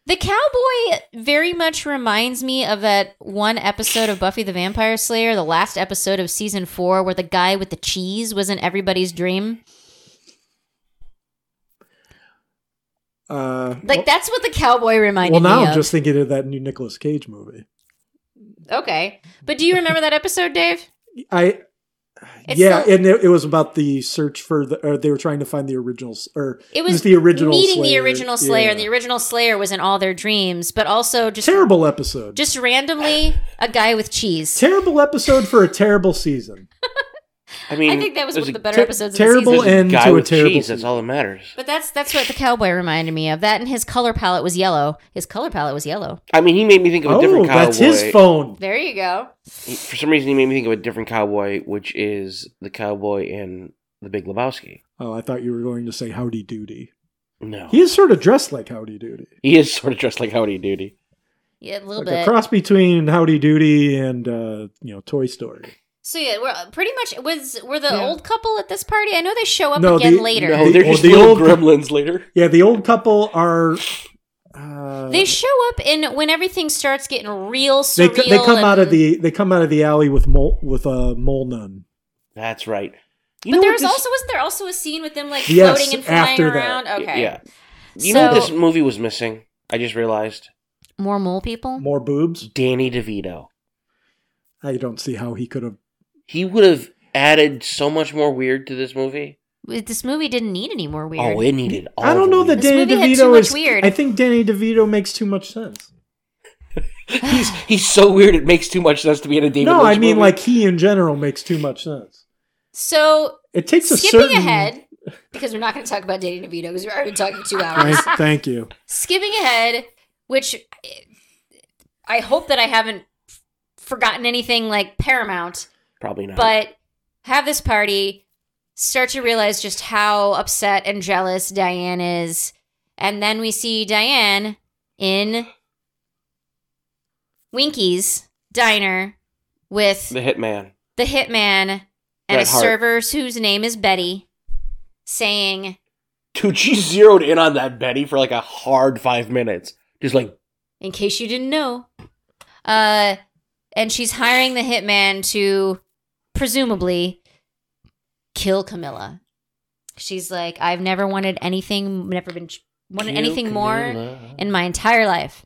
S2: The cowboy very much reminds me of that one episode of Buffy the Vampire Slayer, the last episode of season four, where the guy with the cheese was in everybody's dream.
S3: uh,
S2: Like that's what the cowboy reminded
S3: well, now
S2: me
S3: I'm
S2: of.
S3: just thinking of that new Nicolas Cage movie.
S2: okay, but do you remember that episode, Dave?
S3: I
S2: It's
S3: yeah,
S2: the-
S3: and it, it was about the search for the or they were trying to find the originals or
S2: It was
S3: the original
S2: meeting the
S3: Slayer.
S2: original Slayer,
S3: Yeah.
S2: and the original Slayer was in all their dreams, but also just
S3: terrible episode.
S2: just randomly a guy with cheese.
S3: terrible episode for a terrible season.
S1: I mean,
S2: I think that was one
S1: there's
S2: of the
S1: a-
S2: better
S3: ter-
S2: episodes. of the
S3: terrible
S2: season.
S1: there's a
S3: end
S1: guy
S3: to a
S1: with
S3: terrible
S1: cheese. That's
S3: season.
S1: all that matters.
S2: But that's that's what the cowboy reminded me of. That and his color palette was yellow. His color palette was yellow.
S1: I mean, he made me think of a
S3: Oh,
S1: different cowboy.
S3: that's his phone.
S2: There you go.
S1: He- for some reason, he made me think of a different cowboy, which is the cowboy in The Big Lebowski.
S3: Oh, I thought you were going to say Howdy Doody.
S1: No,
S3: He is sort of dressed like Howdy Doody.
S1: he is sort of dressed like Howdy Doody.
S2: Yeah, a little
S3: Like
S2: bit.
S3: a cross between Howdy Doody and uh, you know Toy Story.
S2: so yeah, we're uh, pretty much was were the
S3: Yeah.
S2: old couple at this party. I know they show up
S3: No,
S2: again
S3: the-
S2: later.
S1: No,
S3: The-
S1: they're
S3: oh,
S1: just
S3: the
S1: little
S3: old-
S1: gremlins later.
S3: Yeah, the old couple are. Uh,
S2: They show up in when everything starts getting real
S3: they,
S2: surreal.
S3: co- they come out of
S2: and-
S3: the they come out of the alley with mole with a mole nun.
S1: That's right.
S2: but there
S1: what
S2: was
S1: this-
S2: also wasn't there also a scene with them like
S3: Yes,
S2: floating and flying
S3: after that.
S2: around?
S1: y-
S2: Okay.
S1: Yeah. You know what
S2: So-
S1: this movie was missing? I just realized
S2: More mole people.
S3: More boobs.
S1: Danny DeVito.
S3: I don't see how he could have.
S1: He would have added so much more weird to this movie.
S2: This movie didn't need any more weird.
S1: Oh, it needed. All
S3: I don't know
S1: the weird.
S3: that
S2: This
S3: Danny
S2: movie had
S3: DeVito
S2: too much
S3: is.
S2: weird.
S3: I think Danny DeVito makes too much sense.
S1: he's he's so weird. It makes too much sense to be in a David.
S3: no,
S1: Lynch
S3: I mean
S1: movie.
S3: like he in general makes too much sense.
S2: so
S3: It takes a
S2: skipping
S3: certain.
S2: ahead because we're not going to talk about Danny DeVito because we're already talking two hours.
S3: Thank- thank you.
S2: skipping ahead, which I hope that I haven't forgotten anything like paramount.
S1: probably not.
S2: but have this party start to realize just how upset and jealous Diane is and then we see Diane in Winky's diner with
S1: the Hitman.
S2: the hitman and a
S1: Bret Hart.
S2: server whose name is Betty saying
S1: Dude, she zeroed in on that Betty for like a hard five minutes. Just like
S2: in case you didn't know uh and she's hiring the hitman to presumably kill Camilla. She's like, I've never wanted anything, never been wanted anything more in my entire life.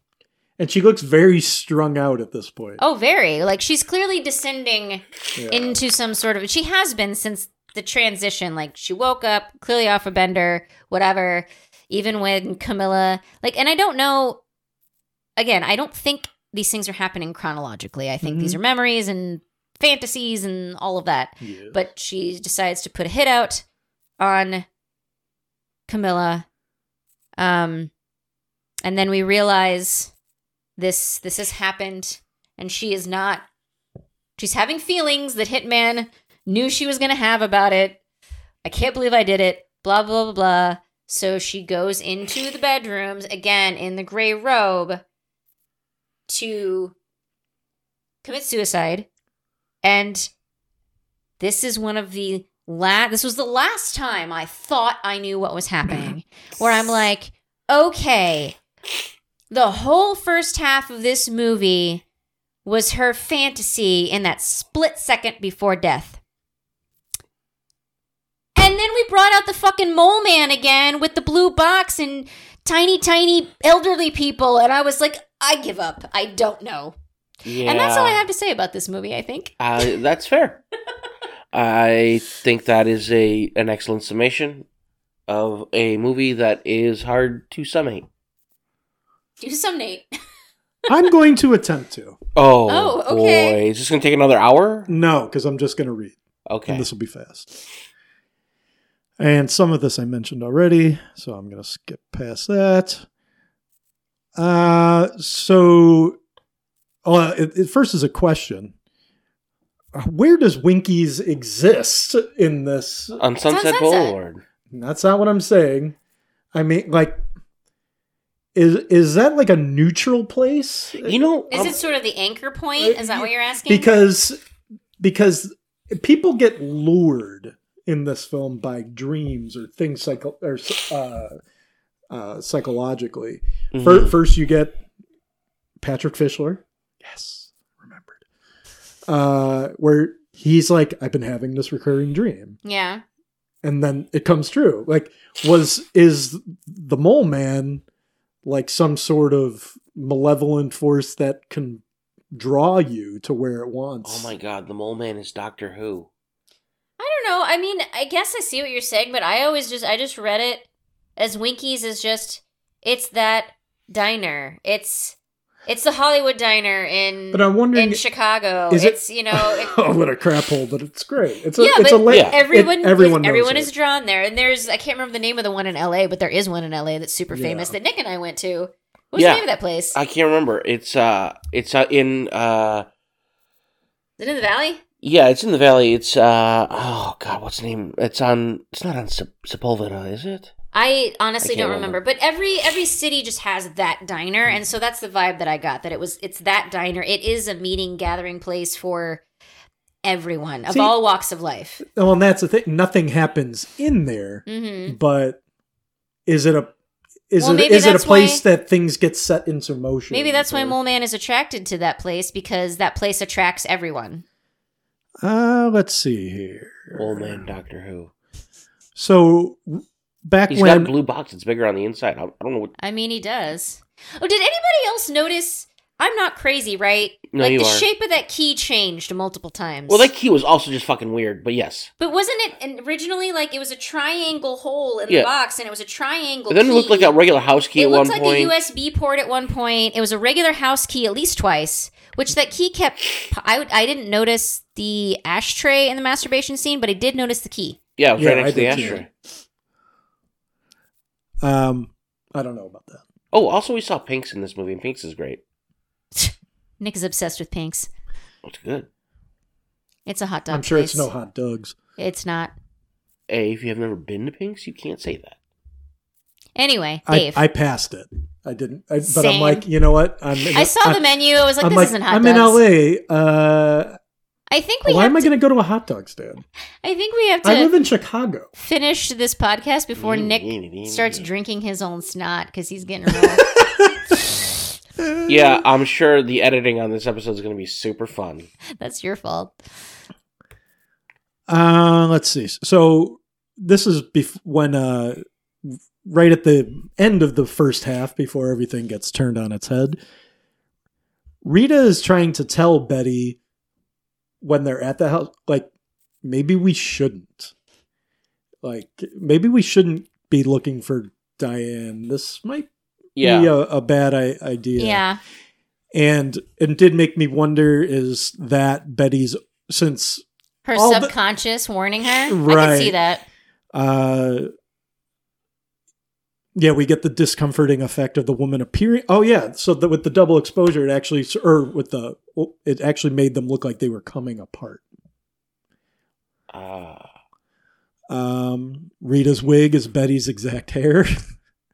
S3: And she looks very strung out at this point.
S2: Oh, very. Like she's clearly descending
S3: Yeah.
S2: into some sort of she has been since the transition. Like she woke up, clearly off a bender, whatever. Even when Camilla like and I don't know again, I don't think these things are happening chronologically. I think these are memories and fantasies and all of that.
S3: Yeah.
S2: but she decides to put a hit out on Camilla. Um, and then we realize this this has happened, and she is not. She's having feelings that Hitman knew she was going to have about it. I can't believe I did it. Blah blah blah blah. So she goes into the bedrooms again in the gray robe to commit suicide, and this is one of the last this was the last time i thought i knew what was happening where i'm like okay the whole first half of this movie was her fantasy in that split second before death and then we brought out the fucking mole man again with the blue box and tiny tiny elderly people and i was like i give up i don't know
S1: Yeah.
S2: and that's all i have to say about this movie i think
S1: Uh, that's fair. I think that is a an excellent summation of a movie that is hard to summate.
S2: do some nate
S3: I'm going to attempt to.
S1: Oh,
S2: Oh, okay.
S1: boy. Is this going to take another hour?
S3: No, because I'm just going to read.
S1: Okay.
S3: And this will be fast. And some of this I mentioned already, so I'm going to skip past that. Uh, so, uh, it, it first is a question. Where does Winkies exist in this?
S1: On Sunset,
S2: Sunset.
S1: Boulevard.
S3: That's not what I'm saying. I mean, like, is is that like a neutral place?
S1: You know,
S2: Is
S1: um,
S2: it sort of the anchor point? Is that what you're asking?
S3: because because people get lured in this film by dreams or things psycho- or uh, uh, psychologically.
S1: mhm.
S3: Fir- First, you get Patrick Fischler. Yes, remembered. Uh, where he's like, I've been having this recurring dream,
S2: yeah,
S3: and then it comes true. Like, was is the mole man like some sort of malevolent force that can draw you to where it wants?
S1: oh my God, the Mole Man is Doctor Who.
S2: I don't know. I mean, I guess I see what you're saying, but I always just I just read it as Winkies is just it's that diner. It's it's the Hollywood diner in
S3: But I'm wondering,
S2: in Chicago.
S3: is it-
S2: it's you know. It,
S3: oh, what a crap hole! But it's great. It's a,
S2: yeah,
S3: it's
S2: but
S3: a la-
S1: Yeah.
S2: everyone
S3: it-
S2: everyone,
S3: knows
S2: everyone
S3: it.
S2: is drawn there, and there's I can't remember the name of the one in L.A., but there is one in L.A. that's super
S3: Yeah.
S2: famous that Nick and I went to. What's
S1: Yeah.
S2: the name of that place?
S1: I can't remember. It's uh, it's uh, in uh,
S2: Is it in the Valley?
S1: yeah, it's in the valley. It's uh, oh God, what's the name? It's on. It's not on Sep- Sepulveda, is it?
S2: I
S1: I
S2: honestly
S1: can't
S2: don't remember. but every every city just has that diner, and so that's the vibe that I got. That it was it's that diner. It is a meeting gathering place for everyone of
S3: See-
S2: all walks of life.
S3: Well, and that's the thing. Nothing happens in there,
S2: hmm
S3: but is it a is
S2: Well,
S3: it
S2: maybe
S3: is it a
S2: that's
S3: place that things get set into motion?
S2: Maybe that's why
S3: or-
S2: Mole Man is attracted to that place because that place attracts everyone.
S3: Uh, let's see here.
S1: Old man Doctor Who.
S3: So back
S1: He's got
S3: when
S1: a blue box that's bigger on the inside. I, I don't know what.
S2: I mean, he does. Oh, did anybody else notice? I'm not crazy, right?
S1: No,
S2: like
S1: you
S2: the
S1: are.
S2: shape of that key changed multiple times.
S1: Well, that key was also just fucking weird, but yes.
S2: but wasn't it and originally like it was a triangle hole in
S1: Yeah.
S2: the box, and it was a triangle.
S1: It didn't look
S2: key.
S1: like a regular house key
S2: It
S1: at
S2: looked
S1: one
S2: like
S1: point.
S2: a USB port at one point. It was a regular house key at least twice, which that key kept. I would- I didn't notice the ashtray in the masturbation scene, but I did notice the key.
S1: yeah, it was
S3: Yeah,
S1: right next
S3: I
S1: to the
S3: did too.
S1: ashtray.
S3: um, I don't know about that.
S1: Oh, also we saw Pink's in this movie, and Pink's is great.
S2: Nick is obsessed with pinks.
S1: It's good.
S2: It's a hot dog.
S3: I'm sure it's
S2: place.
S3: no hot dogs.
S2: It's not.
S1: Hey, if you have never been to Pink's, you can't say that.
S2: Anyway,
S3: I,
S2: Dave. I,
S3: I passed it. I didn't. I, but I'm
S2: Same.
S3: like, you know what? I'm in
S2: saw the menu. I was like,
S3: I'm
S2: this
S3: like,
S2: isn't hot
S3: I'm
S2: dogs.
S3: in LA. Uh,
S2: I think we
S3: why
S2: have
S3: am I
S2: to-
S3: going to go to a hot dog stand?
S2: I think we have to
S3: I live in Chicago.
S2: finish this podcast before
S1: Mm,
S2: Nick
S1: mm, mm,
S2: starts
S1: mm.
S2: drinking his own snot because he's getting real.
S1: Yeah, I'm sure the editing on this episode is going to be super fun.
S2: That's your fault.
S3: Uh, let's see. So this is bef- when uh, right at the end of the first half, before everything gets turned on its head. Rita is trying to tell Betty when they're at the house, like maybe we shouldn't, like maybe we shouldn't be looking for Diane. This might
S1: Yeah,
S3: be a, a bad I- idea.
S2: Yeah.
S3: and it did make me wonder: is that Betty's since
S2: Her
S3: All the-
S2: subconscious warning her. I
S3: Right.
S2: can see that.
S3: uh yeah we get the discomforting effect of the woman appearing oh yeah so the, with the double exposure it actually or with the it actually made them look like they were coming apart
S1: Ah.
S3: um rita's wig is betty's exact hair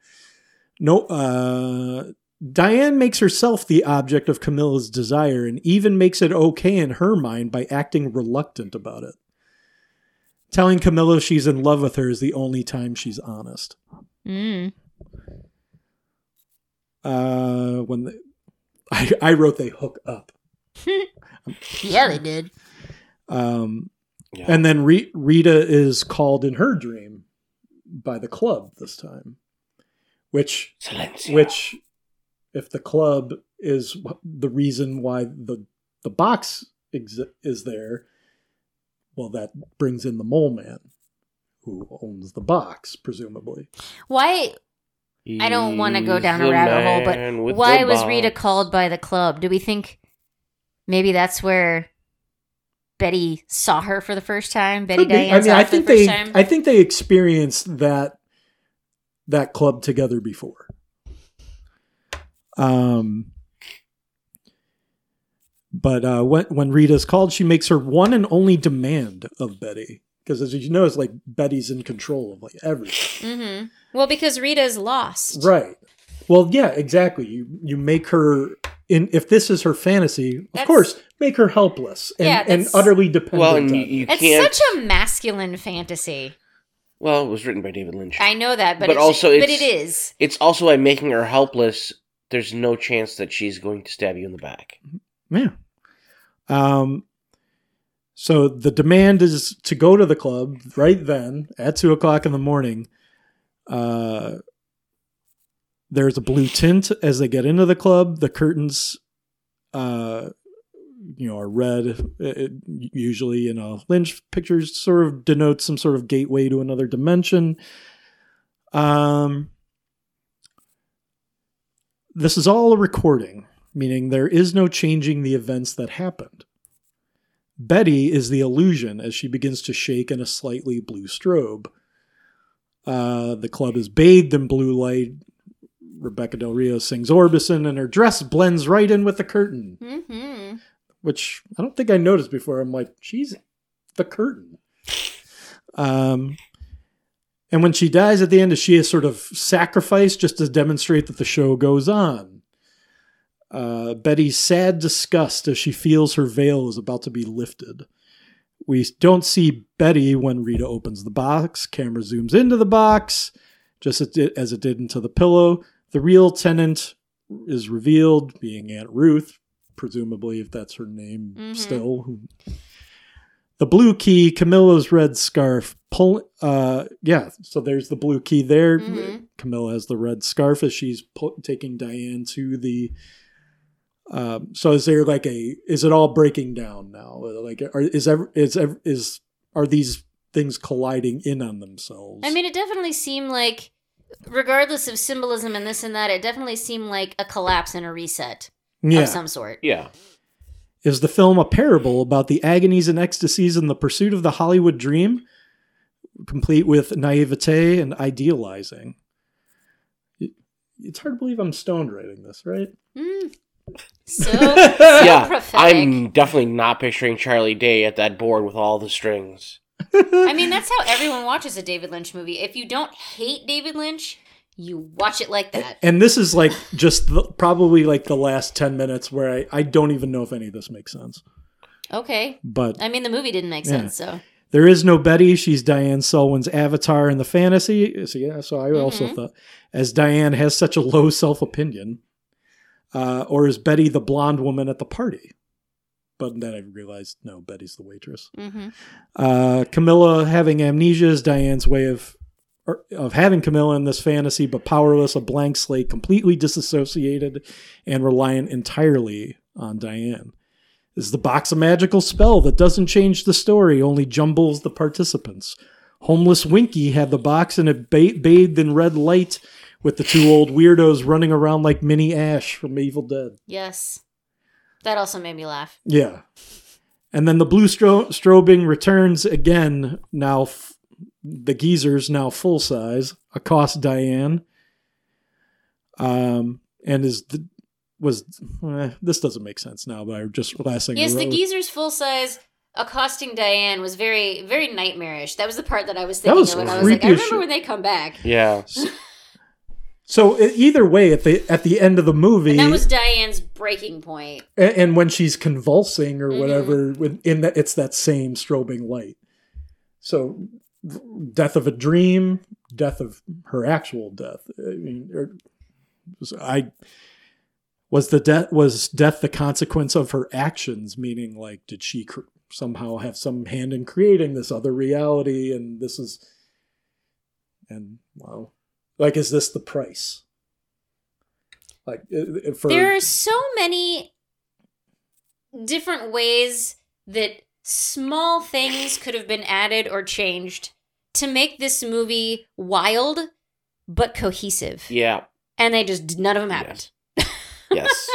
S3: no uh diane makes herself the object of camilla's desire and even makes it okay in her mind by acting reluctant about it telling camilla she's in love with her is the only time she's honest
S2: Mm.
S3: uh when the, I, I wrote they hook up
S2: Yeah, they did.
S3: um
S1: yeah.
S3: and then Re- rita is called in her dream by the club this time which
S1: Silencio.
S3: which if the club is wh- the reason why the the box exi- is there well that brings in the mole man who owns the box presumably
S2: Why? I don't want to go
S1: He's
S2: down a
S1: the
S2: rabbit hole,
S1: man with
S2: but
S1: the
S2: why was
S1: bomb.
S2: Rita called by the club? Do we think maybe that's where Betty saw her for the first time? Betty
S3: Could be.
S2: Diane saw her
S3: I
S2: for the
S3: think
S2: first
S3: they
S2: time?
S3: I think they experienced that that club together before. Um but uh, when when Rita's called, she makes her one and only demand of Betty because, as you know, it's like Betty's in control of like everything,
S2: hmm Well, because Rita's lost.
S3: right? Well, yeah, exactly. You you make her in if this is her fantasy, of
S2: That's-
S3: course, make her helpless and,
S2: Yeah,
S3: and
S2: that's-
S3: utterly dependent.
S1: Well, and
S3: on
S1: you,
S3: her.
S1: you
S2: It's
S1: can't.
S2: such a masculine fantasy.
S1: well, it was written by David Lynch.
S2: I know that, but,
S1: But
S2: it's,
S1: also
S2: but
S1: it's-
S2: it is.
S1: It's also by making her helpless. There's no chance that she's going to stab you in the back.
S3: Yeah. Um, so the demand is to go to the club right then at two o'clock in the morning. Uh, there's a blue tint as they get into the club. The curtains, uh, you know, are red. It- it usually, in a Lynch pictures, sort of denotes some sort of gateway to another dimension. Um, this is all a recording meaning there is no changing the events that happened. Betty is the illusion as she begins to shake in a slightly blue strobe. Uh, the club is bathed in blue light. Rebecca Del Rio sings Orbison, and her dress blends right in with the curtain,
S2: Mm-hmm.
S3: which I don't think I noticed before. I'm like, she's the curtain. Um, and when she dies at the end, she is sort of sacrificed just to demonstrate that the show goes on. Uh, Betty's sad disgust as she feels her veil is about to be lifted. We don't see Betty when Rita opens the box. Camera zooms into the box, just as it did, as it did into the pillow. The real tenant is revealed, being Aunt Ruth, presumably, if that's her name
S2: Mhm.
S3: still. the blue key, Camilla's red scarf. Pull, uh, yeah. So there's the blue key there.
S2: Mhm.
S3: Camilla has the red scarf as she's pu- taking Diane to the. Um, so is there like a? Is it all breaking down now? Like, are, is ever is ever is are these things colliding in on themselves?
S2: I mean, it definitely seemed like, regardless of symbolism and this and that, it definitely seemed like a collapse and a reset
S3: yeah.
S2: of some sort.
S1: Yeah.
S3: Is the film a parable about the agonies and ecstasies in the pursuit of the Hollywood dream, complete with naivete and idealizing? It- It's hard to believe I'm stoned writing this, right?
S2: Mm. So, so
S1: yeah.
S2: prophetic.
S1: I'm definitely not picturing Charlie Day at that board with all the strings.
S2: I mean, that's how everyone watches a David Lynch movie. If you don't hate David Lynch, you watch it like that.
S3: And this is like just the, probably like the last 10 minutes where I, I don't even know if any of this makes sense.
S2: Okay.
S3: But
S2: I mean, the movie didn't make
S3: Yeah.
S2: sense, so.
S3: There is no Betty. She's Diane Selwyn's avatar in the fantasy. So yeah, so I also
S2: Mhm.
S3: thought, as Diane has such a low self opinion, uh, or is Betty the blonde woman at the party? But then I realized no, Betty's the waitress.
S2: hmm
S3: Uh, Camilla having amnesia is Diane's way of or, of having Camilla in this fantasy, but powerless, a blank slate, completely disassociated, and reliant entirely on Diane. Is the box a magical spell that doesn't change the story, only jumbles the participants? Homeless Winky had the box and it ba- bathed in red light, with the two old weirdos running around like Minnie Ash from Evil Dead.
S2: Yes. That also made me laugh.
S3: Yeah. And then the blue stro- strobing returns again, now f- the geezer's now full size, accosts Diane. Um, and is the, was, eh, this doesn't make sense now, but I just last thing. I
S2: Yes, the
S3: wrote-
S2: geezer's full size accosting Diane was very, very nightmarish. That was the part that I was
S3: That
S2: thinking
S3: was
S2: of, and I was like, I
S3: creepy as
S2: remember
S3: shit.
S2: when they come back.
S1: Yeah.
S3: So e- either way, at the, at the end of the movie,
S2: And that was Diane's breaking point.
S3: a- and when she's convulsing or
S2: Mhm.
S3: whatever with in that it's that same strobing light so death of a dream death of her actual death uh, i mean or, was i was the death was death the consequence of her actions meaning like did she cr- somehow have some hand in creating this other reality and this is and wow like is this the price like i- i- for
S2: There are so many different ways that small things could have been added or changed to make this movie wild but cohesive.
S1: Yeah.
S2: And they just none of them happened.
S1: Yes.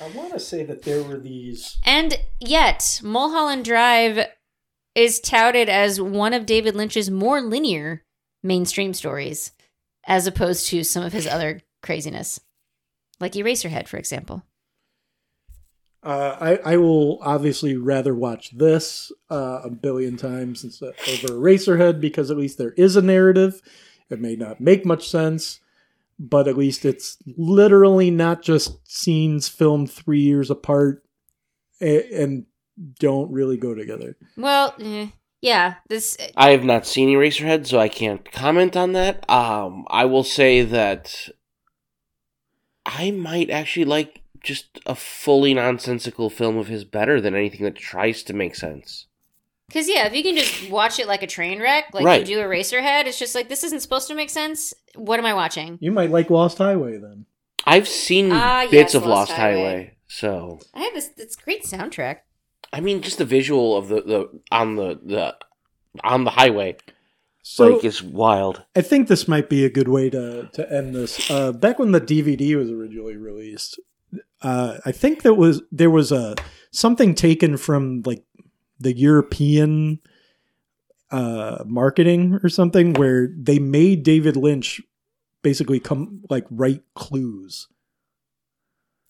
S3: I want to say that there were these.
S2: And yet, Mulholland Drive is touted as one of David Lynch's more linear mainstream stories as opposed to some of his other craziness. Like Eraserhead, for example.
S3: Uh, I I will obviously rather watch this uh, a billion times instead over Eraserhead because at least there is a narrative. It may not make much sense, but at least it's literally not just scenes filmed three years apart and, and don't really go together.
S2: Well, eh, yeah, this
S1: I have not seen Eraserhead, so I can't comment on that. Um, I will say that I might actually like just a fully nonsensical film of his better than anything that tries to make sense.
S2: Because yeah, if you can just watch it like a train wreck, like
S1: Right.
S2: you do Eraserhead, it's just like this isn't supposed to make sense. What am I watching?
S3: You might like Lost Highway then.
S1: I've seen
S2: Ah,
S1: bits
S2: yes,
S1: of
S2: Lost
S1: Lost,
S2: Highway.
S1: Highway. so
S2: I have this. It's great soundtrack.
S1: I mean, just the visual of the, the on the, the on the highway
S3: So
S1: like is wild.
S3: I think this might be a good way to, to end this. Uh, back when the DVD was originally released, uh, I think that was there was a something taken from like the European uh, marketing or something where they made David Lynch basically come like write clues.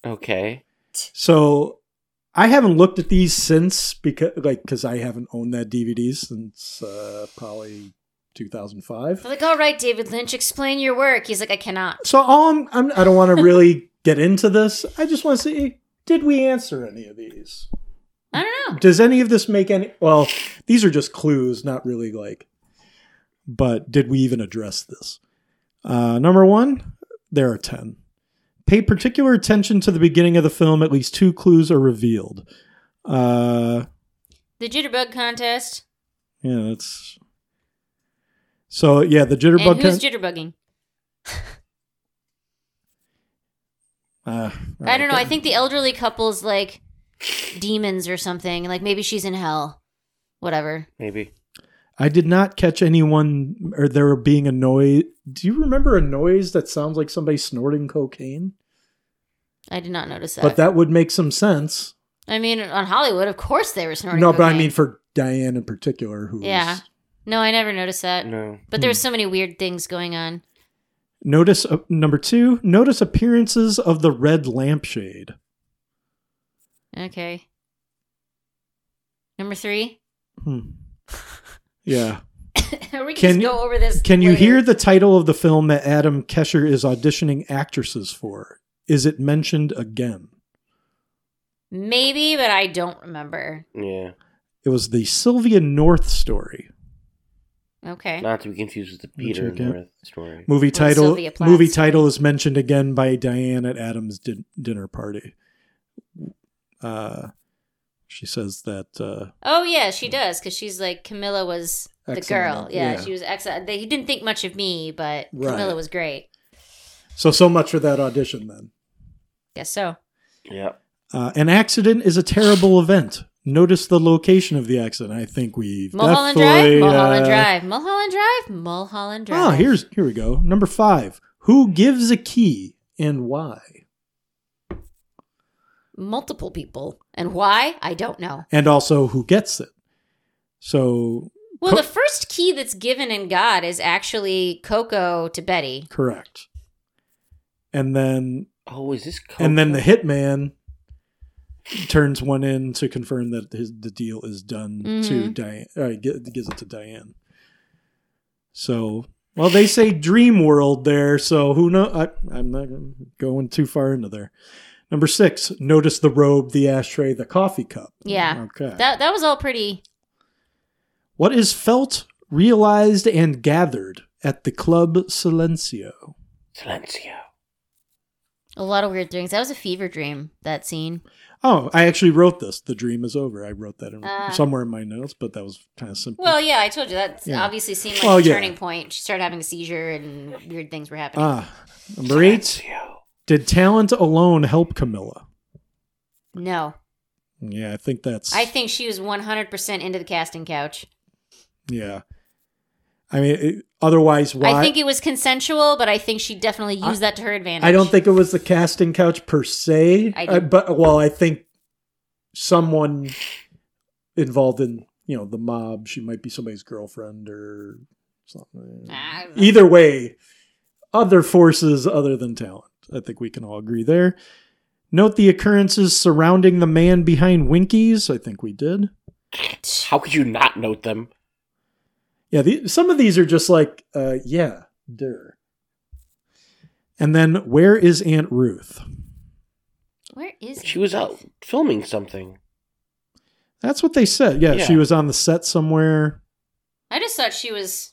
S1: Okay,
S3: So I haven't looked at these since because like because I haven't owned that DVD since uh, probably 2005.
S2: They're like, all right, David Lynch, explain your work. He's like, I cannot.
S3: So all I'm, I'm I don't want to really get into this. I just want to see did we answer any of these?
S2: I don't know.
S3: Does any of this make any well, these are just clues, not really like but did we even address this? Uh number 1, there are 10. Pay particular attention to the beginning of the film, at least two clues are revealed. Uh
S2: The jitterbug contest.
S3: Yeah, that's. So yeah, the
S2: And
S3: jitterbug.
S2: who's
S3: Con-
S2: jitterbugging?
S3: uh,
S2: I don't know. I think the elderly couple's like demons or something. Like maybe she's in hell. Whatever.
S1: Maybe.
S3: I did not catch anyone or there being a noise. Do you remember a noise that sounds like somebody snorting cocaine?
S2: I did not notice that.
S3: But that would make some sense.
S2: I mean, on Hollywood, of course they were snorting.
S3: no, but I
S2: cocaine.
S3: mean for Diane in particular, who was-
S2: Yeah. No, I never noticed that.
S1: No.
S2: But there's
S3: Hmm.
S2: so many weird things going on.
S3: notice uh, number two. Notice appearances of the red lampshade.
S2: Okay. Number three.
S3: Hmm. Yeah.
S2: we can,
S3: Can-
S2: just go over this.
S3: Can you
S2: later.
S3: hear the title of the film that Adam Kesher is auditioning actresses for? Is it mentioned again?
S2: Maybe, but I don't remember.
S1: Yeah.
S3: It was the Sylvia North story.
S2: Okay.
S1: Not to be confused with the Peter
S3: check it.
S1: North story.
S3: Movie title
S2: Sylvia Plath.
S3: movie title is mentioned again by Diane at Adam's din- dinner party. Uh, she says that uh,
S2: Oh yeah, she does because she's like Camilla was the girl.
S3: Excellent,
S2: Yeah,
S3: yeah.
S2: she was excellent. They- He didn't think much of me, but
S3: Right.
S2: Camilla was great.
S3: so so much for that audition then.
S2: Guess so.
S1: Yeah.
S3: Uh, an accident is a terrible event. Notice the location of the accident. I think we've
S2: Mulholland
S3: definitely,
S2: Drive, Mulholland
S3: uh,
S2: Drive, Mulholland Drive, Mulholland Drive.
S3: Ah, here's here we go. Number five. Who gives a key and why?
S2: multiple people, and why I don't know.
S3: And also who gets it. So
S2: Well,
S3: Co-
S2: the first key that's given in God is actually Coco to Betty.
S3: correct. And then
S1: Oh, is this? Coco?
S3: and then the hitman turns one in to confirm that his the deal is done to
S2: Mhm.
S3: Diane. All right, gi- gives it to Diane. So well, they say dream world there, so who know? I, I'm not going too far into there. Number six, notice the robe, the ashtray, the coffee cup.
S2: Yeah.
S3: Okay.
S2: That that was all pretty.
S3: What is felt, realized, and gathered at the Club Silencio?
S1: Silencio.
S2: A lot of weird things. That was a fever dream. That scene.
S3: Oh, I actually wrote this. The dream is over. I wrote that in,
S2: Ah.
S3: somewhere in my notes, but that was kind of simple.
S2: Well, yeah, I told you that
S3: Yeah.
S2: obviously seemed like
S3: Well,
S2: a
S3: yeah.
S2: turning point. She started having a seizure, and weird things were happening.
S3: ah, number eight.
S1: Silencio.
S3: Did talent alone help Camilla?
S2: no,
S3: Yeah, I think that's.
S2: I think she was 100% into the casting couch.
S3: yeah. I mean, it, otherwise, why?
S2: I think it was consensual, but I think she definitely used that to her advantage.
S3: I don't think it was the casting couch per se,
S2: I
S3: uh,
S2: do.
S3: but well, I think someone involved in you know the mob. She might be somebody's girlfriend or something.
S2: Ah, I don't know.
S3: Either way, other forces other than talent. I think we can all agree there. Note the occurrences surrounding the man behind Winkies. I think we did.
S1: How could you not note them?
S3: Yeah, the, some of these are just like, uh, yeah, duh. And then where is Aunt Ruth?
S2: Where is
S1: She was out filming something.
S3: That's what they said. Yeah,
S1: Yeah.
S3: she was on the set somewhere.
S2: I just thought she was.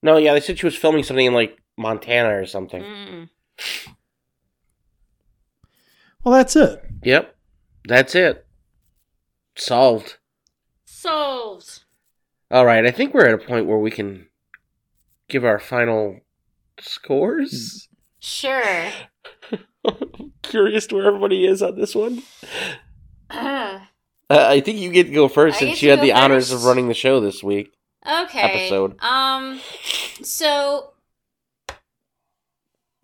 S1: No, yeah, they said she was filming something in like Montana or something.
S2: Mm-mm.
S3: Well, that's it.
S1: Yep. That's it. Solved.
S2: Solved.
S1: All right, I think we're at a point where we can give our final scores.
S2: Sure.
S1: Curious to where everybody is on this one.
S2: Uh,
S1: Uh, I think you get to go first
S2: I
S1: since
S2: get
S1: you
S2: to
S1: had
S2: go
S1: the honors of
S2: first?
S1: running the show this week.
S2: okay.
S1: Episode.
S2: Um. So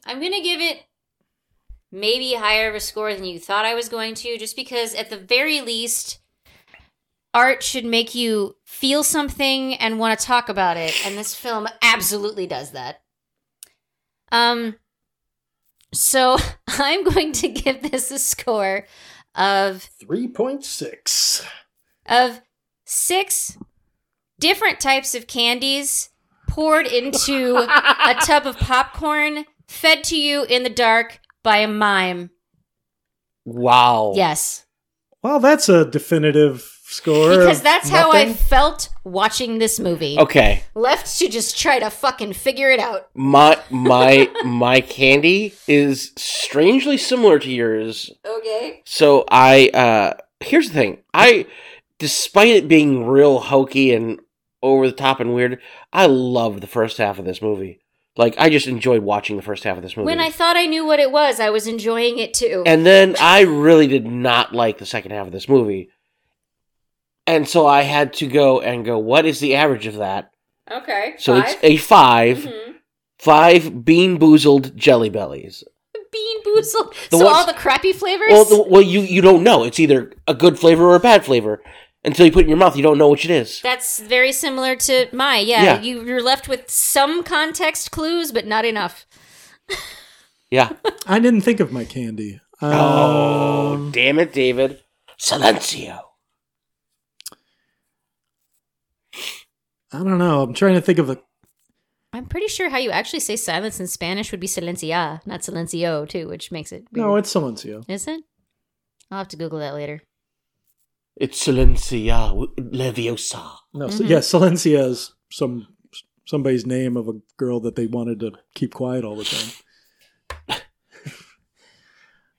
S2: I'm gonna give it maybe higher of a score than you thought I was going to, just because at the very least, art should make you feel something and want to talk about it, and this film absolutely does that. Um. So I'm going to give this a score of
S3: 3.6.
S2: of six different types of candies poured into a tub of popcorn fed to you in the dark by a mime.
S1: Wow.
S2: Yes.
S3: Well, that's a definitive score.
S2: Because that's how I
S3: Nothing.
S2: felt watching this movie.
S1: Okay.
S2: Left to just try to fucking figure it out.
S1: My my my candy is strangely similar to yours.
S2: Okay.
S1: So I uh here's the thing. I despite it being real hokey and over the top and weird, I love the first half of this movie. Like I just enjoyed watching the first half of this movie.
S2: When I thought I knew what it was, I was enjoying it too.
S1: and then I really did not like the second half of this movie. And so I had to go and go, what is the average of that?
S4: Okay.
S1: So
S4: five.
S1: it's a 5
S2: Mm-hmm.
S4: Mhm.
S1: Five bean boozled jelly bellies.
S2: Bean boozled.
S1: The
S2: so
S1: ones-
S2: all the crappy flavors.
S1: Well, the, well, you you don't know. It's either a good flavor or a bad flavor until you put it in your mouth. You don't know which it is.
S2: That's very similar to my. Yeah,
S1: Yeah.
S2: You, you're left with some context clues, but not enough.
S1: Yeah.
S3: I didn't think of my candy.
S1: oh,
S3: Um,
S1: damn it, David. Silencio.
S3: I don't know. I'm trying to think of a.
S2: I'm pretty sure how you actually say silence in Spanish would be silencia, not silencio, too, which makes it.
S3: No,
S2: weird.
S3: it's silencio.
S2: is it? I'll have to Google that later.
S1: It's Silencio Leviosa.
S3: No,
S2: Mhm.
S3: so, yeah, silencia is some somebody's name of a girl that they wanted to keep quiet all the time.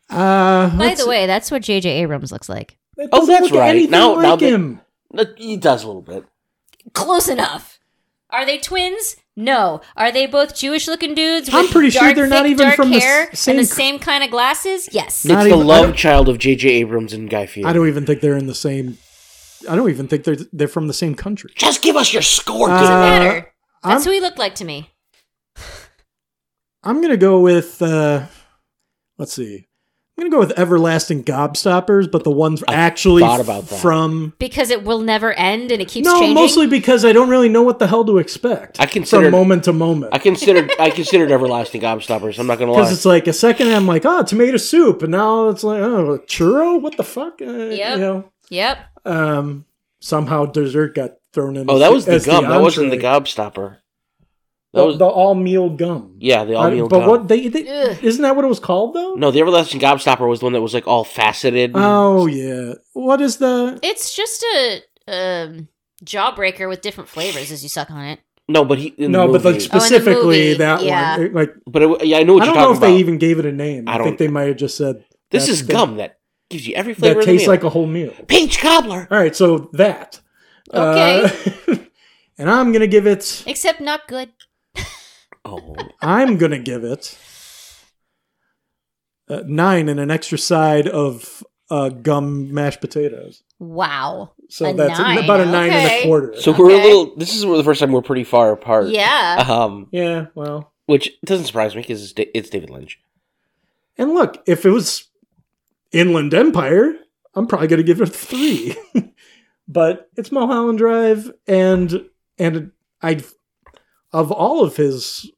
S3: Uh,
S2: By
S3: let's-
S2: the way, that's what J.J. Abrams looks like.
S3: that
S1: Oh,
S3: doesn't
S1: that's
S3: look
S1: right.
S3: anything
S1: Now- now
S3: like
S1: that-
S3: him.
S1: Look, He does a little bit.
S2: Close enough. Are they twins? No. Are they both Jewish-looking dudes?
S3: I'm
S2: with
S3: pretty sure
S2: dark,
S3: they're not
S2: thick,
S3: even
S2: dark
S3: from the s-
S2: hair
S3: same
S2: and the
S3: cr-
S2: same kind of glasses. Yes.
S3: Not
S1: it's the
S3: even- I
S1: love
S3: don't-
S1: child of J.J. Abrams and Guy Fieri.
S3: I don't even think they're in the same. I don't even think they're they're from the same country.
S1: Just give us your score,
S3: Uh,
S1: dude.
S2: Doesn't matter.
S3: I'm-
S2: That's who he looked like to me.
S3: I'm gonna go with uh let's see. I'm gonna go with everlasting gobstoppers, but the ones
S1: I
S3: actually
S1: thought about that.
S3: from
S2: Because it will never end and it keeps
S3: no,
S2: changing.
S3: mostly because I don't really know what the hell to expect.
S1: I considered-
S3: from moment to moment
S1: I considered I considered everlasting gobstoppers. I'm not gonna
S3: because
S1: lie.
S3: it's like a second I'm like, oh, tomato soup, and now it's like, oh, churro, what the fuck? Uh,
S2: Yep.
S3: You know,
S2: Yep.
S3: um, somehow dessert got thrown in.
S1: Oh,
S3: as
S1: that was the
S3: as
S1: gum. that wasn't the
S3: entree.
S1: gobstopper. That
S3: The,
S1: was
S3: the all meal gum.
S1: yeah, the
S3: Uh,
S1: all meal
S3: but
S1: gum.
S3: what they, they
S2: Ugh.
S3: isn't that what it was called though?
S1: No, the everlasting gobstopper was the one that was like all faceted. and-
S3: Oh yeah. What is the
S2: It's just a um, jawbreaker with different flavors as you suck on it.
S1: no, but he in
S3: no,
S1: the
S3: but like
S1: movie.
S2: Oh, in the
S3: specifically
S2: movie,
S3: that
S2: yeah.
S3: one. It- Like
S1: but it, yeah, I know what
S3: I
S1: you're
S3: don't know
S1: talking
S3: if
S1: about.
S3: they even gave it a name.
S1: I
S3: I, think
S1: don't-
S3: they might have just said
S1: this
S3: that's
S1: is
S3: the-
S1: gum that gives you every flavor.
S3: that
S1: of the
S3: tastes
S1: meal.
S3: like a whole meal.
S1: peach cobbler.
S3: All right, so that. Uh, and I'm gonna give it.
S2: Except not good.
S1: Oh,
S3: I'm gonna give it uh, nine and an extra side of uh, gum mashed potatoes.
S2: Wow.
S3: So
S2: A
S3: that's
S2: nine,
S3: about a nine and
S2: okay.
S3: a quarter.
S1: so we're a
S2: Okay.
S1: little. This is the first time we're pretty far apart.
S2: Yeah.
S1: Um,
S3: yeah, well,
S1: which doesn't surprise me because it's, Da- it's David Lynch.
S3: And look, if it was Inland Empire, I'm probably going to give it a three. but it's Mulholland Drive, and and I, of all of his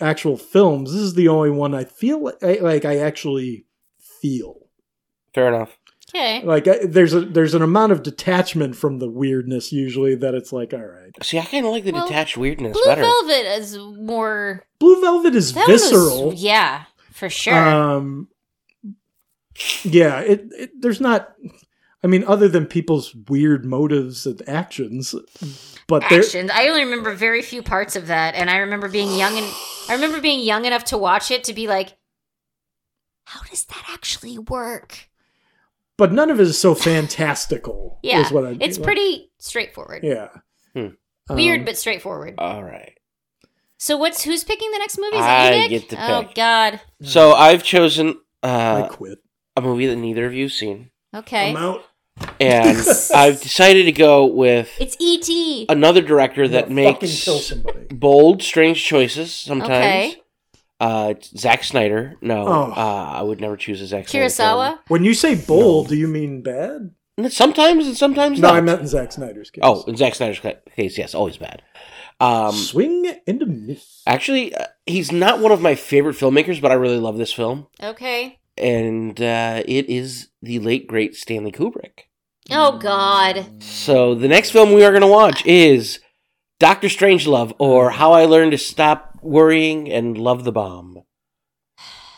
S3: actual films, this is the only one I feel like I, like I actually feel
S1: Fair enough.
S2: Okay.
S3: like I, there's a there's an amount of detachment from the weirdness usually that it's like all right.
S1: See, I kind of like the
S2: Well,
S1: detached weirdness
S2: Blue
S1: better.
S2: Velvet is more
S3: Blue Velvet is
S2: that was-
S3: visceral.
S2: yeah, for sure.
S3: Um, yeah, it, it there's not. I mean, other than people's weird motives and actions, but there.
S2: Actions. I only remember very few parts of that, and I remember being young and I remember being young enough to watch it to be like, "How does that actually work?"
S3: But none of it is so fantastical.
S2: Yeah,
S3: is what I,
S2: it's
S3: like,
S2: pretty straightforward.
S3: Yeah.
S1: Hmm.
S2: Weird
S3: Um,
S2: but straightforward.
S1: All right.
S2: So what's who's picking the next movie? Is it
S1: I
S2: you, Nick?
S1: get to
S2: Oh
S1: pick.
S2: God.
S1: So I've chosen
S3: I
S1: uh,
S3: quit.
S1: a movie that neither of you've seen,
S2: Okay.
S3: I'm out.
S1: and I've decided to go with
S2: It's E E.T.
S1: another director
S3: I'm gonna
S1: that
S3: fucking
S1: makes
S3: kill somebody.
S1: bold, strange choices sometimes.
S2: Okay.
S1: Uh, Zack Snyder. No,
S3: Oh.
S1: uh, I would never choose a Zack Snyder.
S2: Kurosawa.
S3: When you say bold, do you mean bad?
S1: film. And Sometimes and sometimes
S3: No,
S1: not.
S3: I meant in Zack Snyder's case.
S1: oh, in Zack Snyder's ca- case, yes, always bad. Um,
S3: swing and a miss.
S1: actually, uh, he's not one of my favorite filmmakers, but I really love this film,
S2: Okay.
S1: and uh, it is the late great Stanley Kubrick.
S2: Oh God.
S1: So the next film we are going to watch is Doctor Strangelove or How I Learned to Stop Worrying and Love the Bomb.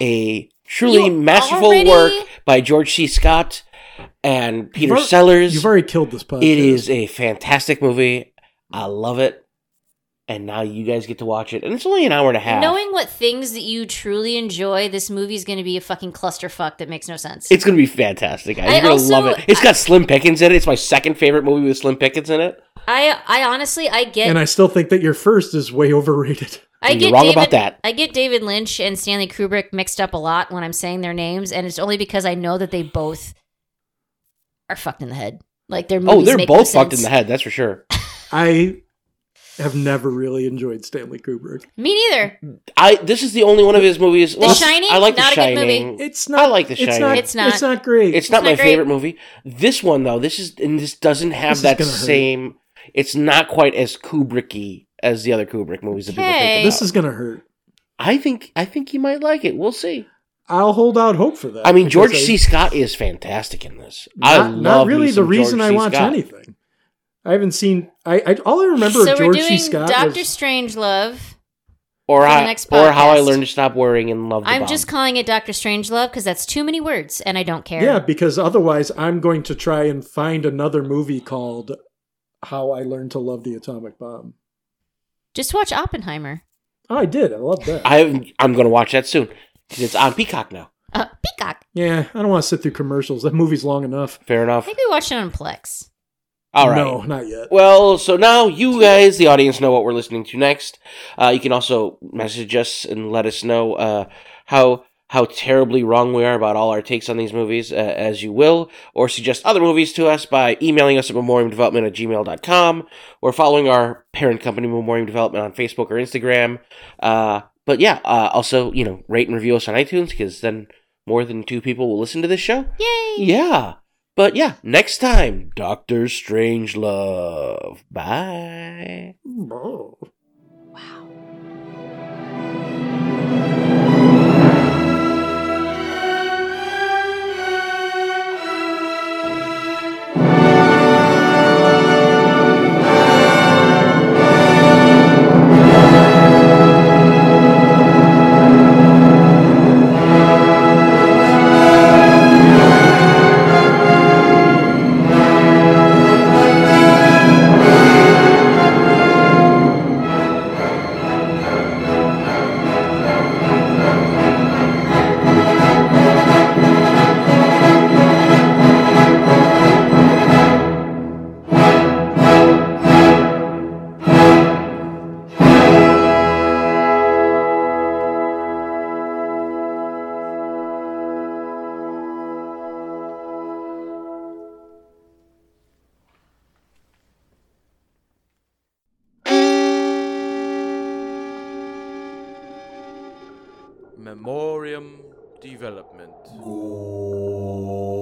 S1: A truly
S2: You
S1: masterful
S2: already-
S1: work by George C. Scott and Peter
S3: You've al-
S1: Sellers.
S3: You've already killed this podcast.
S1: It is a fantastic movie. I love it. and now you guys get to watch it, and it's only an hour and a half.
S2: Knowing what things that you truly enjoy, this movie is going to be a fucking clusterfuck that makes no sense.
S1: it's gonna be fantastic, guys.
S2: I
S1: You're gonna
S2: also-
S1: love it. It's got Slim Pickens in it. It's my second favorite movie with Slim Pickens in it.
S2: I I honestly I get
S3: and I still think that your first is way overrated.
S2: I
S1: You're
S2: get
S1: wrong
S2: David,
S1: about that.
S2: I get David Lynch and Stanley Kubrick mixed up a lot when I'm saying their names, and it's only because I know that they both are fucked in the head. Like their movies
S1: oh, they're
S2: make
S1: both
S2: no
S1: fucked in
S2: sense.
S1: the head. That's for sure.
S3: I have never really enjoyed Stanley Kubrick.
S2: Me neither.
S1: I this is the only one of his movies.
S2: The Shining?
S1: I like The
S2: Not a good
S1: Shining.
S2: movie.
S3: It's not.
S1: I like The
S3: it's
S1: Shining.
S3: Not,
S2: It's not.
S3: It's not great.
S1: It's not,
S2: not
S1: my
S2: great.
S1: favorite movie. This one though, this is and this doesn't have
S3: This is
S1: that
S3: gonna hurt.
S1: same. It's not quite as Kubricky as the other Kubrick movies that people think
S2: Okay.
S1: about.
S3: this is gonna hurt.
S1: I think I think you might like it. We'll see.
S3: I'll hold out hope for that.
S1: I mean,
S3: Uh, because
S1: George
S3: I-
S1: C. Scott is fantastic in this. I
S3: Not,
S1: love
S3: not
S1: me
S3: really the
S1: some
S3: reason
S1: George
S3: I
S1: C.
S3: watch
S1: Scott.
S3: anything. I haven't seen. I, I all I remember
S2: so
S3: of
S2: we're
S3: George
S2: doing
S3: C. Scott
S2: Doctor
S3: was
S2: Strangelove.
S1: or
S2: for the
S1: I,
S2: next
S1: or how I
S2: podcast.
S1: learned to stop worrying and love. The
S2: I'm
S1: Bomb.
S2: just calling it Doctor Strangelove because that's too many words, and I don't care.
S3: yeah, because otherwise I'm going to try and find another movie called How I Learned to Love the Atomic Bomb.
S2: Just watch Oppenheimer.
S3: Oh, I did. I love that.
S1: I I'm going to watch that soon because it's on Peacock now.
S2: Uh, Peacock.
S3: yeah, I don't want to sit through commercials. That movie's long enough.
S1: Fair
S2: I
S1: enough.
S2: think we watched it on Plex.
S1: All right.
S3: No, not yet.
S1: Well, so now you guys, the audience, know what we're listening to next. Uh, you can also message us and let us know uh, how how terribly wrong we are about all our takes on these movies, uh, as you will, or suggest other movies to us by emailing us at memoriamdevelopment at gmail.com or following our parent company, Memoriam Development, on Facebook or Instagram. Uh, but yeah, uh, also, you know, rate and review us on iTunes because then more than two people will listen to this show.
S2: Yay!
S1: Yeah. But yeah, next time, Doctor Strange Love. Bye.
S3: Oh.
S5: Memoriam Development.
S6: Om